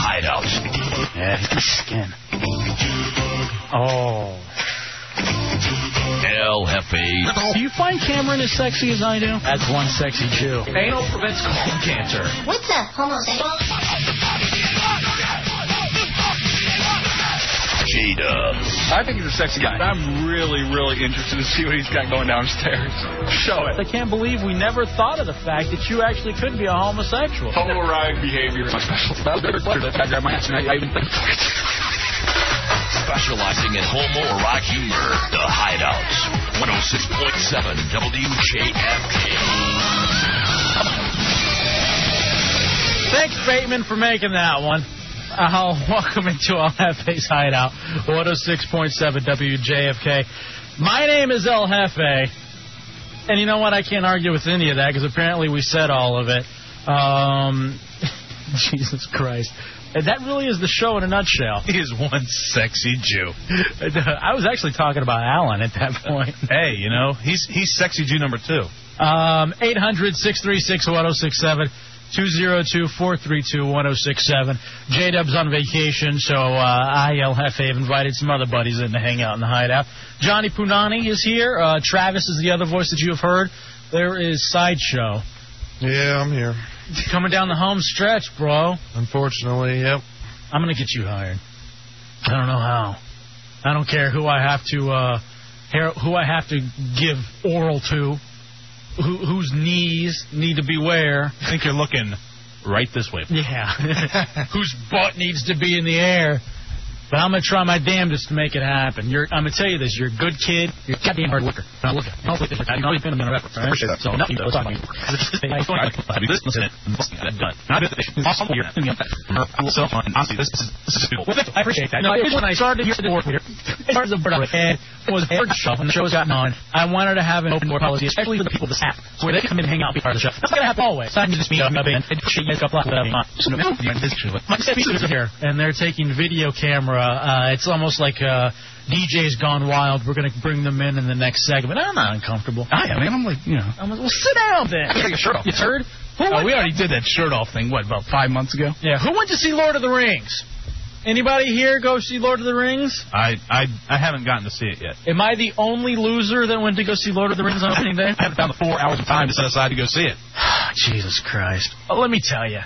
[SPEAKER 2] Yeah, hit the skin. Oh.
[SPEAKER 11] LFA.
[SPEAKER 2] Do you find Cameron as sexy as I do? That's one sexy Jew.
[SPEAKER 11] Anal prevents colon cancer.
[SPEAKER 3] What's a homosexual?
[SPEAKER 11] G Dubs.
[SPEAKER 4] I think he's a sexy guy. I'm really, really interested to see what he's got going downstairs. Show it.
[SPEAKER 2] I can't believe we never thought of the fact that you actually could be a homosexual.
[SPEAKER 4] Total erotic behavior. My special. I grab my ass and I, I even think.
[SPEAKER 11] Specializing in homoerotic humor, The oh Hideout. 106.7 WJFK.
[SPEAKER 2] Thanks, Bateman, for making that one. Uh, [laughs] welcome into El Jefe's Hideout, 106.7 WJFK. My name is El Jefe, and you know what? I can't argue with any of that because apparently we said all of it. Um, [laughs] Jesus Christ. And that really is the show in a nutshell.
[SPEAKER 7] He is one sexy Jew.
[SPEAKER 2] [laughs] I was actually talking about Alan at that point.
[SPEAKER 7] Hey, you know, he's he's sexy Jew number two.
[SPEAKER 2] Um, 800 636 1067. 202-432-1067. J-Dub's on vacation, so uh, IL Hefe have invited some other buddies in to hang out in the hideout. Johnny Punani is here. Uh, Travis is the other voice that you have heard. There is Sideshow.
[SPEAKER 8] Yeah, I'm here.
[SPEAKER 2] Coming down the home stretch, bro.
[SPEAKER 8] Unfortunately, yep.
[SPEAKER 2] I'm going to get you hired. I don't know how. I don't care who I have to uh, hair- who I have to give oral to, who, whose knees need to be where.
[SPEAKER 7] I think you're looking right this way.
[SPEAKER 2] Yeah. Whose butt needs to be in the air. But I'm gonna try my damnedest to make it happen. You're, I'm gonna tell you this: you're a good kid. You're a goddamn hard worker. And I look at you. Hopefully, this works out. You've always been a man of effort. I appreciate that. So nothing but talking. I've been listening and busting that done. And I've been listening. Also, you're in the effect. I'm so fun. Honestly, this is this is cool. Well, thank you. I appreciate that. No, it's when I started here at the board leader. It started as a bird on my head. It was a bird show when the show's gotten on. I wanted to have an open door policy, especially for the people of the staff, so where they come in and hang out, be part of the show. That's not gonna happen always. I can just meet up, up and she makes up a lot of My sisters are here, and they're taking video camera. Uh, it's almost like uh, DJ's Gone Wild. We're gonna bring them in in the next segment. I'm not uncomfortable.
[SPEAKER 10] I am. man. I'm like, you know.
[SPEAKER 2] I'm like, well, sit down then.
[SPEAKER 10] Take your shirt off.
[SPEAKER 2] You turd. Who
[SPEAKER 10] Oh,
[SPEAKER 2] went-
[SPEAKER 10] we already did that shirt off thing. What about five months ago?
[SPEAKER 2] Yeah, who went to see Lord of the Rings? Anybody here go see Lord of the Rings?
[SPEAKER 7] I, I I haven't gotten to see it yet.
[SPEAKER 2] Am I the only loser that went to go see Lord of the Rings on opening [laughs] day?
[SPEAKER 7] I haven't found the four hours of time to set aside to go see it.
[SPEAKER 2] [sighs] Jesus Christ. Oh, let me tell you.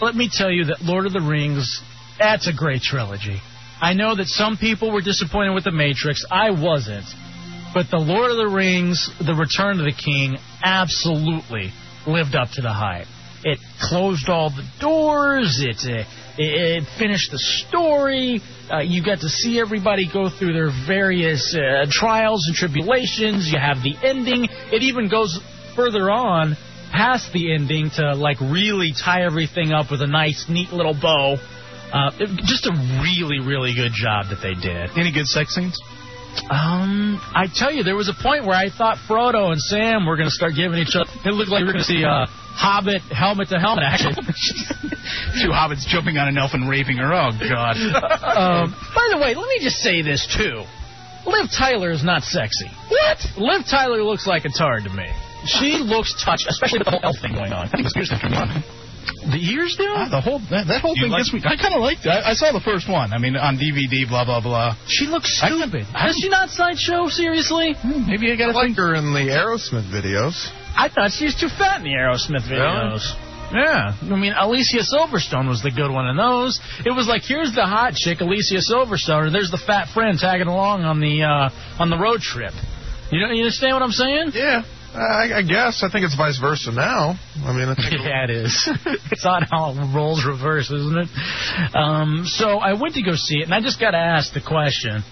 [SPEAKER 2] Let me tell you that Lord of the Rings, that's a great trilogy. I know that some people were disappointed with The Matrix. I wasn't. But The Lord of the Rings, The Return of the King, absolutely lived up to the hype. It closed all the doors, it, uh, it, it finished the story. Uh, you got to see everybody go through their various uh, trials and tribulations. You have the ending. It even goes further on past the ending to like really tie everything up with a nice, neat little bow. Uh, it- just a really, really good job that they did.
[SPEAKER 10] Any good sex scenes?
[SPEAKER 2] Um, I tell you, there was a point where I thought Frodo and Sam were going to start giving each other. It looked like we were going to see uh, Hobbit helmet to helmet
[SPEAKER 10] [laughs]
[SPEAKER 2] action.
[SPEAKER 10] Two hobbits jumping on an elf and raping her. Oh God.
[SPEAKER 2] [laughs] um, by the way, let me just say this too. Liv Tyler is not sexy. What? Liv Tyler looks like a tard to me. She looks touched, especially with the whole elf thing going on. The ears do?
[SPEAKER 10] Ah, the whole that, that whole
[SPEAKER 2] You
[SPEAKER 10] thing
[SPEAKER 2] like-
[SPEAKER 10] gets me. I kind of liked it. I, I saw the first one. I mean, on DVD, blah blah blah.
[SPEAKER 2] She looks stupid. Does she not sideshow? Seriously?
[SPEAKER 10] Hmm, Maybe I got
[SPEAKER 8] I
[SPEAKER 10] to
[SPEAKER 8] like her in the Aerosmith videos.
[SPEAKER 2] I thought she was too fat in the Aerosmith videos. Yeah, I mean Alicia Silverstone was the good one in those. It was like here's the hot chick, Alicia Silverstone, and there's the fat friend tagging along on the uh, on the road trip. You know, you understand what I'm saying?
[SPEAKER 8] Yeah, I, I guess. I think it's vice versa now. I mean, I
[SPEAKER 2] [laughs]
[SPEAKER 8] think
[SPEAKER 2] Yeah, it is. it's odd how it rolls reverse, isn't it? Um, so I went to go see it, and I just got to ask the question.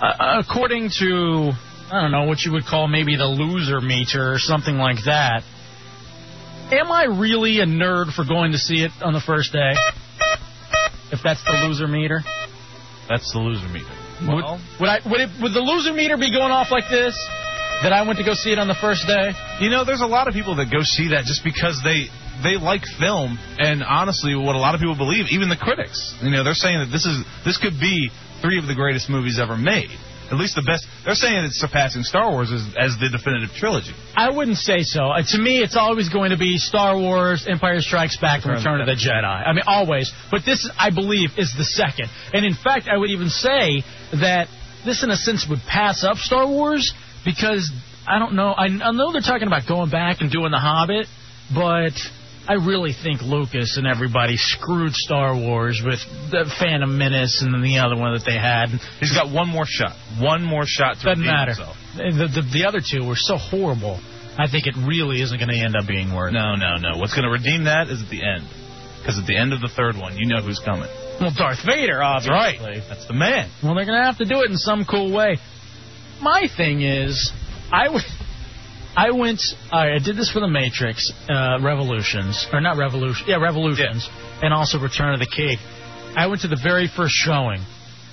[SPEAKER 2] Uh, according to, I don't know, what you would call maybe the loser meter or something like that, am I really a nerd for going to see it on the first day? If that's the loser meter?
[SPEAKER 7] That's the loser meter.
[SPEAKER 2] Would, would, I, would, it, would the loser meter be going off like this? That I went to go see it on the first day?
[SPEAKER 7] You know, there's a lot of people that go see that just because they they like film, and honestly, what a lot of people believe, even the critics, you know, they're saying that this is this could be three of the greatest movies ever made. At least the best. They're saying it's surpassing Star Wars as, as the definitive trilogy.
[SPEAKER 2] I wouldn't say so. Uh, to me, it's always going to be Star Wars, Empire Strikes Back, and Return of the Jedi. I mean, always. But this, I believe, is the second. And in fact, I would even say that this, in a sense, would pass up Star Wars because I don't know. I, I know they're talking about going back and doing The Hobbit, but I really think Lucas and everybody screwed Star Wars with the Phantom Menace and then the other one that they had.
[SPEAKER 7] He's got one more shot. One more shot to
[SPEAKER 2] Doesn't
[SPEAKER 7] redeem
[SPEAKER 2] matter.
[SPEAKER 7] himself.
[SPEAKER 2] The, the, the other two were so horrible. I think it really isn't going to end up being worth.
[SPEAKER 7] No, no, no. What's going to redeem that is at the end. Because at the end of the third one, you know who's coming.
[SPEAKER 2] Well, Darth Vader,
[SPEAKER 7] That's
[SPEAKER 2] obviously.
[SPEAKER 7] right. That's the man.
[SPEAKER 2] Well, they're going to have to do it in some cool way. My thing is, I, w- I went, I I did this for the Matrix uh, Revolutions, or not Revolution, yeah, Revolutions, and also Return of the King. I went to the very first showing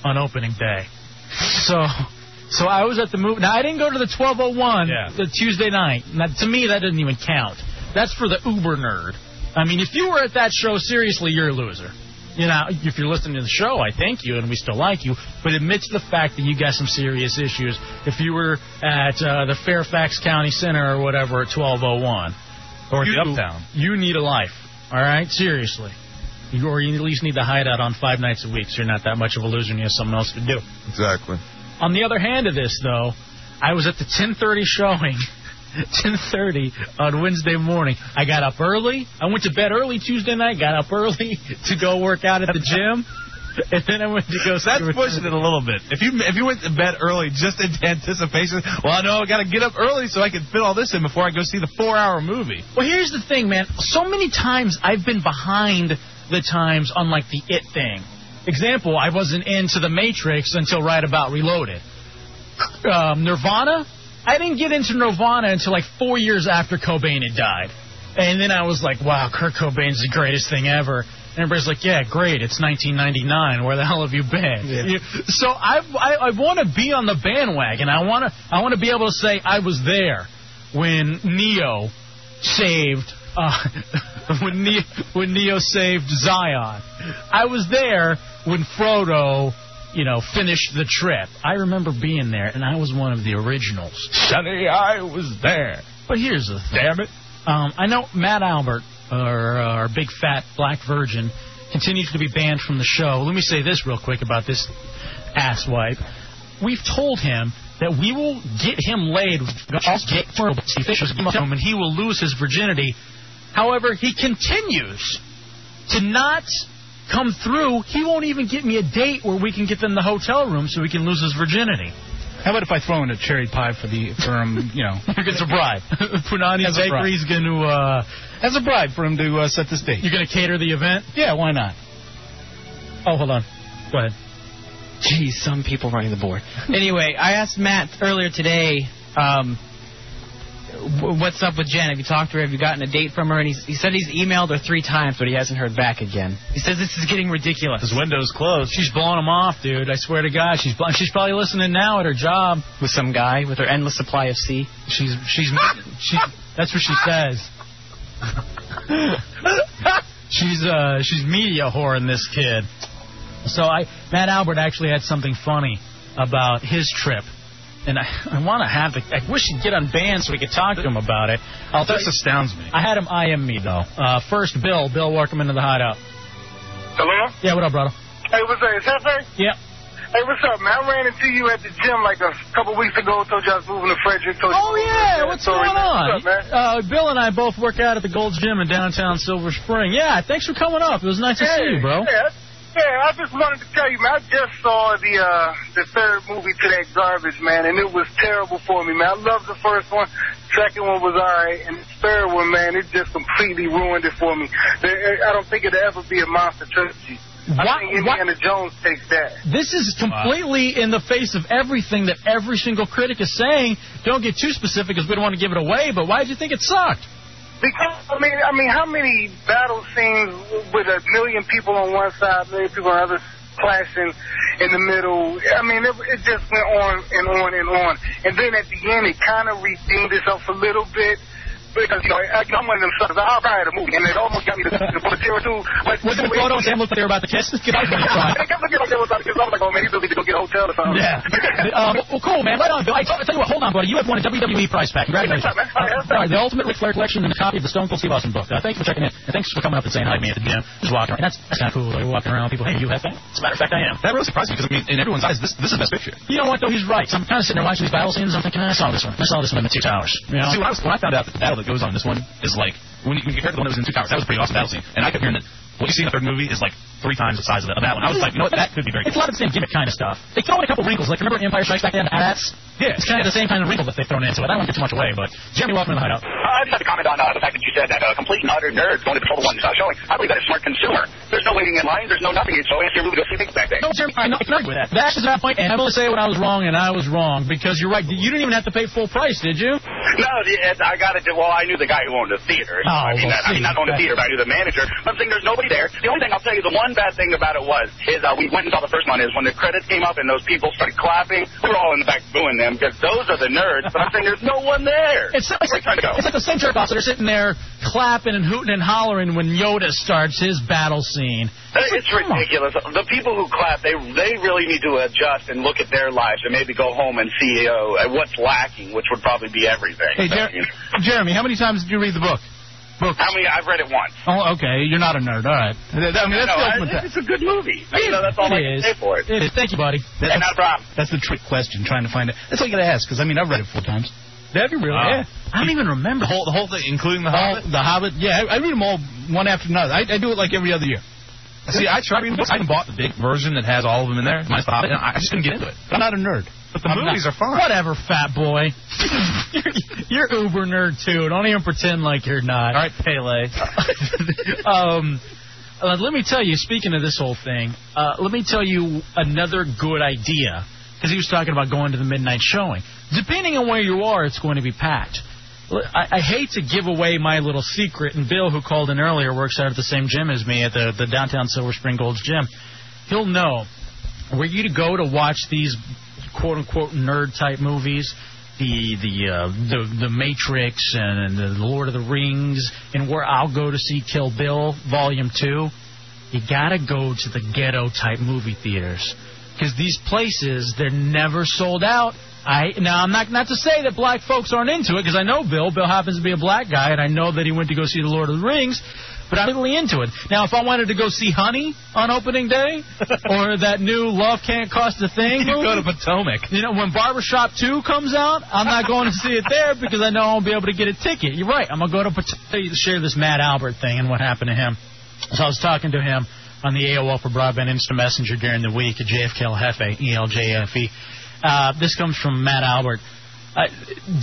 [SPEAKER 2] on opening day. So, so I was at the movie. Now I didn't go to the 1201 the Tuesday night. Now, to me, that doesn't even count. That's for the uber nerd. I mean, if you were at that show, seriously, you're a loser. You know, if you're listening to the show, I thank you, and we still like you. But admits the fact that you got some serious issues. If you were at uh, the Fairfax County Center or whatever at 1201, or
[SPEAKER 7] at the
[SPEAKER 2] you,
[SPEAKER 7] Uptown.
[SPEAKER 2] you need a life. All right, seriously. You, or you at least need the hideout on five nights a week, so you're not that much of a loser and you have something else to do.
[SPEAKER 8] Exactly.
[SPEAKER 2] On the other hand of this, though, I was at the 10:30 showing. [laughs] 10:30 on Wednesday morning. I got up early. I went to bed early Tuesday night. Got up early [laughs] to go work out at the gym, and then I went to go.
[SPEAKER 7] That's pushing it a little bit. If you if you went to bed early just in anticipation, well, I know I got to get up early so I can fit all this in before I go see the four hour movie.
[SPEAKER 2] Well, here's the thing, man. So many times I've been behind the times on like the it thing. Example, I wasn't into the Matrix until right about Reloaded. Um, Nirvana, I didn't get into Nirvana until like four years after Cobain had died. And then I was like, wow, Kurt Cobain's the greatest thing ever. And everybody's like, yeah, great. It's 1999. Where the hell have you been? You- so I, I, I want to be on the bandwagon. I want to, I want to be able to say I was there when Neo saved uh, [laughs] when Neo, when Neo saved Zion. I was there when Frodo, you know, finished the trip. I remember being there, and I was one of the originals. Sonny, I was there. But here's the thing. damn it. Um, I know Matt Albert, our, uh, our big fat black virgin, continues to be banned from the show. Let me say this real quick about this asswipe. We've told him that we will get him laid with Charles Gate for officials him, and he will lose his virginity. However, he continues to not come through. He won't even get me a date where we can get them the hotel room so he can lose his virginity.
[SPEAKER 10] How about if I throw in a cherry pie for the for him? You
[SPEAKER 7] [laughs]
[SPEAKER 10] know,
[SPEAKER 2] it's a bribe. [laughs] Punani
[SPEAKER 10] As a bribe.
[SPEAKER 2] Bakery's going to uh,
[SPEAKER 10] as a bribe for him to uh, set this date.
[SPEAKER 2] You're going to cater the event?
[SPEAKER 10] Yeah, why not?
[SPEAKER 2] Oh, hold on. Go ahead.
[SPEAKER 16] Geez, some people running the board.
[SPEAKER 2] [laughs]
[SPEAKER 16] Anyway, I asked Matt earlier today, um, w- what's up with Jen? Have you talked to her? Have you gotten a date from her? And he's, he said he's emailed her three times, but he hasn't heard back again. He says this is getting ridiculous.
[SPEAKER 7] His window's closed.
[SPEAKER 2] She's blowing him off, dude. I swear to God, she's bl- she's probably listening now at her job
[SPEAKER 16] with some guy with her endless supply of C.
[SPEAKER 2] She's she's she's that's what she says. [laughs] she's uh she's media whoring this kid. So I Matt Albert actually had something funny about his trip. And I, I want to have the. I wish he'd get unbanned so we could talk to him about it. I'll
[SPEAKER 7] This astounds me.
[SPEAKER 2] I had him IM me though. Uh, first, Bill. Bill, welcome into the hideout.
[SPEAKER 6] Hello?
[SPEAKER 2] Yeah, what up, brother?
[SPEAKER 6] Hey, what's up? Is Hefe?
[SPEAKER 2] Yeah.
[SPEAKER 6] Hey, what's up, man? I ran into you at the gym like a couple weeks ago. Told you I was moving to Frederick. Told
[SPEAKER 2] Oh
[SPEAKER 6] you
[SPEAKER 2] yeah, what's
[SPEAKER 6] Sorry, man.
[SPEAKER 2] going on?
[SPEAKER 6] What's up, man?
[SPEAKER 2] Uh, Bill and I both work out at the Gold's Gym in downtown Silver Spring. Yeah, thanks for coming up. It was nice to see you, bro.
[SPEAKER 6] Yeah, yeah, I just wanted to tell you, man. I just saw the uh, the third movie to that garbage, man, and it was terrible for me, man. I loved the first one, second one was all right, and the third one, man, it just completely ruined it for me. There- I don't think it'll ever be a monster trilogy. I
[SPEAKER 2] What-
[SPEAKER 6] think Indiana Jones takes that.
[SPEAKER 2] This is completely in the face of everything that every single critic is saying. Don't get too specific because we don't want to give it away. But why did you think it sucked?
[SPEAKER 6] Because I mean, I mean, how many battle scenes with a million people on one side, a million people on the other, clashing in the middle? I mean, it, it just went on and on and on. And then at the end, it kind of redeemed itself a little bit. because you know I, I'm one of them suckers. I ride a movie, and it almost got me to the material too. But
[SPEAKER 2] Was the photo of them look like they were about to kiss? Get out of here, Brian.
[SPEAKER 6] [laughs] I kept looking at them about because I was like, oh man, he's looking to go get a hotel or something.
[SPEAKER 2] Yeah. Um, well, cool, man. Right on, Bill. I tell, I tell you what, hold on, buddy. You have won a WWE prize pack. Congratulations. Uh, all right, the Ultimate Ric Flair Collection and a copy of the Stone Cold Steve Austin book. Uh, thanks for checking in. And thanks for coming up and saying hi to me at the gym. Just walking around. That's, that's kind of cool. Like, walking around, people, hey, you have that? As a matter of fact, I am.
[SPEAKER 7] That really surprised me because I mean, in everyone's eyes, this this is the best picture.
[SPEAKER 2] You know what, though? He's right. So I'm kind of sitting there watching these battle scenes. I'm thinking, "Ah, I saw this one. I saw this one in the Two Towers. You know?
[SPEAKER 7] See, when I, was, when I found out that the battle that goes on in this one is like when you, when you compare it to the one that was in Two Towers, that was a pretty awesome battle scene. And I kept hearing that what you see in the third movie is like three times the size of, the, of that one. I was like, you know what, that could be very.
[SPEAKER 2] It's a lot of the same gimmick kind of stuff. They throw in a couple wrinkles. Like, remember Empire Strikes Back and that's Yeah. It's kind of the same kind of wrinkle that they've thrown into it. I don't want to give too much away, but Jeremy, welcome to the hideout.
[SPEAKER 20] I just had to comment on uh, the fact that you said that uh, complete and utter nerds going to the total one uh, showing. I believe that a smart consumer. There's no waiting in lines. There's no nothing. So it's your movie to see things back there.
[SPEAKER 2] No, Jeremy, I, know, I can argue with that. That's just my point, and I'm going to say when I was wrong, and I was wrong, because you're right. You didn't even have to pay full price, did you?
[SPEAKER 20] No, the, it, I got it. Well, I knew the guy who owned the theater.
[SPEAKER 2] Oh,
[SPEAKER 20] I mean, I,
[SPEAKER 2] well,
[SPEAKER 20] I mean,
[SPEAKER 2] see,
[SPEAKER 20] not owned the
[SPEAKER 2] that-
[SPEAKER 20] theater, but I knew the manager. But I'm saying there's nobody there. The only thing I'll tell you, the one bad thing about it was, is uh, we went and saw the first one. Is when the credits came up and those people started clapping, we were all in the back booing them because those are the nerds. But I'm saying there's no one there.
[SPEAKER 2] It's, it's,
[SPEAKER 20] We're trying to go.
[SPEAKER 2] it's like the same jerk-offs that are sitting there clapping and hooting and hollering when Yoda starts his battle scene.
[SPEAKER 20] It's ridiculous. The people who clap, they they really need to adjust and look at their lives and maybe go home and see uh, what's lacking, which would probably be everything.
[SPEAKER 10] Hey,
[SPEAKER 20] So,
[SPEAKER 10] Jer-
[SPEAKER 20] you know.
[SPEAKER 10] Jeremy, how many times did you read the book? Books.
[SPEAKER 20] How many? I've read it once.
[SPEAKER 10] Oh, okay. You're not a nerd. All right. That- that- I mean, that's
[SPEAKER 20] No,
[SPEAKER 10] the
[SPEAKER 20] I-
[SPEAKER 10] ultimate test.
[SPEAKER 20] It's a good movie. I mean, that's all I
[SPEAKER 10] It
[SPEAKER 20] can
[SPEAKER 10] is.
[SPEAKER 20] say for it.
[SPEAKER 2] It is. Thank you, buddy.
[SPEAKER 20] Yeah, not a problem.
[SPEAKER 10] That's the trick question, trying to find it. That's all you got to ask, because, I mean, I've read it four times.
[SPEAKER 2] Have you really?
[SPEAKER 10] Yeah.
[SPEAKER 2] I don't even remember.
[SPEAKER 10] The whole, the whole thing, including The Hobbit? The Hobbit, yeah. I, I read them all one after another. I, I do it like every other year.
[SPEAKER 7] See, I tried reading books. I even bought the big version that has all of them in there. Minus the Hobbit, and I I just couldn't get into it.
[SPEAKER 10] I'm not a nerd.
[SPEAKER 7] But the
[SPEAKER 2] I'm
[SPEAKER 7] movies
[SPEAKER 2] not-
[SPEAKER 7] are fun.
[SPEAKER 2] Whatever, fat boy. [laughs] you're, you're uber nerd too. Don't even pretend like you're not. All right, Pele. [laughs] um, uh, let me tell you. Speaking of this whole thing, uh, let me tell you another good idea because he was talking about going to the midnight showing. Depending on where you are, it's going to be packed. L- I, I hate to give away my little secret, and Bill, who called in earlier, works out at the same gym as me at the, the downtown Silver Spring Gold's gym. He'll know were you to go to watch these quote unquote nerd type movies, the the uh, the the Matrix and, and the Lord of the Rings, and where I'll go to see Kill Bill Volume Two, you gotta go to the ghetto type movie theaters because these places they're never sold out. I now I'm not not to say that black folks aren't into it because I know Bill. Bill happens to be a black guy, and I know that he went to go see the Lord of the Rings. But I'm really into it. Now, if I wanted to go see Honey on opening
[SPEAKER 7] [laughs]
[SPEAKER 2] day, or that new Love Can't Cost a Thing,
[SPEAKER 7] You go to
[SPEAKER 2] movie,
[SPEAKER 7] Potomac.
[SPEAKER 2] you know, when Barbershop 2 comes out, I'm not going to see it there because I know I won't be able to get a ticket. You're right. I'm going to go to Potomac to share this Matt Albert thing and what happened to him. So I was talking to him on the AOL for Broadband Instant Messenger during the week at JFK El Jefe, E ELJFE. Uh, this comes from Matt Albert. Uh,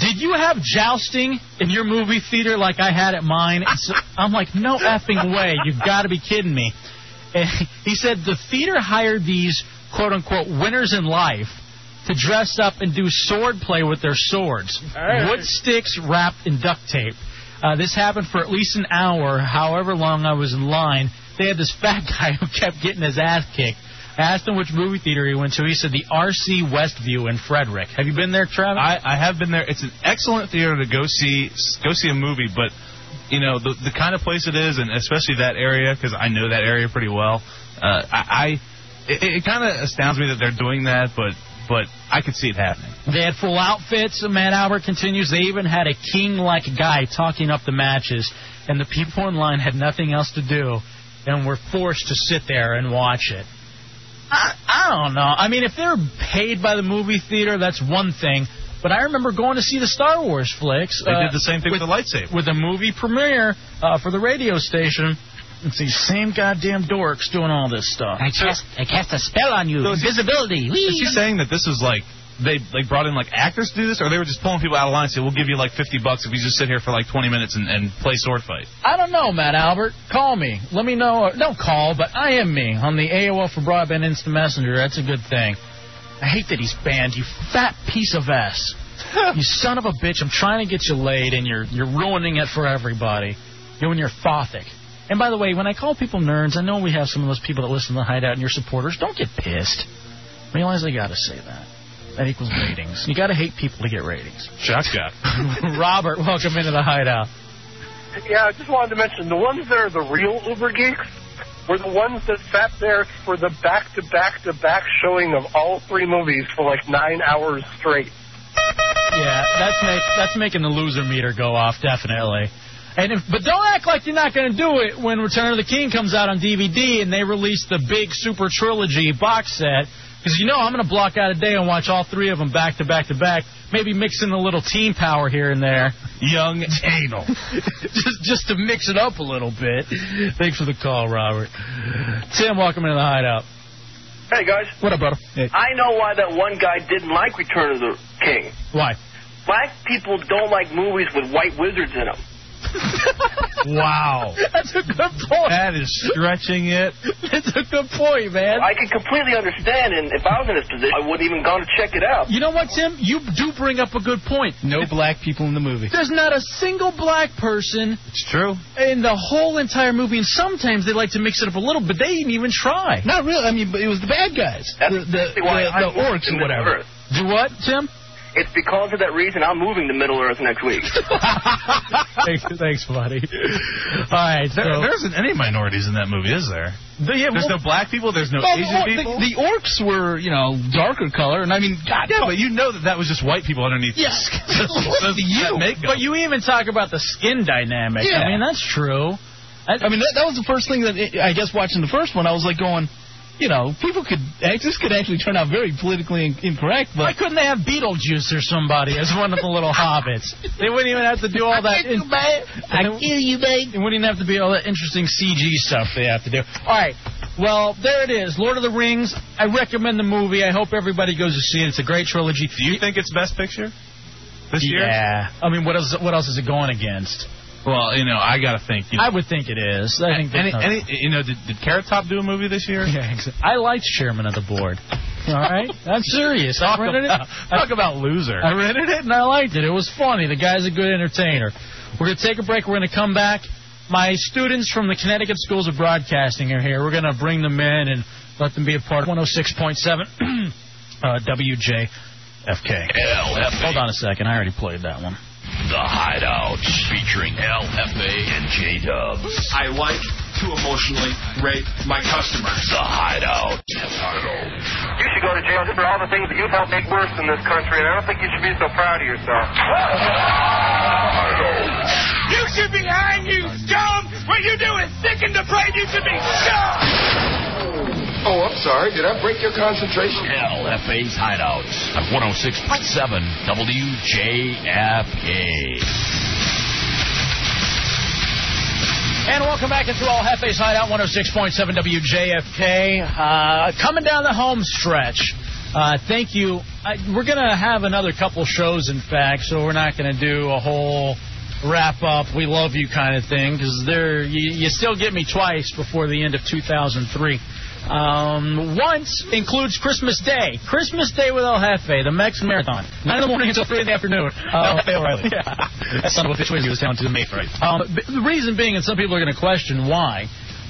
[SPEAKER 2] did you have jousting in your movie theater like I had at mine? And So I'm like, no effing way. You've got to be kidding me. And [laughs] he said the theater hired these quote unquote winners in life to dress up and do sword play with their swords,
[SPEAKER 11] Hey.
[SPEAKER 2] wood sticks wrapped in duct tape. Uh, this happened for at least an hour, however long I was in line. They had this fat [laughs] guy who kept getting his ass kicked. I asked him which movie theater he went to. He said the RC Westview in Frederick. Have you been there, Travis?
[SPEAKER 7] I, I have been there. It's an excellent theater to go see go see a movie, but you know the the kind of place it is, and especially that area because I know that area pretty well. Uh, I, I it, it kind of astounds me that they're doing that, but but I could see it happening.
[SPEAKER 2] They had full outfits. Matt Albert continues. They even had a king-like guy talking up the matches, and the people in line had nothing else to do, and were forced to sit there and watch it. I, I don't know. I mean, if they're paid by the movie theater, that's one thing. But I remember going to see the Star Wars flicks. uh,
[SPEAKER 7] They did the same thing with, the lightsaber.
[SPEAKER 2] With a movie premiere uh, for the radio station. It's these same goddamn dorks doing all this stuff. I
[SPEAKER 21] cast, I cast a spell on you.
[SPEAKER 7] So is he-
[SPEAKER 21] Invisibility.
[SPEAKER 7] Is he saying that this is like they like brought in like actors to do this, or they were just pulling people out of line? and Say we'll give you like fifty bucks if you just sit here for like twenty minutes and, and play sword fight.
[SPEAKER 2] I don't know, Matt Albert. Call me. Let me know. Don't call, but I am me on the AOL for Broadband Instant Messenger. That's a good thing. I hate that he's banned. You
[SPEAKER 3] [laughs]
[SPEAKER 2] fat piece of ass. you son of a bitch. I'm trying to get you laid, and you're you're ruining it for everybody. You and your fothic. And by the way, when I call people nerds, I know we have some of those people that listen to the Hideout and your supporters. Don't get pissed. Realize I gotta say that. That equals ratings. You gotta hate people to get ratings. [laughs]
[SPEAKER 7] Shock, shock.
[SPEAKER 2] Robert, welcome into the Hideout.
[SPEAKER 6] yeah, I just wanted to mention the ones that are the real Uber geeks were the ones that sat there for the back to back to back showing of all three movies for like nine hours straight.
[SPEAKER 2] Yeah, that's make, that's making the loser meter go off definitely. And if, but don't act like you're not going to do it when Return of the King comes out on DVD and they release the big Super Trilogy box set. Because you know I'm going to block out a day and watch all three of them back to back to back. Maybe mix in a little team power here and there. Young anal. just just to mix it up a little [laughs] bit. Thanks for the call, Robert. Tim, welcome into the hideout.
[SPEAKER 19] Hey guys,
[SPEAKER 2] What up, brother?
[SPEAKER 19] I know why that one guy didn't like Return of the King.
[SPEAKER 2] Why?
[SPEAKER 19] Black people don't like movies with white wizards in them.
[SPEAKER 10] [laughs]
[SPEAKER 2] Wow. That's a good point.
[SPEAKER 7] That is stretching it.
[SPEAKER 2] That's a good point, man.
[SPEAKER 19] I can completely understand, and if I was in his position, I wouldn't even gone to check it out.
[SPEAKER 2] You know what, Tim? You do bring up a good point.
[SPEAKER 10] No black people in the movie.
[SPEAKER 2] There's not a single black person. It's
[SPEAKER 7] true.
[SPEAKER 2] In the whole entire movie, and sometimes they like to mix it up a little, but they didn't even try.
[SPEAKER 10] Not really. I mean, but it was the bad guys, the, the, the,
[SPEAKER 19] why I'm
[SPEAKER 10] the orcs
[SPEAKER 19] in the
[SPEAKER 10] and whatever.
[SPEAKER 19] Earth.
[SPEAKER 2] Do what, Tim?
[SPEAKER 19] It's because of that reason I'm moving to Middle Earth next
[SPEAKER 10] [laughs]
[SPEAKER 19] week.
[SPEAKER 2] thanks, thanks, buddy. All right, so
[SPEAKER 7] There, there isn't any minorities in that movie, is there? there's no black people. There's no
[SPEAKER 10] Well, the
[SPEAKER 7] Asian
[SPEAKER 10] or- Oh, the-
[SPEAKER 7] people.
[SPEAKER 10] The, orcs were, you know, darker color, and I mean, God,
[SPEAKER 7] yeah, but you know that that was just white people underneath.
[SPEAKER 10] Yeah. [laughs]
[SPEAKER 7] Listen to you.
[SPEAKER 2] But you even talk about the skin dynamic.
[SPEAKER 10] Yeah.
[SPEAKER 2] I mean, that's true. I,
[SPEAKER 10] I mean, that, that was the first thing that it, I guess watching the first one, I was like going, you know, people could act- this could actually turn out very politically in- incorrect,
[SPEAKER 2] Why
[SPEAKER 10] but
[SPEAKER 2] couldn't they have Beetlejuice or somebody as one of the little hobbits? They wouldn't even have to do all that. in-
[SPEAKER 11] I
[SPEAKER 2] And it- It wouldn't have to be all that interesting CG stuff they have to do. All right. Well, there it is. Lord of the Rings. I recommend the movie. I hope everybody goes to see it. It's a great trilogy. Do you
[SPEAKER 7] think it's Best Picture this year?
[SPEAKER 2] Yeah. I mean, what else? What else is it going against?
[SPEAKER 7] Well, you know, I gotta think. You know,
[SPEAKER 2] I would think it is. I think.
[SPEAKER 7] any,
[SPEAKER 2] that's not-
[SPEAKER 7] any, you know, did, did Carrot Top do a movie this year?
[SPEAKER 2] Yeah, exactly. I liked Chairman of the Board. All right, I'm serious.
[SPEAKER 7] Talk
[SPEAKER 2] I rented
[SPEAKER 7] about-
[SPEAKER 2] it.
[SPEAKER 7] talk about loser.
[SPEAKER 2] I rented it and I liked it. It was funny. The guy's a good entertainer. We're gonna take a break. We're gonna come back. My students from the Connecticut Schools of Broadcasting are here. We're gonna bring them in and let them be a part of 106.7 [clears throat] uh, WJFK.
[SPEAKER 11] LFA.
[SPEAKER 2] Hold on a second. I already played that one.
[SPEAKER 11] The Hideout, featuring LFA and J Dubs. I like to emotionally rape my customers. The Hideout.
[SPEAKER 6] You should go to jail for all the things that you've helped make worse in this country, and I don't think you should be so proud of yourself.
[SPEAKER 11] You should be hanged, you scum! What you do is sick and depraved. You should be shot!
[SPEAKER 22] Oh, I'm sorry. Did I break your concentration?
[SPEAKER 11] LFA's Hideout at 106.7 WJFK.
[SPEAKER 2] And welcome back into All Hefe's Hideout 106.7 WJFK. Uh, coming down the home stretch. Uh, thank you. I, we're going to have another couple shows, in fact, so we're not going to do a whole wrap up, we love you kind of thing, because there you, you still get me twice before the end of 2003. Um, once includes Christmas Day. Christmas Day with El Jefe, the Mex Marathon. 9 in the morning until 3 in the [laughs] afternoon. Uh, El Jefe O'Reilly. [laughs] Yeah. That son of a bitch was down to the May, right? Um, but the reason being, and some people are going to question why.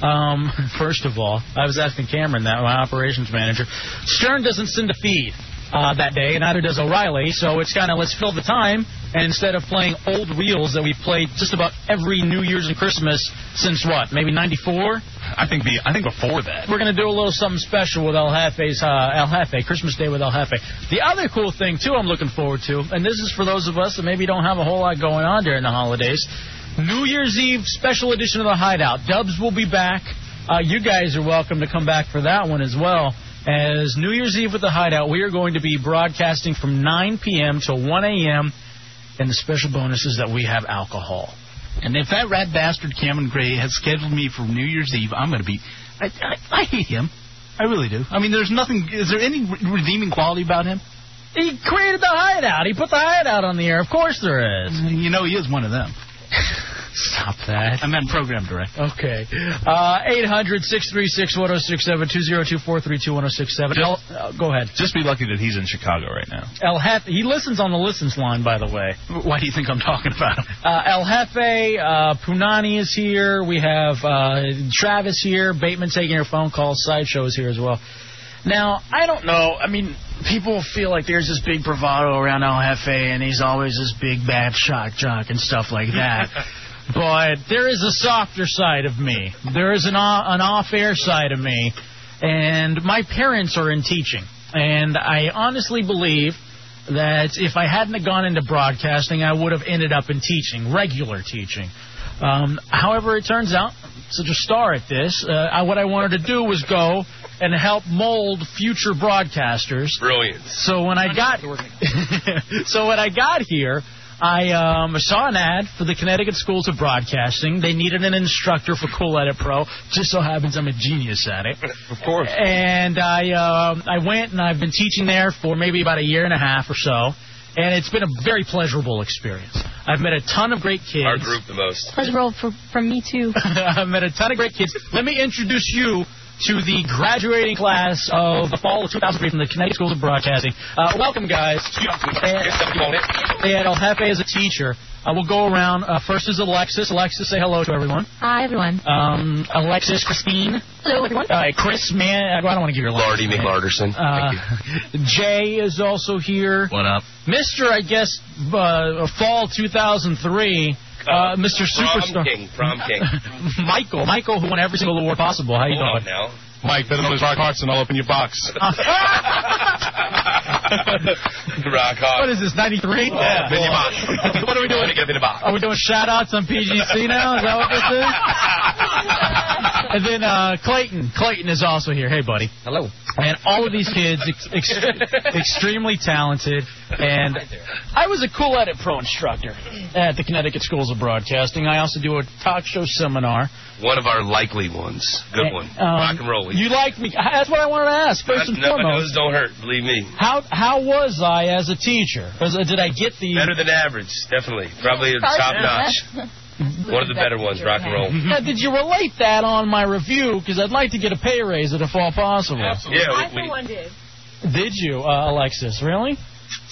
[SPEAKER 2] Um, [laughs] first of all, I was asking Cameron that, my operations manager. Stern doesn't send a feed uh, that day, and neither does O'Reilly, so it's kind of let's fill the time, and instead of playing old reels that we played just about every New Year's and Christmas since what, maybe 94?
[SPEAKER 7] I think be, I think before that.
[SPEAKER 2] We're going to do a little something special with El Jefe's, uh, El Jefe, Christmas Day with El Jefe. The other cool thing, too, I'm looking forward to, and this is for those of us that maybe don't have a whole lot going on during the holidays, New Year's Eve special edition of The Hideout. Dubs will be back. Uh, you guys are welcome to come back for that one as well. As New Year's Eve with The Hideout, we are going to be broadcasting from 9 p.m. till 1 a.m., and the special bonus is that we have alcohol.
[SPEAKER 10] And if that rat bastard Cameron Gray has scheduled me for New Year's Eve, I'm going to be. I, I, I hate him. I really do. I mean, there's nothing. Is there any re- redeeming quality about him?
[SPEAKER 2] He created the hideout. He put the hideout on the air. Of course there is.
[SPEAKER 10] Mm, You know, he is one of them.
[SPEAKER 2] Stop that.
[SPEAKER 10] I meant program director.
[SPEAKER 2] Okay. Uh, 800 636 1067 202 432 1067. uh, Go ahead.
[SPEAKER 7] Just be lucky that he's in Chicago right now.
[SPEAKER 2] El Jefe, he listens on the listens line, by the way.
[SPEAKER 10] Why do you think I'm talking about him?
[SPEAKER 2] Uh, El Jefe, uh, Punani is here. We have uh, Travis here. Bateman taking your phone calls. Sideshow is here as well. Now, I don't know. I mean, people feel like there's this
[SPEAKER 7] [laughs]
[SPEAKER 2] big bravado around El Jefe, and he's always this big bad shock jock and stuff like [laughs] that. but there is a softer side of me. There is an o- an off-air side of me, and my parents are in teaching, and I honestly believe that if I hadn't have gone into broadcasting, I would have ended up in teaching, regular teaching. Um, however, it turns out I'm such a star at this. Uh, I, what I wanted to do was go and help mold future broadcasters.
[SPEAKER 3] Brilliant.
[SPEAKER 2] So when I got [laughs] so when I got here, I um, saw an ad for the Connecticut Schools of Broadcasting. They needed an instructor for Cool Edit Pro. Just so happens I'm a genius at it.
[SPEAKER 3] Of course.
[SPEAKER 2] And I um, I went and I've been teaching there for maybe about a year and a half or so. And it's been a very pleasurable experience. I've met a ton of great kids.
[SPEAKER 3] Our group the most.
[SPEAKER 23] Pleasurable for, from me
[SPEAKER 2] [laughs]
[SPEAKER 23] too.
[SPEAKER 2] I've met a ton of great kids. Let me introduce you to the graduating class of the fall of 2003 from the Connecticut Schools of Broadcasting. Uh, welcome, guys. They had El Jefe as a teacher. Uh, we'll go around. Uh, first is Alexis. Alexis, say hello to everyone.
[SPEAKER 23] Hi everyone.
[SPEAKER 2] Um, Alexis, Christine.
[SPEAKER 23] Hello everyone.
[SPEAKER 2] Uh, Chris, man, I don't want to give your last
[SPEAKER 3] Lardy
[SPEAKER 2] name.
[SPEAKER 3] McLarderson.
[SPEAKER 2] Uh, [laughs] Jay is also here.
[SPEAKER 3] What up?
[SPEAKER 2] Mr. I guess uh, Fall 2003. Uh, Mr. Superstar.
[SPEAKER 3] Prom King. Prom King.
[SPEAKER 2] [laughs] Michael. Michael, who won every single award possible. How you
[SPEAKER 3] Hold
[SPEAKER 2] doing?
[SPEAKER 3] on now.
[SPEAKER 24] Mike, better known as Rock Hudson. I'll open your
[SPEAKER 2] [laughs]
[SPEAKER 24] box.
[SPEAKER 3] Rock hard.
[SPEAKER 2] What is this, 93?
[SPEAKER 3] Yeah, Vinny Box.
[SPEAKER 2] What are we doing?
[SPEAKER 3] Let me get Vinny Box.
[SPEAKER 2] Are we doing shout outs on PGC now? Is that what this is? And then uh, Clayton. Clayton is also here. Hey, buddy.
[SPEAKER 25] Hello.
[SPEAKER 2] And all of these kids, ex- ex- extremely talented. And I was a cool edit pro instructor at the Connecticut Schools of Broadcasting. I also do a talk show seminar.
[SPEAKER 3] One of our likely ones. Good one.
[SPEAKER 2] Um,
[SPEAKER 3] Rock and roll.
[SPEAKER 2] You like me? That's what I wanted to ask first and
[SPEAKER 3] no,
[SPEAKER 2] foremost.
[SPEAKER 3] those don't hurt. Believe me.
[SPEAKER 2] How how was I as a teacher? Was- did I get the
[SPEAKER 3] Better than average, definitely. Probably top notch. [laughs] One of the better ones, rock and roll.
[SPEAKER 2] Now, did you relate that on my review? Because I'd like to get a pay raise if at all possible.
[SPEAKER 3] Absolutely. Yeah, we- we-
[SPEAKER 2] Did you, uh, Alexis? Really?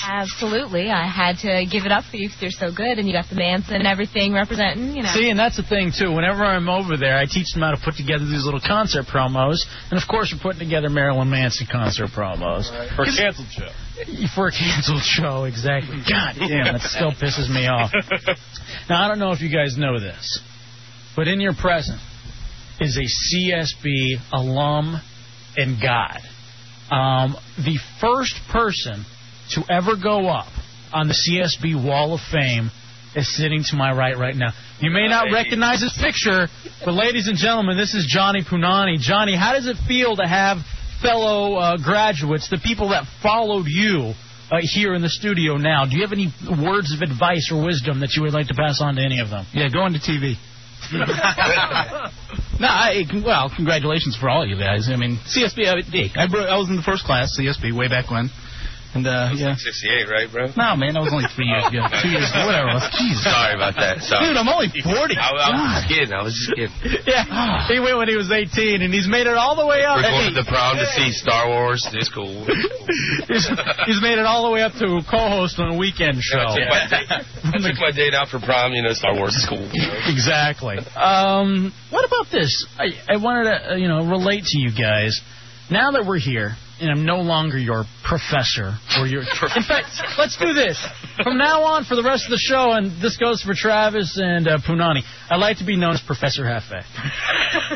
[SPEAKER 23] Absolutely. I had to give it up for you 'cause you're so good and you got the Manson and everything representing, you know.
[SPEAKER 2] See, and that's the thing too. Whenever I'm over there, I teach them how to put together these little concert promos, and of course, we're putting together Marilyn Manson concert promos
[SPEAKER 24] For a canceled show.
[SPEAKER 2] [laughs] for a canceled show. Exactly. God damn, that still pisses me off. Now, I don't know if you guys know this, but in your present is a CSB alum and God. Um, the first person to ever go up on the CSB Wall of Fame is sitting to my right right now. You may not recognize his picture, but ladies and gentlemen, this is Johnny Punani. Johnny, how does it feel to have fellow uh, graduates, the people that followed you uh, here in the studio now? Do you have any words of advice or wisdom that you would like to pass on to any of them?
[SPEAKER 25] Yeah, go into TV. no, I, well, congratulations for all you guys. I mean, CSB, I, hey, I, bro- I was in the first class, CSB, way back when. And, uh, yeah.
[SPEAKER 3] 68, right, bro?
[SPEAKER 25] No, man, that was only three years ago. Two years ago, whatever it was. Jesus.
[SPEAKER 3] Sorry about that.
[SPEAKER 25] Dude,
[SPEAKER 3] Sorry.
[SPEAKER 25] I'm only 40.
[SPEAKER 3] I, I was just kidding. I was just kidding.
[SPEAKER 2] [laughs] Yeah, he went when he was 18, and he's made it all the way up.
[SPEAKER 25] Oh,
[SPEAKER 3] We're going to the prom to see Star Wars. It's cool.
[SPEAKER 2] he's, he's made it all the way up to co-host on a weekend
[SPEAKER 25] Oh.
[SPEAKER 2] show.
[SPEAKER 3] [laughs] I, took my date, I took my date out for prom. You know, Star Wars is cool.
[SPEAKER 25] [laughs]
[SPEAKER 2] exactly. Um, what about this? I, I wanted to, uh, you know, relate to you guys. Now that we're here, and I'm no longer your professor
[SPEAKER 25] [laughs]
[SPEAKER 2] or your. In fact, let's do this. From now on, for the rest of the show, and this goes for Travis and uh, Punani, I'd like to be known as Professor Hefe.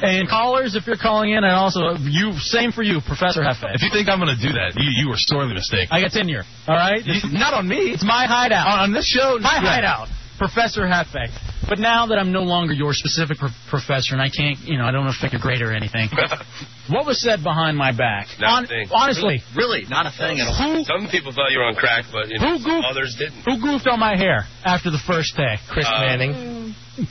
[SPEAKER 2] and callers, if you're calling in, and also you, same for you, Professor Hefe.
[SPEAKER 24] If you think I'm going to do that, you, you are sorely mistaken.
[SPEAKER 2] I got tenure. All right.
[SPEAKER 25] not on me.
[SPEAKER 2] It's my hideout.
[SPEAKER 25] On this show.
[SPEAKER 2] My
[SPEAKER 25] yeah.
[SPEAKER 2] hideout. Professor Halfback. But now that I'm no longer your specific pro- professor, and I can't, you know, I don't affect your grade or anything. what was said behind my back?
[SPEAKER 3] Not
[SPEAKER 2] Hon-
[SPEAKER 3] a thing.
[SPEAKER 2] honestly,
[SPEAKER 25] Really, not a thing at all.
[SPEAKER 3] Some people thought you were on crack, but you know,
[SPEAKER 2] Who goofed-
[SPEAKER 3] others didn't.
[SPEAKER 2] who goofed on my hair after the first day?
[SPEAKER 25] Chris
[SPEAKER 3] Uh,
[SPEAKER 25] Manning.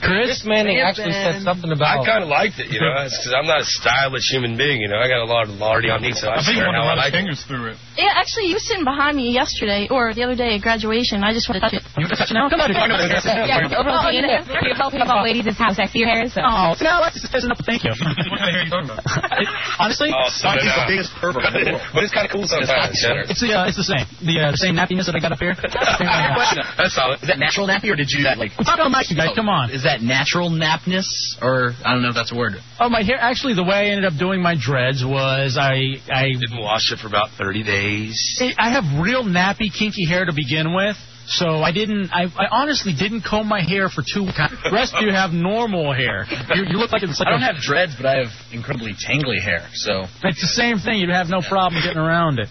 [SPEAKER 2] Chris?
[SPEAKER 25] Chris Manning actually said something
[SPEAKER 2] [laughs]
[SPEAKER 25] about.
[SPEAKER 3] I kind of liked it, you [laughs] know, because I'm not a stylish human being, you know. I got a lot of lardy on me, so
[SPEAKER 24] I
[SPEAKER 3] I,
[SPEAKER 24] think
[SPEAKER 3] swear
[SPEAKER 24] one of
[SPEAKER 3] how I
[SPEAKER 24] my
[SPEAKER 3] like it.
[SPEAKER 24] fingers through it.
[SPEAKER 23] Yeah, actually, you were sitting behind me yesterday or the other day at graduation. I just wanted to touch it.
[SPEAKER 2] You want to touch it now?
[SPEAKER 25] [laughs]
[SPEAKER 2] Come on, dude.
[SPEAKER 23] Yeah, it's over
[SPEAKER 2] Oh,
[SPEAKER 23] the
[SPEAKER 2] yeah.
[SPEAKER 23] penis. You're both about ladies and how sexy your hair is. So.
[SPEAKER 2] Oh, no, that's just that's enough. Thank you. [laughs] Honestly,
[SPEAKER 3] Oh, so
[SPEAKER 2] Sarge is
[SPEAKER 3] did
[SPEAKER 2] the
[SPEAKER 3] I.
[SPEAKER 2] biggest pervert in the [laughs] world.
[SPEAKER 3] But it's kind of cool sometimes. you know?
[SPEAKER 2] It's the uh, it's the same. The uh, the same nappiness that I got up here. [laughs]
[SPEAKER 3] That's solid.
[SPEAKER 25] Is that natural nappy or did you that like?
[SPEAKER 2] Talk on the mic, you guys. Come on.
[SPEAKER 25] Is that natural napness or I don't know if that's a word.
[SPEAKER 2] Oh my hair. Actually, the way I ended up doing my dreads was I I
[SPEAKER 3] Didn't wash it for about [laughs] 30 days.
[SPEAKER 2] See, I have real nappy, kinky hair to begin with, So I didn't. I, I honestly didn't comb my hair for two. [laughs] weeks. The Rest of you have normal hair. You, you look like it's like
[SPEAKER 9] I don't
[SPEAKER 2] a-
[SPEAKER 9] have dreads, but I have incredibly tangly hair. So
[SPEAKER 2] It's the same thing. You'd have no problem getting around it.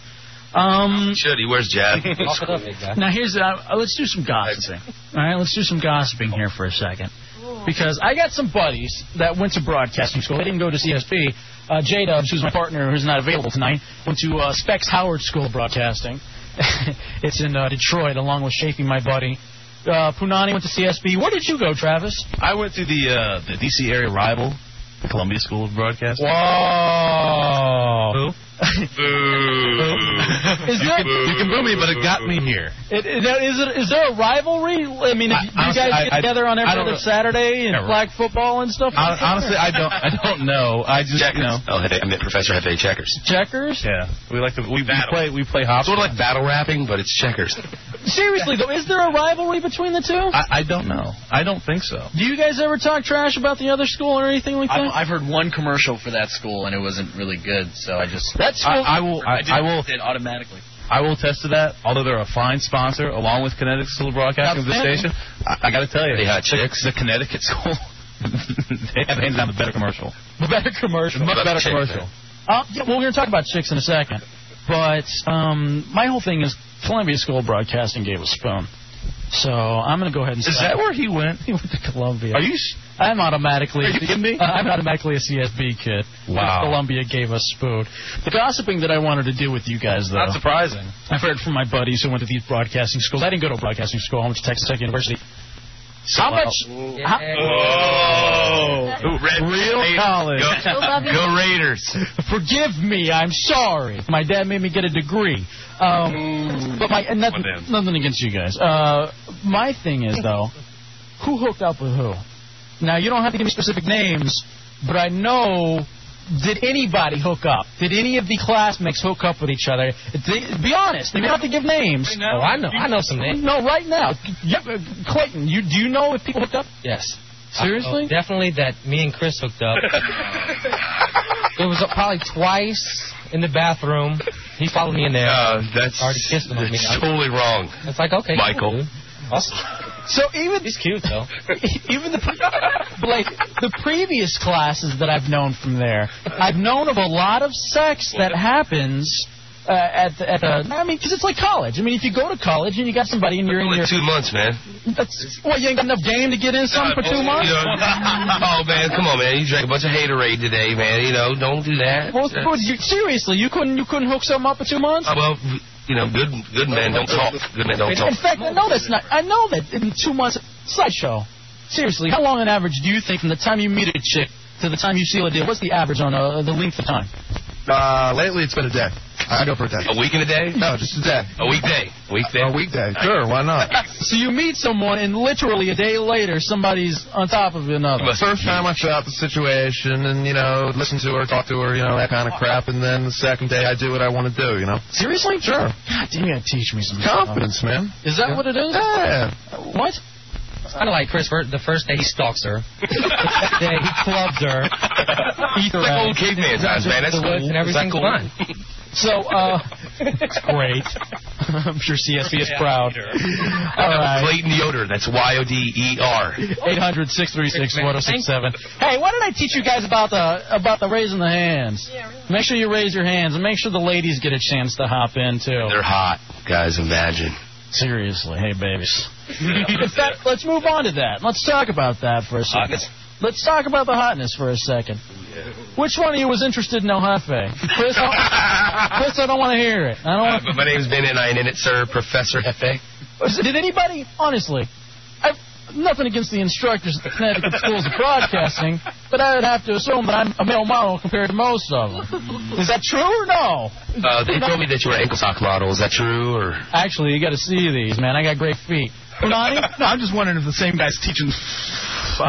[SPEAKER 2] Um,
[SPEAKER 3] Should he? Where's
[SPEAKER 2] [laughs]
[SPEAKER 3] Jad?
[SPEAKER 2] now here's uh, let's do some gossiping. All right, let's do some gossiping here for a second, because I got some buddies that went to broadcasting school. They didn't go to CSB. Uh, J Dubs, who's my partner, who's not available tonight, went to uh, Specs Howard School of Broadcasting. [laughs] it's in uh, Detroit, along with Shaping my buddy. Uh, Punani went to CSB. Where did you go, Travis?
[SPEAKER 24] I went to the uh, the DC area rival, the Columbia School of Broadcasting. [laughs]
[SPEAKER 2] Whoa! Is there-
[SPEAKER 24] you can boo me, but it got me here.
[SPEAKER 2] It, is, there, is, it, is there a rivalry? I mean, if you
[SPEAKER 24] honestly,
[SPEAKER 2] guys
[SPEAKER 24] I-
[SPEAKER 2] get
[SPEAKER 24] I-
[SPEAKER 2] together on every
[SPEAKER 24] I don't
[SPEAKER 2] other
[SPEAKER 24] know.
[SPEAKER 2] Saturday and
[SPEAKER 24] Yeah, right.
[SPEAKER 2] flag football and stuff.
[SPEAKER 24] Hon- honestly, I don't. I don't know. I just you know.
[SPEAKER 9] Oh, I met Professor Hefe Checkers.
[SPEAKER 2] Checkers?
[SPEAKER 24] Yeah, we like to we, we
[SPEAKER 9] Battle.
[SPEAKER 24] play we play hop.
[SPEAKER 9] Sort of like battle rapping, but it's checkers.
[SPEAKER 2] Seriously though, is there a rivalry between the two?
[SPEAKER 24] I, I don't know. I don't think so.
[SPEAKER 2] Do you guys ever talk trash about the other school or anything like that?
[SPEAKER 9] I've, I've heard one commercial for that school, and it wasn't really good. So I just
[SPEAKER 2] That school-
[SPEAKER 24] I- I will- I-
[SPEAKER 9] did,
[SPEAKER 24] I will-
[SPEAKER 9] did automatically.
[SPEAKER 24] I will attest to that. Although they're a fine sponsor, along with Connecticut School of Broadcasting, of the
[SPEAKER 9] Outstanding.
[SPEAKER 24] station, I, I got to tell you,
[SPEAKER 9] They had
[SPEAKER 24] the, the Connecticut School, [laughs] they have hands down the better commercial.
[SPEAKER 2] better commercial.
[SPEAKER 24] Much better
[SPEAKER 2] Chick,
[SPEAKER 24] commercial.
[SPEAKER 2] Uh, yeah, well, we're going to talk about chicks in a second. But um, my whole thing is Columbia School of Broadcasting gave us a spoon. So I'm going to go ahead and
[SPEAKER 24] Is
[SPEAKER 2] stop.
[SPEAKER 24] that where he went?
[SPEAKER 2] He went to Columbia.
[SPEAKER 24] Are you? s-
[SPEAKER 2] I'm automatically.
[SPEAKER 24] Are you kidding me?
[SPEAKER 2] Uh, [laughs] I'm automatically a CSB kid.
[SPEAKER 24] Wow.
[SPEAKER 2] Columbia gave us food. The gossiping that I wanted to do with you guys, though.
[SPEAKER 24] Not surprising.
[SPEAKER 2] I've heard from my buddies who went to these broadcasting schools. I didn't go to a broadcasting school. I went to Texas Tech University. how much? how-
[SPEAKER 24] Whoa!
[SPEAKER 2] Real college.
[SPEAKER 24] Go-
[SPEAKER 2] go Raiders. Forgive me. I'm sorry. My dad made me get a degree. Um, but my and nothing, nothing against you guys. Uh, my thing is though, who hooked up with who? Now you don't have to give me specific names, but I know. Did anybody hook up? Did any of the classmates hook up with each other? Did- be honest. You don't have to give names.
[SPEAKER 21] Oh, I know. I know some names.
[SPEAKER 2] No, right now. Yeah, uh, Clayton, you do you know if people hooked up?
[SPEAKER 21] Yes.
[SPEAKER 2] Seriously?
[SPEAKER 21] Oh, definitely that me and Chris hooked up. it was probably twice in the bathroom. He followed me in there.
[SPEAKER 3] Uh, that's
[SPEAKER 21] already kissed him on me.
[SPEAKER 3] that's totally wrong.
[SPEAKER 21] It's like okay,
[SPEAKER 3] Michael.
[SPEAKER 21] Awesome.
[SPEAKER 2] So even
[SPEAKER 21] he's cute though.
[SPEAKER 2] [laughs] even the but, like the previous classes that I've known from there, I've known of a lot of sex that happens uh, at the, at the, I mean, because it's like college. I mean, if you go to college and you got somebody and you're in your
[SPEAKER 3] Only two months, man.
[SPEAKER 2] that's, well, you ain't got enough game to get in something for two months.
[SPEAKER 3] You know, Uh, [laughs] oh man, come on, man. You drank a bunch of haterade today, man. You know, don't do that.
[SPEAKER 2] Well, well, you, seriously, you couldn't you couldn't hook something up for two months.
[SPEAKER 3] Uh, well, you know, good good men don't talk. Good men don't talk.
[SPEAKER 2] In fact, I know that's not. I know that in two months, sideshow. Seriously, how long on average do you think from the time you meet a chick to the time you seal a deal? What's the average on uh, the length of time?
[SPEAKER 8] Uh, lately it's been a day. I go for a day.
[SPEAKER 3] A week and a day?
[SPEAKER 8] No, just a
[SPEAKER 21] [laughs]
[SPEAKER 8] day.
[SPEAKER 3] A weekday. Weekday.
[SPEAKER 8] A weekday. Sure, why not?
[SPEAKER 2] So you meet someone, and literally a day later, somebody's on top of another.
[SPEAKER 8] First time I shot the situation and, you know, listen to her, talk to her, you know, that kind of crap. And then the second day I do what I want to do, you know.
[SPEAKER 2] Seriously?
[SPEAKER 8] Sure.
[SPEAKER 2] God damn, you gotta teach me some
[SPEAKER 8] Confidence, man.
[SPEAKER 2] Is that what it is?
[SPEAKER 8] Yeah.
[SPEAKER 2] What?
[SPEAKER 21] It's kind of like Chris. The first day he stalks her. [laughs] the second day he clubs her.
[SPEAKER 3] It's like old caveman times, man. That's
[SPEAKER 21] the woods
[SPEAKER 3] cool.
[SPEAKER 21] and everything's
[SPEAKER 3] That's cool.
[SPEAKER 21] fun.
[SPEAKER 2] So,
[SPEAKER 3] [laughs]
[SPEAKER 2] uh, [laughs] it's great. [laughs] I'm sure
[SPEAKER 21] E
[SPEAKER 2] CSB is
[SPEAKER 3] [laughs]
[SPEAKER 2] proud. All right.
[SPEAKER 3] Clayton Yoder. That's Y O D E R.
[SPEAKER 2] 800 636
[SPEAKER 3] [laughs]
[SPEAKER 2] 1067. Hey, why did I teach you guys about the about the raising the hands? Make sure you raise your hands and make sure the ladies get a chance to hop in too.
[SPEAKER 3] They're hot, guys. Imagine.
[SPEAKER 2] Seriously, hey
[SPEAKER 3] [laughs]
[SPEAKER 2] babies. In fact, let's move on to that. Let's talk about that for a second.
[SPEAKER 3] Hotness.
[SPEAKER 2] Let's talk about the hotness for a second. Which one of you was interested in Ohafe? Chris, I- Chris, I don't want to hear it. I don't
[SPEAKER 3] Uh,
[SPEAKER 2] want.
[SPEAKER 3] but my name's Ben, and I ain't in it, sir. Professor Hefe.
[SPEAKER 2] Did anybody, honestly, I've nothing against the instructors at the Connecticut Schools of Broadcasting, but I would have to assume that I'm a male model compared to most of them. Is that true or no?
[SPEAKER 3] Uh, they told me that you were an ankle sock model. Is that true or?
[SPEAKER 2] Actually, you got to see these, man. I got great feet. Punani?
[SPEAKER 10] No, I'm just wondering if the same guy's teaching.
[SPEAKER 3] [laughs]
[SPEAKER 2] Uh,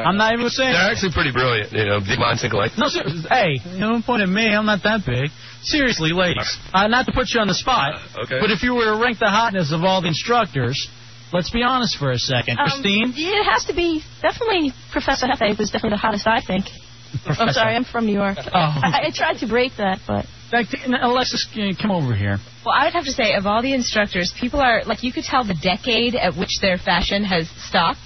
[SPEAKER 2] I'm not even saying.
[SPEAKER 3] They're actually pretty brilliant. You know, big minds think alike.
[SPEAKER 2] No, ser- hey, don't point at me. I'm not that big. Seriously, ladies, uh, not to put you on the spot,
[SPEAKER 3] Uh, okay.
[SPEAKER 2] but if you were to rank the hotness of all the instructors, let's be honest for a second. Christine,
[SPEAKER 12] Um, yeah, it has to be definitely Professor Hefe was definitely the hottest I think. I'm sorry, I'm from New York.
[SPEAKER 2] Oh.
[SPEAKER 12] I, I tried to break that, but
[SPEAKER 26] Like, t- Alexis, uh, come over here.
[SPEAKER 3] Well, I would have to say, of all the instructors, people are like you could tell the decade at which their fashion has stopped,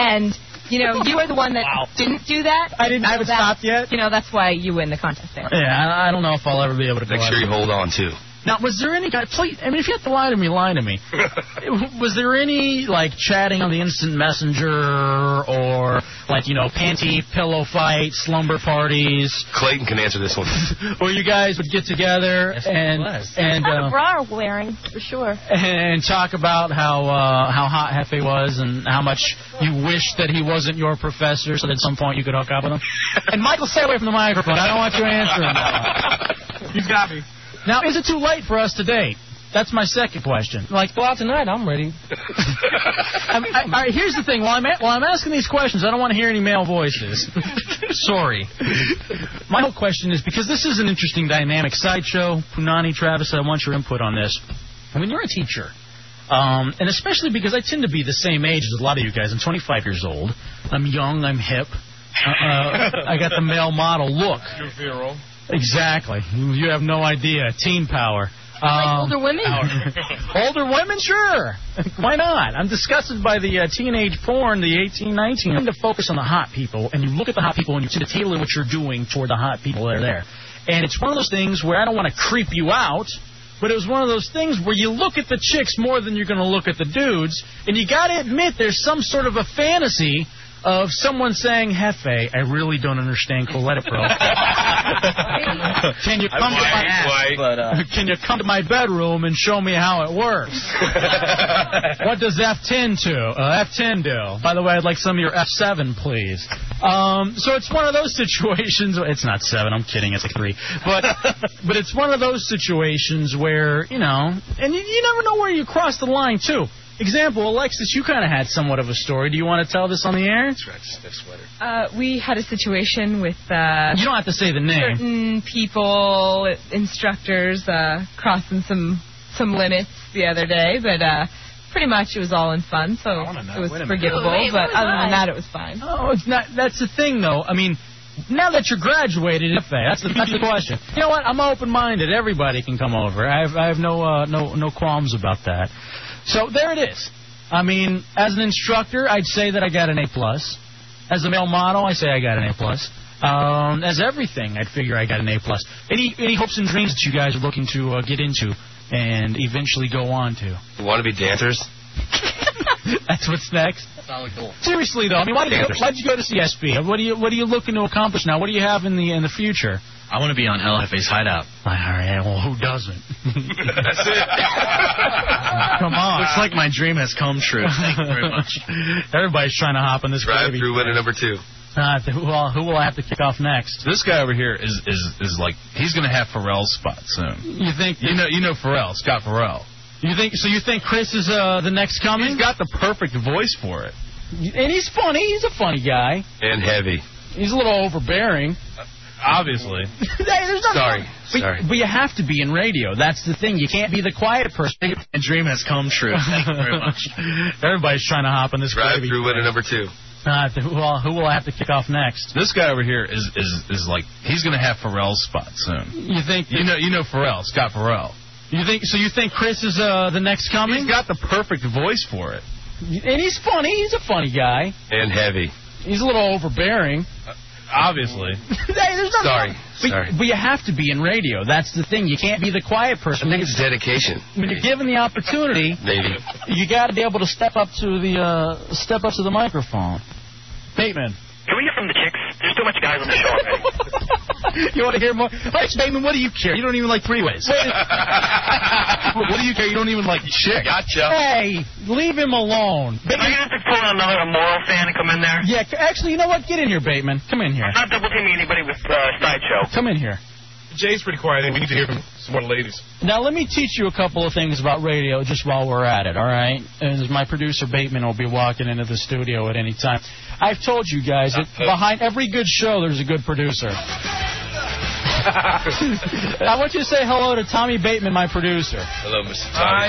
[SPEAKER 3] and you know you are the one that didn't do that.
[SPEAKER 26] I didn't- I haven't
[SPEAKER 3] So that-
[SPEAKER 26] stopped yet.
[SPEAKER 3] You know that's why you win the contest there.
[SPEAKER 2] Yeah, I I don't know if I'll ever be able to.
[SPEAKER 27] Make sure you hold on too.
[SPEAKER 2] Now, was there any? Please, I mean, if you have to lie to me, lie to
[SPEAKER 27] [laughs]
[SPEAKER 2] me. was there any like chatting on the instant messenger or like you know panty pillow fight, slumber parties,
[SPEAKER 27] Clayton can answer this one.
[SPEAKER 2] where you [laughs] guys would get together and and
[SPEAKER 8] Not a
[SPEAKER 2] uh,
[SPEAKER 8] bra are wearing for sure.
[SPEAKER 2] and talk about how uh, how hot Hefe was and how much you wish that he wasn't your professor, so that at some point you could hook up with him. and Michael, stay away from the microphone. I don't want you answering.
[SPEAKER 8] [laughs]
[SPEAKER 2] That. You've got me. Now, is it too late for us to date? That's my second question. Like, go out tonight. I'm ready. [laughs] I mean, I, all right, here's the thing. While I'm, a- while I'm asking these questions, I don't want to hear any male [laughs] voices. Sorry. My whole question is because this is an interesting dynamic. Sideshow, Punani, Travis, I want your input on this. When you're a teacher, um, and especially because I tend to be the same age as a lot of you guys, I'm 25 years old. I'm young, I'm hip. Uh, uh, I got the male model look.
[SPEAKER 6] Your funeral.
[SPEAKER 2] Exactly. You have no idea. Team power. Um,
[SPEAKER 6] older women?
[SPEAKER 3] [laughs]
[SPEAKER 2] older women, sure. Why not? I'm disgusted by the uh, teenage porn, the 18, 19. You tend to focus on the hot people, and you look at the hot people, and you tend to tailor what you're doing toward the hot people that are there. And it's one of those things where I don't want to creep you out, but it was one of those things where you look at the chicks more than you're going to look at the dudes, and you got to admit there's some sort of a fantasy of someone saying, Hefe, I really don't understand Coletta Pro. Can you come to my [laughs] Can you come to my bedroom and show me how it works? what does F10 do? Uh, F10 do? By the way, I'd like some of your F7, please. Um, so it's one of those situations. It's not seven. I'm kidding. It's like three. But but it's one of those situations where you know, and you, you never know where you cross the line too. Example, Alexis, you kind of had somewhat of a story. Do you want to tell this on the air? That's right. sweater.
[SPEAKER 3] Uh, we had a situation with uh,
[SPEAKER 2] You don't have to say the name.
[SPEAKER 3] certain people, instructors uh, crossing some some limits the other day, but uh, pretty much it was all in fun, so it was
[SPEAKER 2] Wait a minute.
[SPEAKER 3] forgivable.
[SPEAKER 2] Wait, what
[SPEAKER 3] but
[SPEAKER 2] was
[SPEAKER 3] other than
[SPEAKER 2] I?
[SPEAKER 3] that, it was fine.
[SPEAKER 2] Oh, it's not. That's the thing, though. I mean, now that you're graduated, if they- that's the that's the question. You know what? I'm open-minded. Everybody can come over. I have I have no uh, no no qualms about that. So there it is. I mean, as an instructor, I'd say that I got an A plus. As a male model, I say I got an A plus. Um, as everything, I'd figure I got an A plus. Any any hopes and dreams that you guys are looking to uh, get into and eventually go on to? [laughs]
[SPEAKER 27] You want to be dancers?
[SPEAKER 2] That's what's next.
[SPEAKER 27] [laughs]
[SPEAKER 2] Seriously though, I mean, why did you, why did you go to CSB? What are you What are you looking to accomplish now? What do you have in the in the future?
[SPEAKER 28] I want to be on LFA's
[SPEAKER 7] [laughs]
[SPEAKER 28] Hideout.
[SPEAKER 2] All right, well, who doesn't? That's it. [laughs] Come on.
[SPEAKER 28] Looks like my dream has come true. Thank you very
[SPEAKER 2] [laughs]
[SPEAKER 28] much.
[SPEAKER 2] Everybody's trying to hop on this
[SPEAKER 27] Drive
[SPEAKER 2] gravy.
[SPEAKER 27] through winner number two.
[SPEAKER 2] Uh, who, will, who will I have to kick off next?
[SPEAKER 7] This guy over here is is is like he's gonna have Pharrell's spot soon.
[SPEAKER 2] You think
[SPEAKER 7] You know you know Pharrell, Scott Pharrell.
[SPEAKER 2] you think so? You think Chris is uh, the next coming? He's
[SPEAKER 7] got the perfect voice for it.
[SPEAKER 2] and he's funny. He's a funny guy.
[SPEAKER 27] And heavy.
[SPEAKER 2] He's a little overbearing. [laughs]
[SPEAKER 7] Obviously.
[SPEAKER 2] Hey, there's nothing
[SPEAKER 27] Sorry.
[SPEAKER 2] wrong. But, but you have to be in radio. That's the thing. You can't be the quiet person. My dream has
[SPEAKER 7] [laughs]
[SPEAKER 2] come true. Thank you very much. Everybody's trying to hop on this
[SPEAKER 27] Drive
[SPEAKER 2] gravy.
[SPEAKER 27] through winner number two.
[SPEAKER 2] Uh, who, will, who will I have to kick off next?
[SPEAKER 7] This guy over here is is is like he's gonna have Pharrell's spot soon.
[SPEAKER 2] You think
[SPEAKER 7] You know you know Pharrell, Scott Pharrell.
[SPEAKER 2] You think so? You think Chris is uh, the next coming?
[SPEAKER 7] He's got the perfect voice for it.
[SPEAKER 2] And he's funny. He's a funny guy.
[SPEAKER 27] And heavy.
[SPEAKER 2] He's a little overbearing. [laughs]
[SPEAKER 7] Obviously.
[SPEAKER 2] Hey, there's nothing
[SPEAKER 27] Sorry.
[SPEAKER 2] wrong. But,
[SPEAKER 27] Sorry.
[SPEAKER 2] but you have to be in radio. That's the thing. You can't be the quiet person.
[SPEAKER 27] I think it's dedication.
[SPEAKER 2] When you're given the opportunity,
[SPEAKER 27] Maybe.
[SPEAKER 2] you got to be able to step up to the uh, step up to the microphone. Bateman,
[SPEAKER 6] Can we hear from the chicks? There's too much guys on the show already.
[SPEAKER 2] [laughs] you want to hear more? Rex Bateman, what do you care? You don't even like three ways. [laughs]
[SPEAKER 7] what do you care? You don't even like chicks.
[SPEAKER 2] Hey, leave him alone.
[SPEAKER 6] Am I gonna have to pull another immoral fan to come in there?
[SPEAKER 2] Yeah, c- actually, you know what? Get in here, Bateman. Come in here.
[SPEAKER 6] I'm not double teaming anybody with uh, sideshow.
[SPEAKER 2] Come in here.
[SPEAKER 7] Jay's pretty quiet. and We need to hear from some more ladies.
[SPEAKER 2] Now let me teach you a couple of things about radio just while we're at it, all right? As my producer Bateman will be walking into the studio at any time. I've told you guys that behind every good show there's a good producer. I want you to say hello to Tommy Bateman, my producer.
[SPEAKER 3] Hello, Mr. Tommy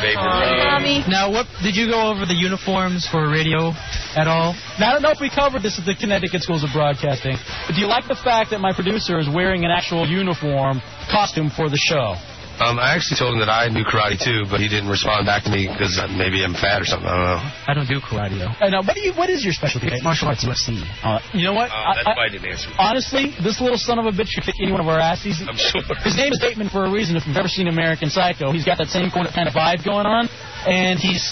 [SPEAKER 3] Baker.
[SPEAKER 16] Now, what did you go over the uniforms for radio at all?
[SPEAKER 2] Now, I don't know if we covered this at the Connecticut Schools of Broadcasting, but do you like the fact that my producer is wearing an actual uniform costume for the show?
[SPEAKER 3] Um, I actually told him that I knew karate too, but he didn't respond back to me because maybe I'm fat or something. I don't know.
[SPEAKER 16] I don't do karate, though.
[SPEAKER 2] And uh, what do you? What is your specialty? Nate? Martial arts, UFC. Uh, you know what?
[SPEAKER 3] Uh, that's
[SPEAKER 2] I- I-
[SPEAKER 3] why I didn't answer.
[SPEAKER 2] Honestly, this little son of a bitch could kick any one of our asses. I'm
[SPEAKER 3] sure.
[SPEAKER 2] His name is Bateman for a reason. If you've ever seen American Psycho, he's got that same kind of kind of vibe going on, and he's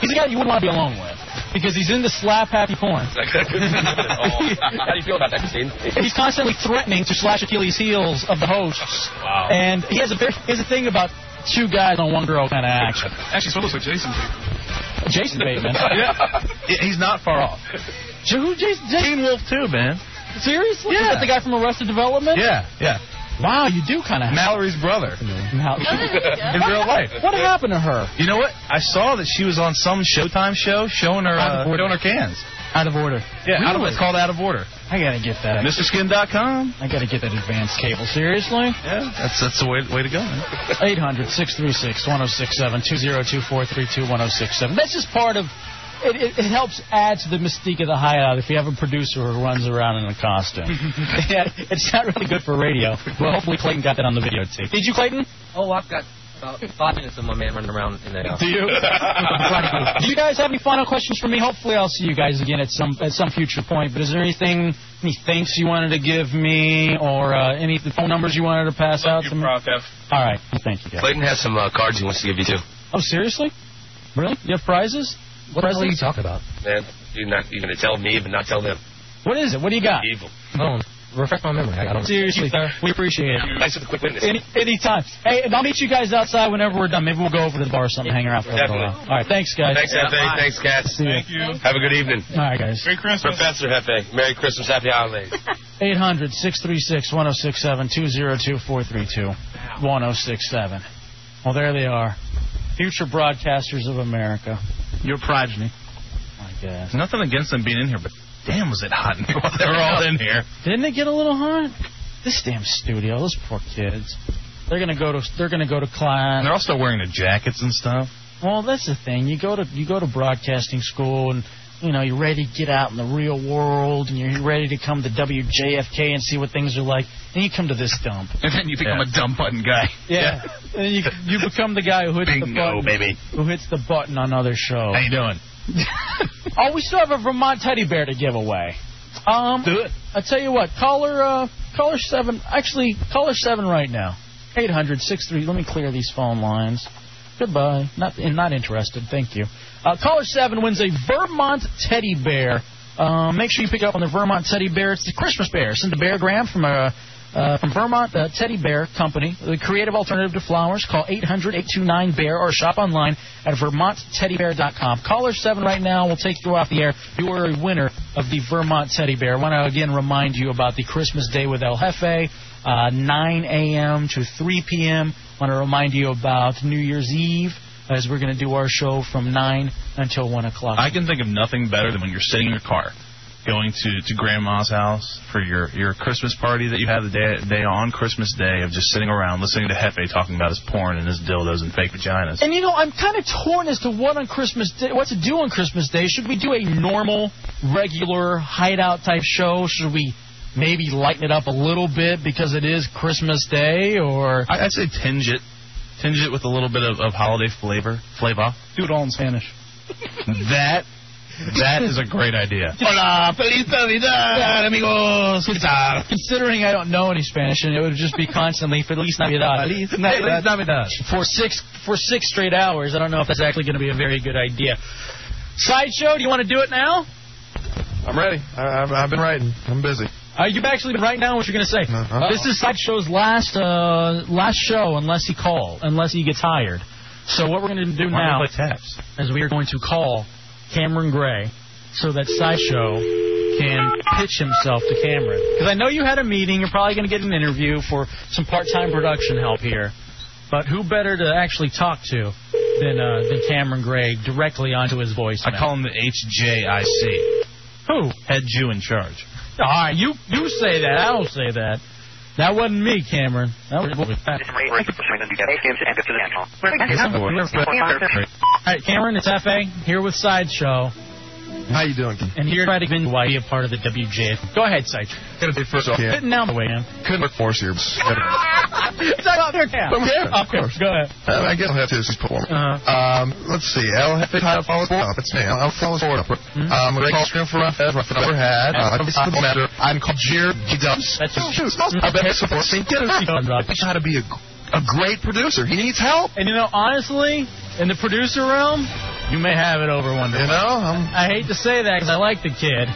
[SPEAKER 2] he's a guy you wouldn't want to be alone with because he's into slap happy porn.
[SPEAKER 3] [laughs] How do you feel about that, Christine?
[SPEAKER 2] He's constantly threatening to slash Achilles' heels of the hosts, and he has a very, he has a thing about two guys on one girl kind of action.
[SPEAKER 24] Actually, so looks like Jason.
[SPEAKER 2] Jason
[SPEAKER 24] [laughs]
[SPEAKER 2] Bateman.
[SPEAKER 24] yeah.
[SPEAKER 2] He's not far off. Who Jason? Teen Wolf too, man. Seriously? Is that the guy from Arrested Development?
[SPEAKER 7] Yeah, yeah.
[SPEAKER 2] Wow, you do kind of.
[SPEAKER 7] Mallory's brother.
[SPEAKER 2] Mal-
[SPEAKER 7] [laughs] In real life.
[SPEAKER 2] What happened to her?
[SPEAKER 7] You know what? I saw that she was on some Showtime show showing her
[SPEAKER 2] Out of
[SPEAKER 7] uh,
[SPEAKER 2] order.
[SPEAKER 7] showing her cans.
[SPEAKER 2] Out of order.
[SPEAKER 7] Yeah, out of,
[SPEAKER 2] Really?
[SPEAKER 7] it's called Out of Order.
[SPEAKER 2] I gotta get that. [laughs]
[SPEAKER 7] MrSkin.com.
[SPEAKER 2] I gotta get that advanced cable. Seriously?
[SPEAKER 7] Yeah, that's that's the way way to go. Man.
[SPEAKER 2] 800 636 1067 202 432 1067. That's just part of it, it. It helps add to the mystique of the hideout if you have a producer who runs around in a costume. yeah, it's not really good for radio. Well, hopefully Clayton got that on the videotape. Did you, Clayton?
[SPEAKER 21] Oh, I've got about five minutes of my man running around in there.
[SPEAKER 2] Do you? Do you guys have any final questions for me? Hopefully, I'll see you guys again at some at some future point. But is there anything, any thanks you wanted to give me, or uh, any phone numbers you wanted to pass out to me? All right, Well, thank you guys.
[SPEAKER 3] Clayton has some uh, cards he wants to give you too.
[SPEAKER 2] Oh, seriously? Really? You have prizes? What
[SPEAKER 21] the hell are you
[SPEAKER 2] talking about?
[SPEAKER 3] Man, you're not you're gonna tell me, but not tell them.
[SPEAKER 2] What is it? What do you got? Oh,
[SPEAKER 3] Evil.
[SPEAKER 21] Phone. Refresh my memory. I don't.
[SPEAKER 2] Seriously, sir. We appreciate it.
[SPEAKER 3] Thanks for the quick witness.
[SPEAKER 2] Any anytime. Hey, and I'll meet you guys outside whenever we're done. Maybe we'll go over to the bar or something, hang around for a little
[SPEAKER 3] Definitely.
[SPEAKER 2] while. All right, thanks, guys.
[SPEAKER 3] Thanks, Hefe. Thanks, Cats.
[SPEAKER 2] See ya. Thank
[SPEAKER 3] you. Have a good evening.
[SPEAKER 2] All right, guys.
[SPEAKER 3] Merry Christmas. Professor Hefe. Merry Christmas. Happy holidays.
[SPEAKER 2] 800 636 1067 202 432 1067. Well, there they are. Future broadcasters of America.
[SPEAKER 10] Your progeny.
[SPEAKER 2] My God.
[SPEAKER 7] Nothing against them being in here, but damn, [laughs] was it hot in here while they were [laughs] all in
[SPEAKER 2] [laughs]
[SPEAKER 7] here.
[SPEAKER 2] Didn't it get a little hot? This damn studio, those poor kids. They're gonna go to they're gonna go to class.
[SPEAKER 7] And they're all still wearing their jackets and stuff.
[SPEAKER 2] Well, that's the thing. You go to you go to broadcasting school, and you know you're ready to get out in the real world, and you're ready to come to WJFK and see what things are like. And you come to this dump.
[SPEAKER 10] And then you become a dumb button guy.
[SPEAKER 2] Yeah. and you you become the guy who hits the
[SPEAKER 10] Bingo,
[SPEAKER 2] button,
[SPEAKER 10] baby.
[SPEAKER 2] who hits the button on other shows.
[SPEAKER 7] How you doing?
[SPEAKER 2] [laughs] Oh, we still have a Vermont teddy bear to give away. Um,
[SPEAKER 7] Do it.
[SPEAKER 2] I tell you what, caller, uh, caller seven. Actually, caller seven right now. Eight hundred six three. Let me clear these phone lines. Goodbye. Not and not interested. Thank you. Uh, caller seven wins a Vermont teddy bear. Uh, make sure you pick up on the Vermont teddy bear. It's the Christmas bear. Send a bear gram from a. Uh, from Vermont uh, Teddy Bear Company, the creative alternative to flowers. Call 800-829-BEAR or shop online at vermontteddybear.com. Caller 7 right now. We'll take you off the air. You are a winner of the Vermont Teddy Bear. I want to again remind you about the Christmas Day with El Jefe, uh, 9 a.m. to 3 p.m. I want to remind you about New Year's Eve as we're going to do our show from 9 until 1 o'clock.
[SPEAKER 7] I can think of nothing better than when you're sitting in your car, going to, to grandma's house for your, your Christmas party that you had the day, day on Christmas Day of just sitting around listening to Hefe talking about his porn and his dildos and fake vaginas.
[SPEAKER 2] And you know, I'm kind of torn as to what on Christmas Day, what to do on Christmas Day. Should we do a normal, regular hideout type show? Should we maybe lighten it up a little bit because it is Christmas Day, or
[SPEAKER 7] I, I'd say tinge it, tinge it with a little bit of, of holiday flavor, flavor.
[SPEAKER 2] do it all in Spanish?
[SPEAKER 7] That that is a great idea.
[SPEAKER 2] Hola, feliz Navidad, amigos. Considering I don't know any Spanish, and it would just be constantly Feliz [laughs] Navidad.
[SPEAKER 7] Feliz Navidad.
[SPEAKER 2] for six for six straight hours. I don't know if that's actually going to be a very good idea. Sideshow, do you want to do it now?
[SPEAKER 8] I'm ready. I, I've, I've been writing. I'm busy.
[SPEAKER 2] Uh, you've actually been right now what you're going to say.
[SPEAKER 8] Uh-huh.
[SPEAKER 2] This is Sideshow's last uh, last show unless he call unless he gets hired. So what we're going to do
[SPEAKER 7] Why
[SPEAKER 2] now
[SPEAKER 7] don't we play taps?
[SPEAKER 2] is we are going to call Cameron Gray so that Sideshow can pitch himself to Cameron. Because I know you had a meeting. You're probably going to get an interview for some part-time production help here. But who better to actually talk to than uh, than Cameron Gray directly onto his voice?
[SPEAKER 7] I call him the HJIC,
[SPEAKER 2] who?
[SPEAKER 7] head Jew in charge.
[SPEAKER 2] All right, you you say that. I don't say that. That wasn't me, Cameron. That was what was that? All right, Cameron, it's FA here with Sideshow.
[SPEAKER 8] How you doing?
[SPEAKER 2] And here to try to convince you why be a part of the WJF. Go ahead, Sideshow.
[SPEAKER 8] Gotta be first off. Yeah.
[SPEAKER 2] Sitting down the way, man.
[SPEAKER 8] Couldn't work force here.
[SPEAKER 2] It's up there, Cam.
[SPEAKER 8] From here,
[SPEAKER 2] Up
[SPEAKER 8] of
[SPEAKER 2] there.
[SPEAKER 8] course.
[SPEAKER 2] Go ahead.
[SPEAKER 8] Uh, I guess I'll have to just put one. Um, let's see. I'll have to try to follow forward up. It's me. I'll follow forward up. Um, Greg Scrim for Ruff as Ruff never had. Uh, it's the matter. I'm called Jer G. Dubs. That's oh, shoot. I bet it's supposed to be I teach you how to be a, a great producer. He needs help.
[SPEAKER 2] And you know, honestly, in the producer realm, you may have it over one day.
[SPEAKER 8] You know,
[SPEAKER 2] i hate to say that because I like the kid,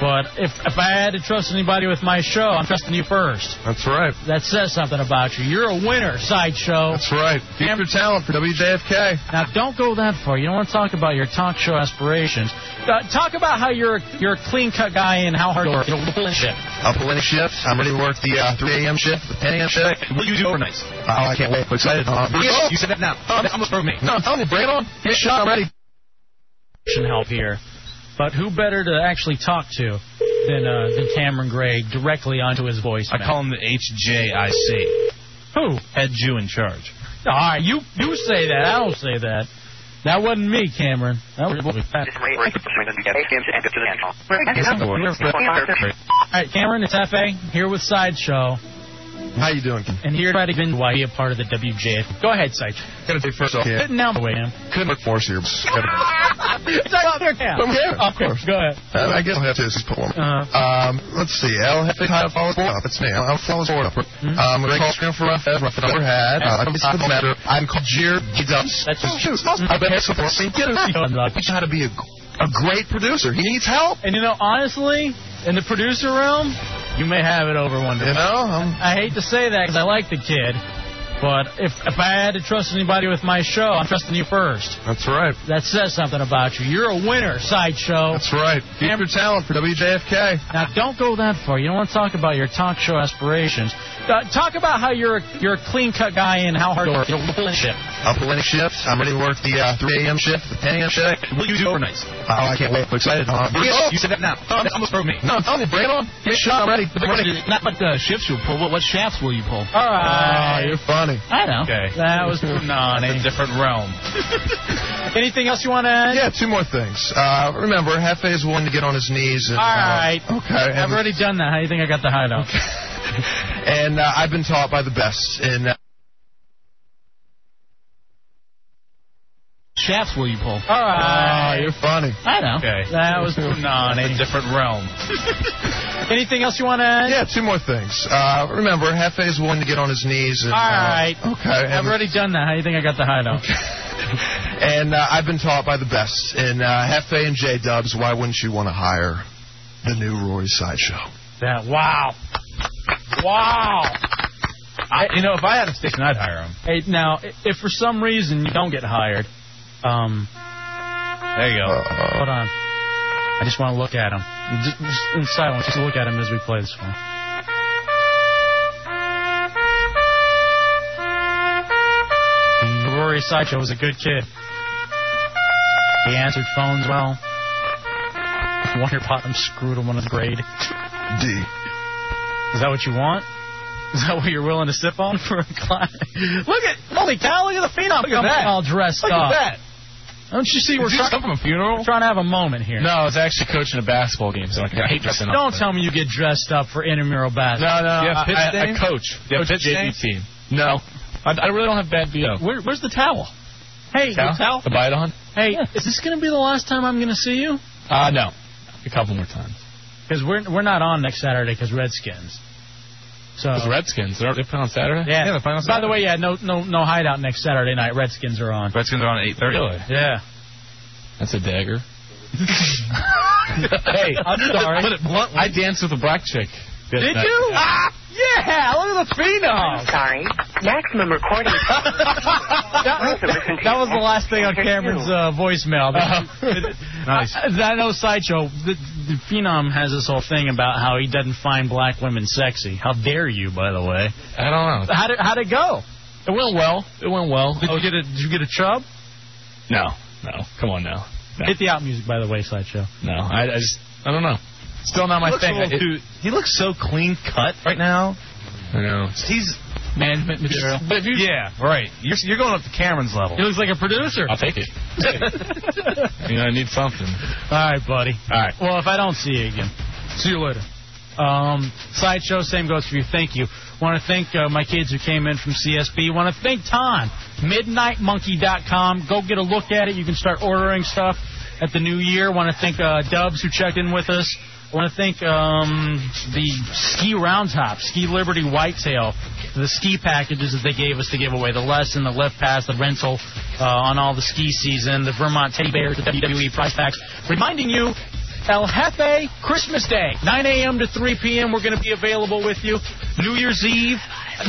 [SPEAKER 2] but if if I had to trust anybody with my show, I'm trusting you first.
[SPEAKER 8] That's right.
[SPEAKER 2] That says something about you. You're a winner, sideshow.
[SPEAKER 8] That's right. Future talent for WJFK.
[SPEAKER 2] Now, don't go that far. You don't want to talk about your talk show aspirations. Uh, talk about how you're you're a clean cut guy and how hard you work. You're a bull shit.
[SPEAKER 8] I'll pull in a shift. I'm ready to work the uh, 3 a.m. shift, the 10 a.m. shift. What do you do overnight? Oh, I can't wait. I'm excited. Uh, bring it on. You said that now. Oh, that's almost for me. No, I'm telling you, bring it on. Get shot. I'm ready.
[SPEAKER 2] Should help here. But who better to actually talk to than uh, than Cameron Gray directly onto his voice?
[SPEAKER 3] I call him the HJIC.
[SPEAKER 2] Who?
[SPEAKER 3] Head Jew in charge.
[SPEAKER 2] All right, you you say that. I don't say that. That wasn't me, Cameron. That was what was that? All right, Cameron, it's FA here with Sideshow.
[SPEAKER 8] How you doing?
[SPEAKER 2] And here to try to convince why be a part of the WJF. Go ahead, Sideshow.
[SPEAKER 8] Gotta be first off. Yeah.
[SPEAKER 2] Sitting down the way, man.
[SPEAKER 8] Couldn't work force here.
[SPEAKER 2] It's up there, Cam.
[SPEAKER 8] From here,
[SPEAKER 2] Up
[SPEAKER 8] of
[SPEAKER 2] there.
[SPEAKER 8] course.
[SPEAKER 2] Go ahead.
[SPEAKER 8] Uh, I guess I'll have to just put one. Um, let's see. I'll have to try to follow forward up. It's me. I'll follow forward up. Um, Greg Scrim for Ruff as Ruff never had. Uh, it's the matter. I'm called Jer G. Dubs. That's oh, shoot. I bet it's supposed to be good. I teach you how to be a, a great producer. He needs help.
[SPEAKER 2] And you know, honestly, in the producer realm, you may have it over one day.
[SPEAKER 8] You know, um,
[SPEAKER 2] I hate to say that because I like the kid, but if if I had to trust anybody with my show, I'm trusting you first.
[SPEAKER 8] That's right.
[SPEAKER 2] That says something about you. You're a winner, sideshow.
[SPEAKER 8] That's right. Future talent for WJFK.
[SPEAKER 2] Now, don't go that far. You don't want to talk about your talk show aspirations. Uh, talk about how you're a, you're a clean cut guy and how hard you work. You're a bull shit.
[SPEAKER 8] I'll pull in a shift. I'm ready to work the uh, 3 a.m. shift, the 10 a.m. shift. What do you do overnight? Oh, I can't wait. I'm excited. Uh, bring it on. You said that now. Oh, that's almost for me. No, I'm telling you, bring it on. Get shot. I'm ready. I'm ready.
[SPEAKER 2] Not what uh, shifts you pull. What, what shafts will you pull? All
[SPEAKER 8] Ah,
[SPEAKER 2] right.
[SPEAKER 8] you're funny.
[SPEAKER 2] I know.
[SPEAKER 3] Okay.
[SPEAKER 2] That was
[SPEAKER 3] Nah,
[SPEAKER 2] punani.
[SPEAKER 3] it's a different realm.
[SPEAKER 2] Anything else you want to add?
[SPEAKER 8] Yeah, two more things. Uh, remember, Hefe is willing to get on his knees. And,
[SPEAKER 2] All right.
[SPEAKER 8] Uh, okay.
[SPEAKER 2] I've
[SPEAKER 8] And,
[SPEAKER 2] already done that. How do you think I got the hideout?
[SPEAKER 8] [laughs] and uh, I've been taught by the best. And uh,
[SPEAKER 2] Shafts will you pull? All
[SPEAKER 8] ah,
[SPEAKER 2] right.
[SPEAKER 8] you're funny.
[SPEAKER 2] I know.
[SPEAKER 3] Okay.
[SPEAKER 2] That
[SPEAKER 8] [laughs]
[SPEAKER 2] was
[SPEAKER 3] Nah,
[SPEAKER 2] punani.
[SPEAKER 3] it's a different realm.
[SPEAKER 2] Anything else you want to add?
[SPEAKER 8] Yeah, two more things. Uh, remember, Hefe is willing to get on his knees. And,
[SPEAKER 2] All right.
[SPEAKER 8] Uh, okay.
[SPEAKER 2] I've
[SPEAKER 8] And,
[SPEAKER 2] already done that. How do you think I got the hideout?
[SPEAKER 8] [laughs] and uh, I've been taught by the best. And uh, Hefe and J Dubs, why wouldn't you want to hire the new Roy Sideshow?
[SPEAKER 2] That. Wow. Wow.
[SPEAKER 3] I, you know, if I had a station, I'd hire him.
[SPEAKER 2] Hey, now, i- if for some reason you don't get hired, um,
[SPEAKER 3] There you go.
[SPEAKER 8] Uh,
[SPEAKER 2] hold on. I just want to look at him. Just, just in silence, just look at him as we play this one. Rory Sideshow was a good kid. He answered phones well. Wonder Bottom screwed him on his grade.
[SPEAKER 8] D.
[SPEAKER 2] Is that what you want? Is that what you're willing to sip on for a class? look at holy cow! Look at the phenom
[SPEAKER 3] Look at that.
[SPEAKER 2] all dressed
[SPEAKER 3] Look
[SPEAKER 2] up.
[SPEAKER 3] at that.
[SPEAKER 2] Don't you see
[SPEAKER 3] Did
[SPEAKER 2] we're
[SPEAKER 3] you just
[SPEAKER 2] try-
[SPEAKER 3] come from a funeral?
[SPEAKER 2] we're trying to have a moment here?
[SPEAKER 3] No, I was actually coaching a basketball game, so I hate dressing up.
[SPEAKER 2] Don't tell me you get dressed up for intramural basketball.
[SPEAKER 3] No, no.
[SPEAKER 2] You have
[SPEAKER 3] I-
[SPEAKER 2] pitch
[SPEAKER 3] I,
[SPEAKER 2] day?
[SPEAKER 3] I coach. Yeah,
[SPEAKER 2] Coach
[SPEAKER 3] pitch
[SPEAKER 2] day?
[SPEAKER 3] JV team. No. I, I really don't have bad veto.
[SPEAKER 2] Where, where's the towel? Hey, the towel.
[SPEAKER 3] The bite on?
[SPEAKER 2] Hey, is this gonna be the last time I'm gonna see you?
[SPEAKER 3] Uh, no. A couple more times.
[SPEAKER 2] Because we're we're not on next Saturday because Redskins. So
[SPEAKER 3] Those Redskins, they're, they're playing on Saturday?
[SPEAKER 2] yeah.
[SPEAKER 3] they're playing on
[SPEAKER 2] By
[SPEAKER 3] Saturday.
[SPEAKER 2] the way, yeah, no no no hideout next Saturday night. Redskins are on.
[SPEAKER 3] Redskins are on at 8.30.
[SPEAKER 2] Really? Yeah.
[SPEAKER 3] That's a dagger. [laughs]
[SPEAKER 2] Hey, I'm
[SPEAKER 7] [laughs]
[SPEAKER 2] sorry.
[SPEAKER 3] Put it bluntly. I danced with a black chick. the other
[SPEAKER 2] Did
[SPEAKER 3] night.
[SPEAKER 2] you? Ah, yeah, look at the phenom.
[SPEAKER 29] sorry. Maximum
[SPEAKER 8] [laughs]
[SPEAKER 29] recording.
[SPEAKER 2] That, that was the last thing on Cameron's uh, voicemail.
[SPEAKER 3] [laughs]
[SPEAKER 8] Uh-huh.
[SPEAKER 2] Uh,
[SPEAKER 3] Nice.
[SPEAKER 2] I, I know Sideshow, the, the Phenom has this whole thing about how he doesn't find black women sexy. How dare you, by the way.
[SPEAKER 3] I don't
[SPEAKER 2] [laughs]
[SPEAKER 3] know.
[SPEAKER 2] How did, how'd it go?
[SPEAKER 3] It went well. It went well.
[SPEAKER 2] Did, you, get a, did you get a chub?
[SPEAKER 3] No. No. Come on now. No.
[SPEAKER 2] Hit the out music, by the way, Sideshow.
[SPEAKER 3] No. I, I just, I don't know. Still not my
[SPEAKER 2] Looks a
[SPEAKER 3] thing.
[SPEAKER 2] little
[SPEAKER 3] It-
[SPEAKER 2] too-
[SPEAKER 3] he looks so clean cut right now.
[SPEAKER 30] I know.
[SPEAKER 7] He's
[SPEAKER 2] management material.
[SPEAKER 7] But yeah, right. You're you're going up to Cameron's level.
[SPEAKER 2] He looks like a producer.
[SPEAKER 31] I'll take it. you know, I need something.
[SPEAKER 2] All right, buddy.
[SPEAKER 31] All right.
[SPEAKER 2] Well, if I don't see you again, see you later. Um, sideshow, same goes for you. Thank you. Want to thank uh, my kids who came in from CSB. Want to thank Tom, MidnightMonkey.com. Go get a look at it. You can start ordering stuff at the new year. Want to thank uh, Dubs who checked in with us. Want to thank um, the Ski Roundtop, Ski Liberty Whitetail, the ski packages that they gave us to give away, the lesson, the lift pass, the rental uh, on all the ski season, the Vermont teddy bears, the WWE prize packs. Reminding you, El Jefe Christmas Day, 9 a.m. to 3 p.m. We're going to be available with you. New Year's Eve,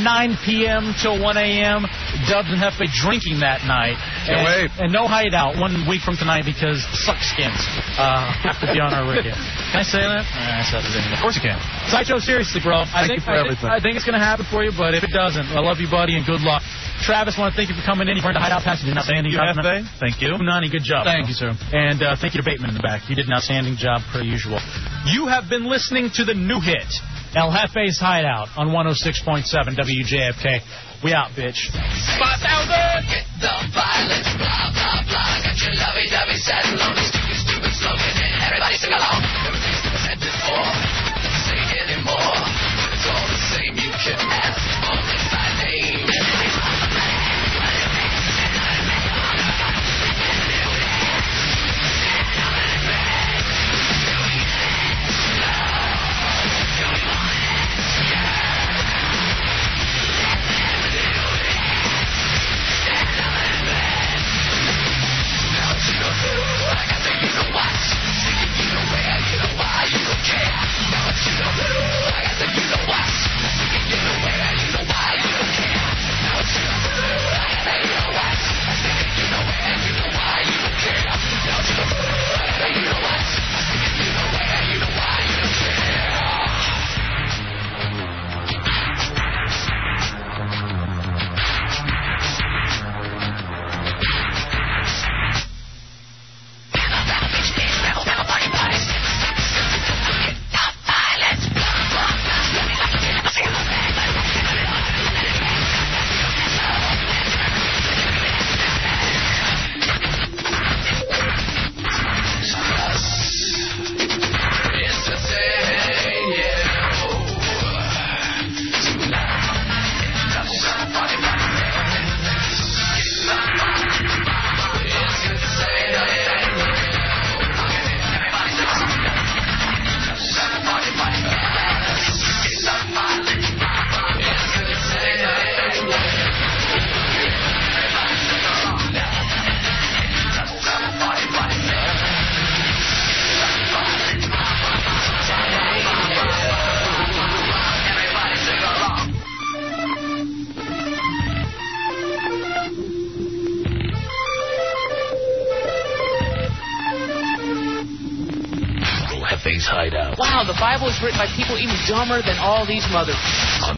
[SPEAKER 2] 9 p.m. till 1 a.m. Dubs and Jefe drinking that night.
[SPEAKER 30] Can't
[SPEAKER 2] and,
[SPEAKER 30] wait.
[SPEAKER 2] and no hideout one week from tonight because suck skins uh, have to be on our
[SPEAKER 11] [laughs]
[SPEAKER 2] radio. Can I say that? I said it. Of course you can. Sideshow, seriously, bro. I think,
[SPEAKER 11] Thank you for
[SPEAKER 2] I think-
[SPEAKER 11] everything.
[SPEAKER 2] I think it's going to happen for you, but if it doesn't, I love you, buddy, and good luck. Travis, want to thank you for coming in. You earned a hideout pass. You did an outstanding
[SPEAKER 7] Thank
[SPEAKER 2] job.
[SPEAKER 7] you, Jefe. Thank you.
[SPEAKER 2] Nani, good job.
[SPEAKER 7] Thank you,
[SPEAKER 2] bro.
[SPEAKER 7] sir.
[SPEAKER 2] And uh, thank you to Bateman in the back. You did an outstanding job per usual. You have been listening to the new hit, El Jefe's Hideout on 106.7 WJFK. We out, bitch.
[SPEAKER 11] Five thousand. Get the violence, blah blah blah. Got your lovey-dovey saddle on this stupid, stupid slogan, and everybody sing along. Everything's been said before. Doesn't say it anymore. But it's all the same. You can ask for it by name. Jefe's hideout.
[SPEAKER 3] Wow, the Bible is written by people even dumber than all these mothers.